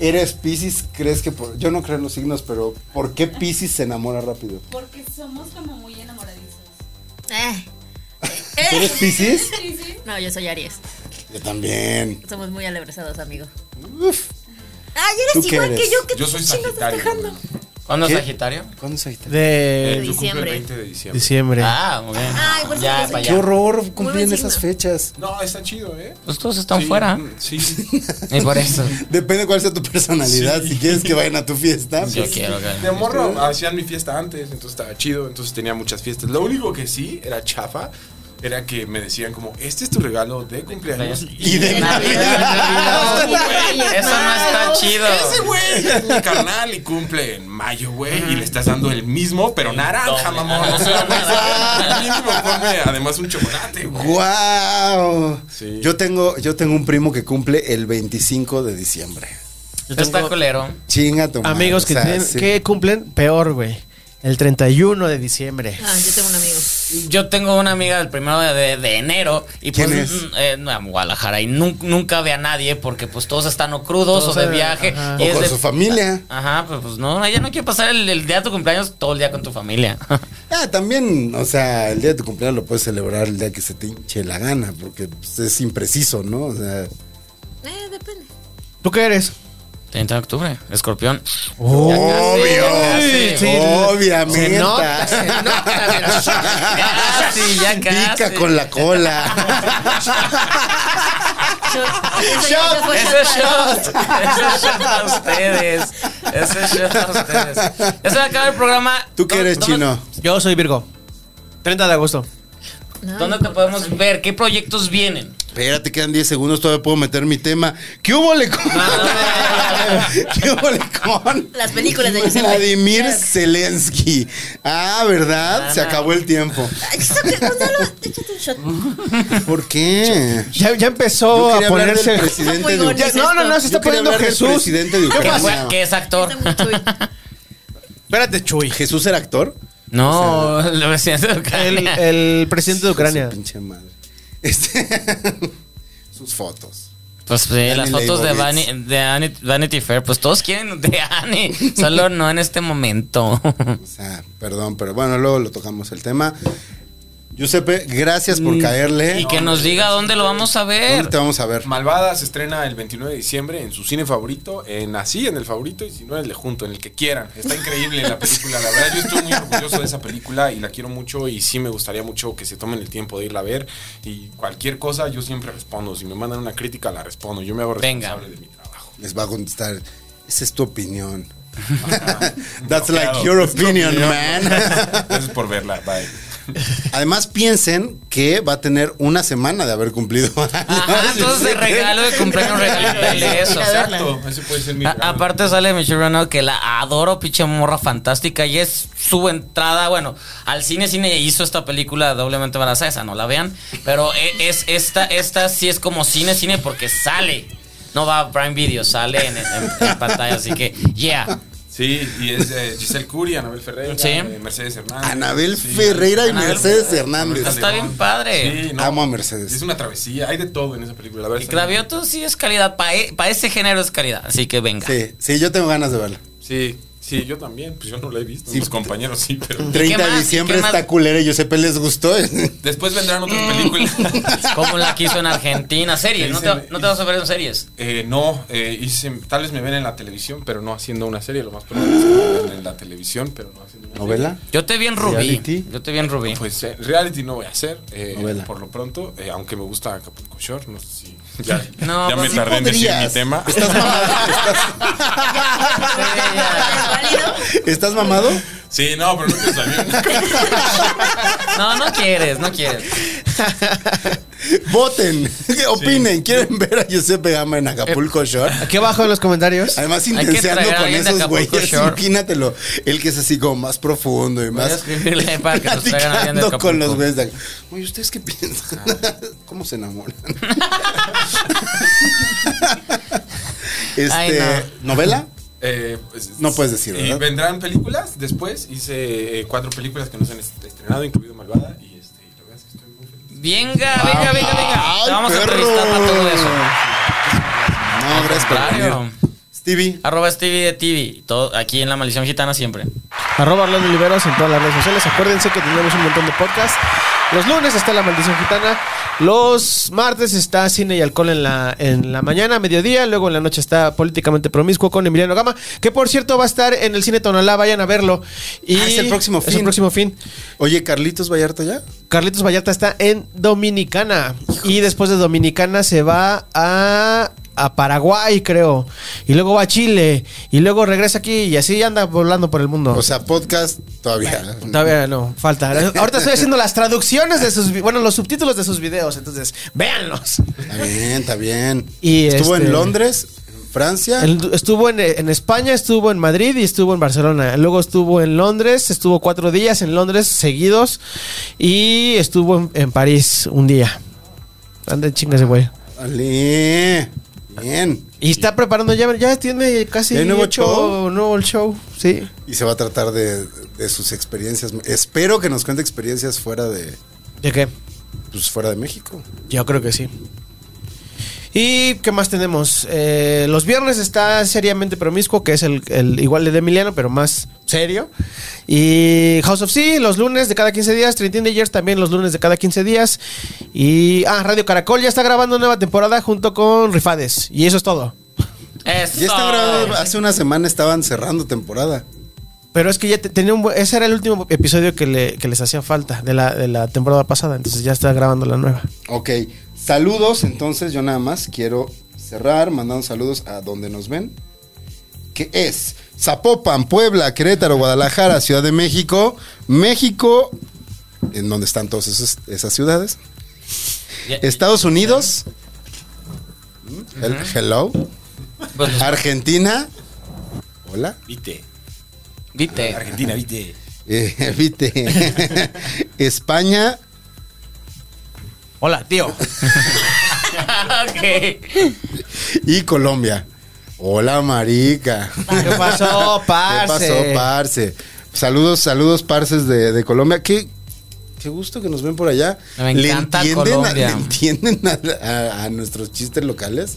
S1: ¿Eres Pisces? ¿Crees que por.? Yo no creo en los signos, pero ¿por qué Pisces se enamora rápido?
S6: Porque somos como muy enamoradizos.
S4: Eh.
S6: Eh.
S1: ¿Tú eres
S6: <laughs>
S1: Pisces?
S6: Sí, sí.
S4: No, yo soy Aries.
S1: Yo también.
S4: Somos muy alebrezados, amigo.
S1: Uf.
S4: Ay,
S1: ¿Tú
S4: eres
S1: qué
S4: igual
S1: eres?
S4: que yo. ¿Qué
S5: Yo soy
S4: chingas estás
S5: Sagitario.
S4: dejando?
S3: ¿Cuándo es
S1: ¿Qué?
S3: Sagitario?
S1: ¿Cuándo soy Sagitario?
S5: Eh,
S2: De
S5: yo cumplo el
S4: Diciembre.
S5: 20 de diciembre.
S2: diciembre.
S3: Ah, muy bien.
S4: Ay, por eso
S3: ya,
S4: yo soy
S3: para
S1: ¡Qué
S3: allá.
S1: horror! Cumplir en
S4: buen
S1: esas
S4: signo.
S1: fechas.
S5: No, está chido, ¿eh?
S3: Pues todos están
S5: Sí,
S3: fuera.
S5: mm, Sí, sí.
S3: Y por eso.
S1: Depende cuál sea tu personalidad. Si quieres que vayan a tu fiesta.
S3: Yo
S1: pues,
S3: quiero
S5: De
S3: que.
S5: morro hacían mi fiesta antes, entonces estaba chido, entonces tenía muchas fiestas. Lo único que sí era chafa, era que me decían como, este es tu regalo de cumpleaños.
S1: Y de
S3: Navidad.
S4: Navidad.
S3: Güey, Eso no está chido.
S5: Ese güey es mi carnal y cumple en mayo, güey, y le estás dando el mismo, pero naranja,
S3: doble.
S5: mamón. O sea, güey, mínimo ponme además un chocolate, güey.
S1: ¡Guau!
S5: Sí.
S1: Yo, tengo, yo tengo un primo que cumple el 25 de diciembre.
S3: Está culero.
S1: Chinga tu madre,
S2: Amigos que,
S1: o sea,
S2: tienen-
S1: sí.
S2: que cumplen, peor, güey. El 31 de diciembre.
S4: Ah, yo tengo un amigo.
S3: Yo tengo una amiga del primero de, de- de enero y pues
S1: ¿Quién es?
S3: mm, eh, no, en Guadalajara y nun- nunca ve a nadie porque pues todos están o crudos
S2: Todos
S3: o de
S2: en-
S3: viaje.
S2: ajá.
S3: y
S1: O
S3: es
S1: con
S3: de-
S1: su familia.
S3: Ajá, pues, pues no, ella no quiere pasar el, el día de tu cumpleaños todo el día con tu familia. <laughs>
S1: Ah, también, o sea, el día de tu cumpleaños lo puedes celebrar el día que se te hinche la gana, porque pues, es impreciso, ¿no? O sea,
S4: Eh, depende.
S2: ¿Tú qué eres?
S3: 30 de octubre, escorpión.
S1: obvio.
S3: casi.
S2: Sí,
S1: obviamente.
S2: se nota, se nota, mira.
S1: <laughs>
S3: Casi, ya
S1: Pica
S3: casi.
S1: con la cola.
S4: Shot. Eso ya
S3: Shot,
S4: fue
S3: ese
S4: para-
S3: shot, ese shot a ustedes, ese shot a ustedes. Ya se va a acabar el programa.
S1: ¿Tú qué eres,
S3: ¿Dónde-
S1: chino?
S2: Yo soy Virgo. 30 de agosto.
S4: No,
S3: ¿Dónde te podemos ver? ¿Qué proyectos vienen?
S1: Espérate, quedan 10 segundos, todavía puedo meter mi tema. ¿Qué hubo, le?
S3: No, no, no, no, no,
S1: <laughs> ¿Qué huele con?
S4: Las películas de Giuseppe.
S1: Vladimir
S4: Claro que-
S1: Zelensky. Ah, ¿verdad? Se acabó el tiempo.
S4: Ay, eso que- pues, dalo, échate un shot.
S1: ¿Por qué?
S2: Ya, ya
S1: Yo
S2: empezó a
S1: quería hablar del
S2: ponerse.
S1: presidente de
S4: Oigan,
S1: Ucrania.
S2: Ya- no, no, no, se
S1: Yo
S2: está
S1: quería
S2: poniendo
S1: hablar del
S2: Jesús.
S1: presidente de
S3: Que
S1: Ucrania.
S3: fue- que es actor.
S4: Está muy chuy.
S2: Espérate,
S1: <laughs>
S2: Chuy.
S1: ¿Jesús era actor?
S3: No, <laughs> el presidente de
S2: El,
S3: Ucrania.
S2: el presidente de
S1: Hijo
S2: Ucrania.
S1: su pinche madre. Este, <laughs> sus fotos.
S3: Pues sí,
S1: Dani
S3: las fotos de,
S1: Leibovitz.
S3: Vani- de Ani- Vanity Fair, pues todos quieren de <laughs> Annie, solo no en
S1: <laughs>
S3: este momento.
S1: O sea, perdón, pero bueno, luego lo tocamos el tema. Giuseppe, gracias por caerle.
S3: Mm. Y que nos diga dónde lo vamos a
S1: ¿Dónde
S3: ver.
S1: te vamos a ver?
S5: Malvada se estrena el 29 de diciembre en su cine favorito, en así, en el favorito, y si no, en el junto, en el que quieran. Está increíble la película, la verdad, yo estoy muy orgulloso de esa película y la quiero mucho y sí me gustaría mucho que se tomen el tiempo de irla a ver y cualquier cosa yo siempre respondo. Si me mandan una crítica, la respondo. Yo me hago
S3: Venga.
S5: responsable de mi trabajo.
S1: Les va a contestar. Esa es tu
S3: <laughs>
S1: opinión. That's
S5: No,
S1: like
S5: claro.
S1: your
S5: Es tu
S1: opinion,
S5: opinión.
S1: man. <laughs>
S5: Gracias por verla,
S3: <laughs>
S5: bye.
S1: Además, piensen que va a tener una semana de haber cumplido.
S3: Ajá,
S1: años.
S3: entonces
S1: <laughs>
S3: de regalo de cumpleaños regalarle eso.
S5: Exacto, ese puede ser mi
S3: A-
S5: regalo.
S3: aparte sale Michelle Renaud, que la adoro, pinche morra fantástica. Y es su entrada, bueno, al cine, cine hizo esta película doblemente embarazada, esa no la vean. Pero e- es esta, esta sí es como cine, cine porque sale. No va a Prime Video, sale en, en- en pantalla. Así que, yeah.
S5: Sí, y es eh, Giselle Curi, Anabel Ferreira,
S3: Sí.
S5: eh, Mercedes Hernández.
S1: Anabel
S5: Sí.
S1: Ferreira y
S3: Anabel
S1: Mercedes
S3: Ferreira.
S1: Hernández.
S5: Anabel
S3: Pues Está bien padre.
S5: Sí,
S1: Amo a Mercedes.
S5: Es una travesía, hay de todo en esa película. La verdad
S3: Y
S5: está muy
S3: Clavioto sí es calidad. Para ese género es calidad. Así que venga.
S1: Sí, sí, yo tengo ganas de verla.
S5: bien. Sí, sí, yo también, pues yo no la he visto.
S1: Sí.
S5: Mis compañeros sí,
S1: <laughs>
S5: pero...
S1: 30
S3: más?
S1: de
S3: ¿Y
S1: diciembre
S3: qué más?
S1: está culera y Giuseppe les gustó. <laughs>
S5: Después vendrán otras
S3: Eh.
S5: películas.
S3: Como la quiso en
S1: <laughs>
S3: Argentina. Series. No te, no te vas a ver en series.
S5: Eh, no, eh, hice- tal vez me ven en la televisión, pero no haciendo una serie. Lo más probable es que me vean en la televisión, pero no haciendo una
S1: ¿Novela?
S3: Yo te vi en Rubí.
S1: Reality.
S3: Yo te vi en
S1: <laughs>
S3: Rubí.
S5: serie. Pues eh, reality no voy a hacer, eh,
S1: Novela.
S5: por lo pronto, eh, aunque me gusta Acapulco Shore, no sé
S1: <laughs>
S5: si... Ya,
S3: No,
S5: ya
S3: pues
S5: me
S3: sí
S5: tardé en decir mi
S1: podrías.
S5: tema.
S1: ¿Estás mamado?
S3: ya.
S4: ¿Es válido?
S1: ¿Estás, estás
S5: <laughs>
S1: mamado?
S5: Sí, no, pero no quiero saber.
S3: No, no quieres, no quieres.
S1: Voten, opinen. ¿Quieren ver a Giuseppe Gama en
S5: Eh,
S1: Acapulco Shore?
S2: Aquí abajo en los comentarios.
S1: Además,
S3: que
S1: intenseando
S3: traer a
S1: con
S3: alguien de
S1: esos
S3: Acapulco
S1: güeyes,
S3: Shore.
S1: imagínatelo. Él que es así como más profundo y
S3: Voy a
S1: más.
S3: escribirle para que nos traigan a alguien de
S1: <laughs> Platicando con los
S3: Acapulco. Ah.
S1: güeyes de Acapulco. Oye, ¿ustedes qué piensan? <laughs> ¿Cómo se
S3: <laughs>
S1: enamoran? este,
S3: Ay,
S1: ¿Novela?
S5: Eh, pues,
S1: No puedes decir,
S5: Y
S1: ¿verdad?
S5: vendrán películas después. Hice eh, cuatro películas que no se han est- estrenado, incluido Malvada. Y este, la verdad es que estoy muy feliz.
S3: Venga, venga, venga, venga. Te
S1: Ah, Ay,
S3: vamos
S1: perro.
S3: a entrevistar para todo eso.
S1: No, gracias por venir.
S3: Claro.
S1: Stevie,
S3: Arroba Stevie de TV. Todo, aquí en La Maldición Gitana siempre.
S2: Arroba Orlando Oliveros en todas las redes sociales. Acuérdense que tenemos un montón de podcasts. Los lunes está La Maldición Gitana. Los martes está Cine y Alcohol en la, en la mañana, mediodía. Luego en la noche está Políticamente Promiscuo con Emiliano Gama, que por cierto va a estar en el Cine Tonalá. Vayan a verlo. Y
S1: Ah, es el próximo
S2: Es el
S1: fin.
S2: próximo fin.
S1: oye, Carlitos Vallarta ya.
S2: Carlitos Vallarta está en Dominicana. Y después de Dominicana se va a, a Paraguay, creo. Y luego va a Chile. Y luego regresa aquí. Y así anda volando por el mundo.
S1: O sea, podcast todavía.
S2: Todavía
S1: <laughs>
S2: no, falta. Ahorita estoy haciendo las traducciones de sus, vi- bueno, los subtítulos de sus videos, entonces, véanlos.
S1: Está bien, está bien.
S2: Y
S1: Estuvo
S2: este-
S1: en Londres, en Francia.
S2: El- estuvo en, en España, estuvo en Madrid y estuvo en Barcelona. Luego estuvo en Londres, estuvo cuatro días en Londres seguidos y estuvo en, en París un día. Anda chingas, güey.
S1: Ale. Bien.
S2: Y está preparando ya, ya tiene casi
S1: ¿Ya hay nuevo
S2: hecho
S1: show?
S2: nuevo el show, sí.
S1: Y se va a tratar de, de sus experiencias. Espero que nos cuente experiencias fuera de,
S2: ¿De qué?
S1: pues, fuera de México.
S2: Yo creo que sí. ¿Y qué más tenemos? Eh, los viernes está Seriamente Promiscuo, que es el, el igual de Emiliano, pero más serio. Y House of Sea, los lunes de cada 15 días. Trin Teenagers también los lunes de cada 15 días. Y, ah, Radio Caracol ya está grabando nueva temporada junto con Rifades. Y eso es todo.
S3: Eso.
S1: Ya está grabado. Hace una semana estaban cerrando temporada.
S2: Pero es que ya te- tenía un buen- ese era el último episodio que, le- que les hacía falta de la, de la temporada pasada. Entonces ya está grabando la nueva.
S1: Ok. Saludos, entonces yo nada más quiero cerrar mandando saludos a donde nos ven. Que es Zapopan, Puebla, Querétaro, Guadalajara, Ciudad de México, México, en donde están todas esas- esas ciudades.
S3: Ya-
S1: Estados Unidos. El- ¿Mm? hello.
S3: Pues, los-
S1: Argentina. Hola.
S5: Vite.
S1: <laughs>
S3: Vite.
S5: Argentina, vite.
S1: Eh, <laughs> viste. España.
S7: Hola, tío.
S3: ok.
S1: y Colombia. Hola, marica.
S7: ¿Qué pasó, parce?
S1: <laughs> ¿Qué pasó, parce? Saludos, saludos, parces de, de Colombia. Qué, qué gusto que nos ven por allá.
S3: Me encanta
S1: a,
S3: Colombia.
S1: ¿le <laughs> entienden a, a- a nuestros chistes locales?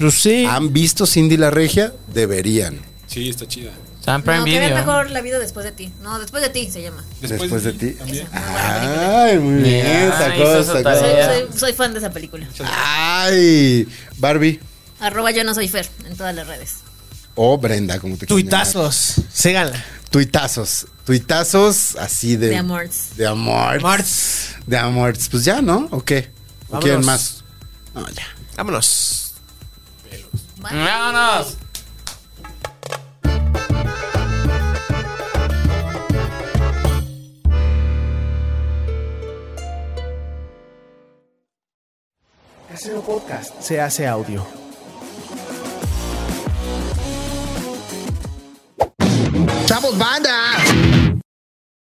S7: Pues sí.
S1: ¿Han visto Cindy la Regia? Deberían.
S5: Sí, está chida.
S3: Están Prime
S4: No, que ver
S3: Video.
S4: mejor la vida después de ti. No, después de ti se llama.
S1: Después, de ti.
S5: También.
S1: Ay, muy bien.
S3: Ya,
S1: sacó,
S3: hizo su
S1: sacó.
S3: tarea.
S4: Soy,
S3: Ah.
S4: soy- soy fan de esa película.
S1: Ay, Barbie.
S4: Arroba yo no soy Fer en todas las redes.
S1: O Brenda, como te quieras llamar.
S7: Tuitazos. Síganla.
S1: Tuitazos. Tuitazos así de.
S4: De amores.
S1: De amor.
S7: Marts.
S1: De amor. Pues ya, ¿no? ¿O qué? ¿O
S7: Vámonos.
S1: quieren más? No, ya.
S7: Vámonos.
S3: ¡Vámonos!
S8: Casero Podcast se hace audio.
S1: ¡Chavos, banda!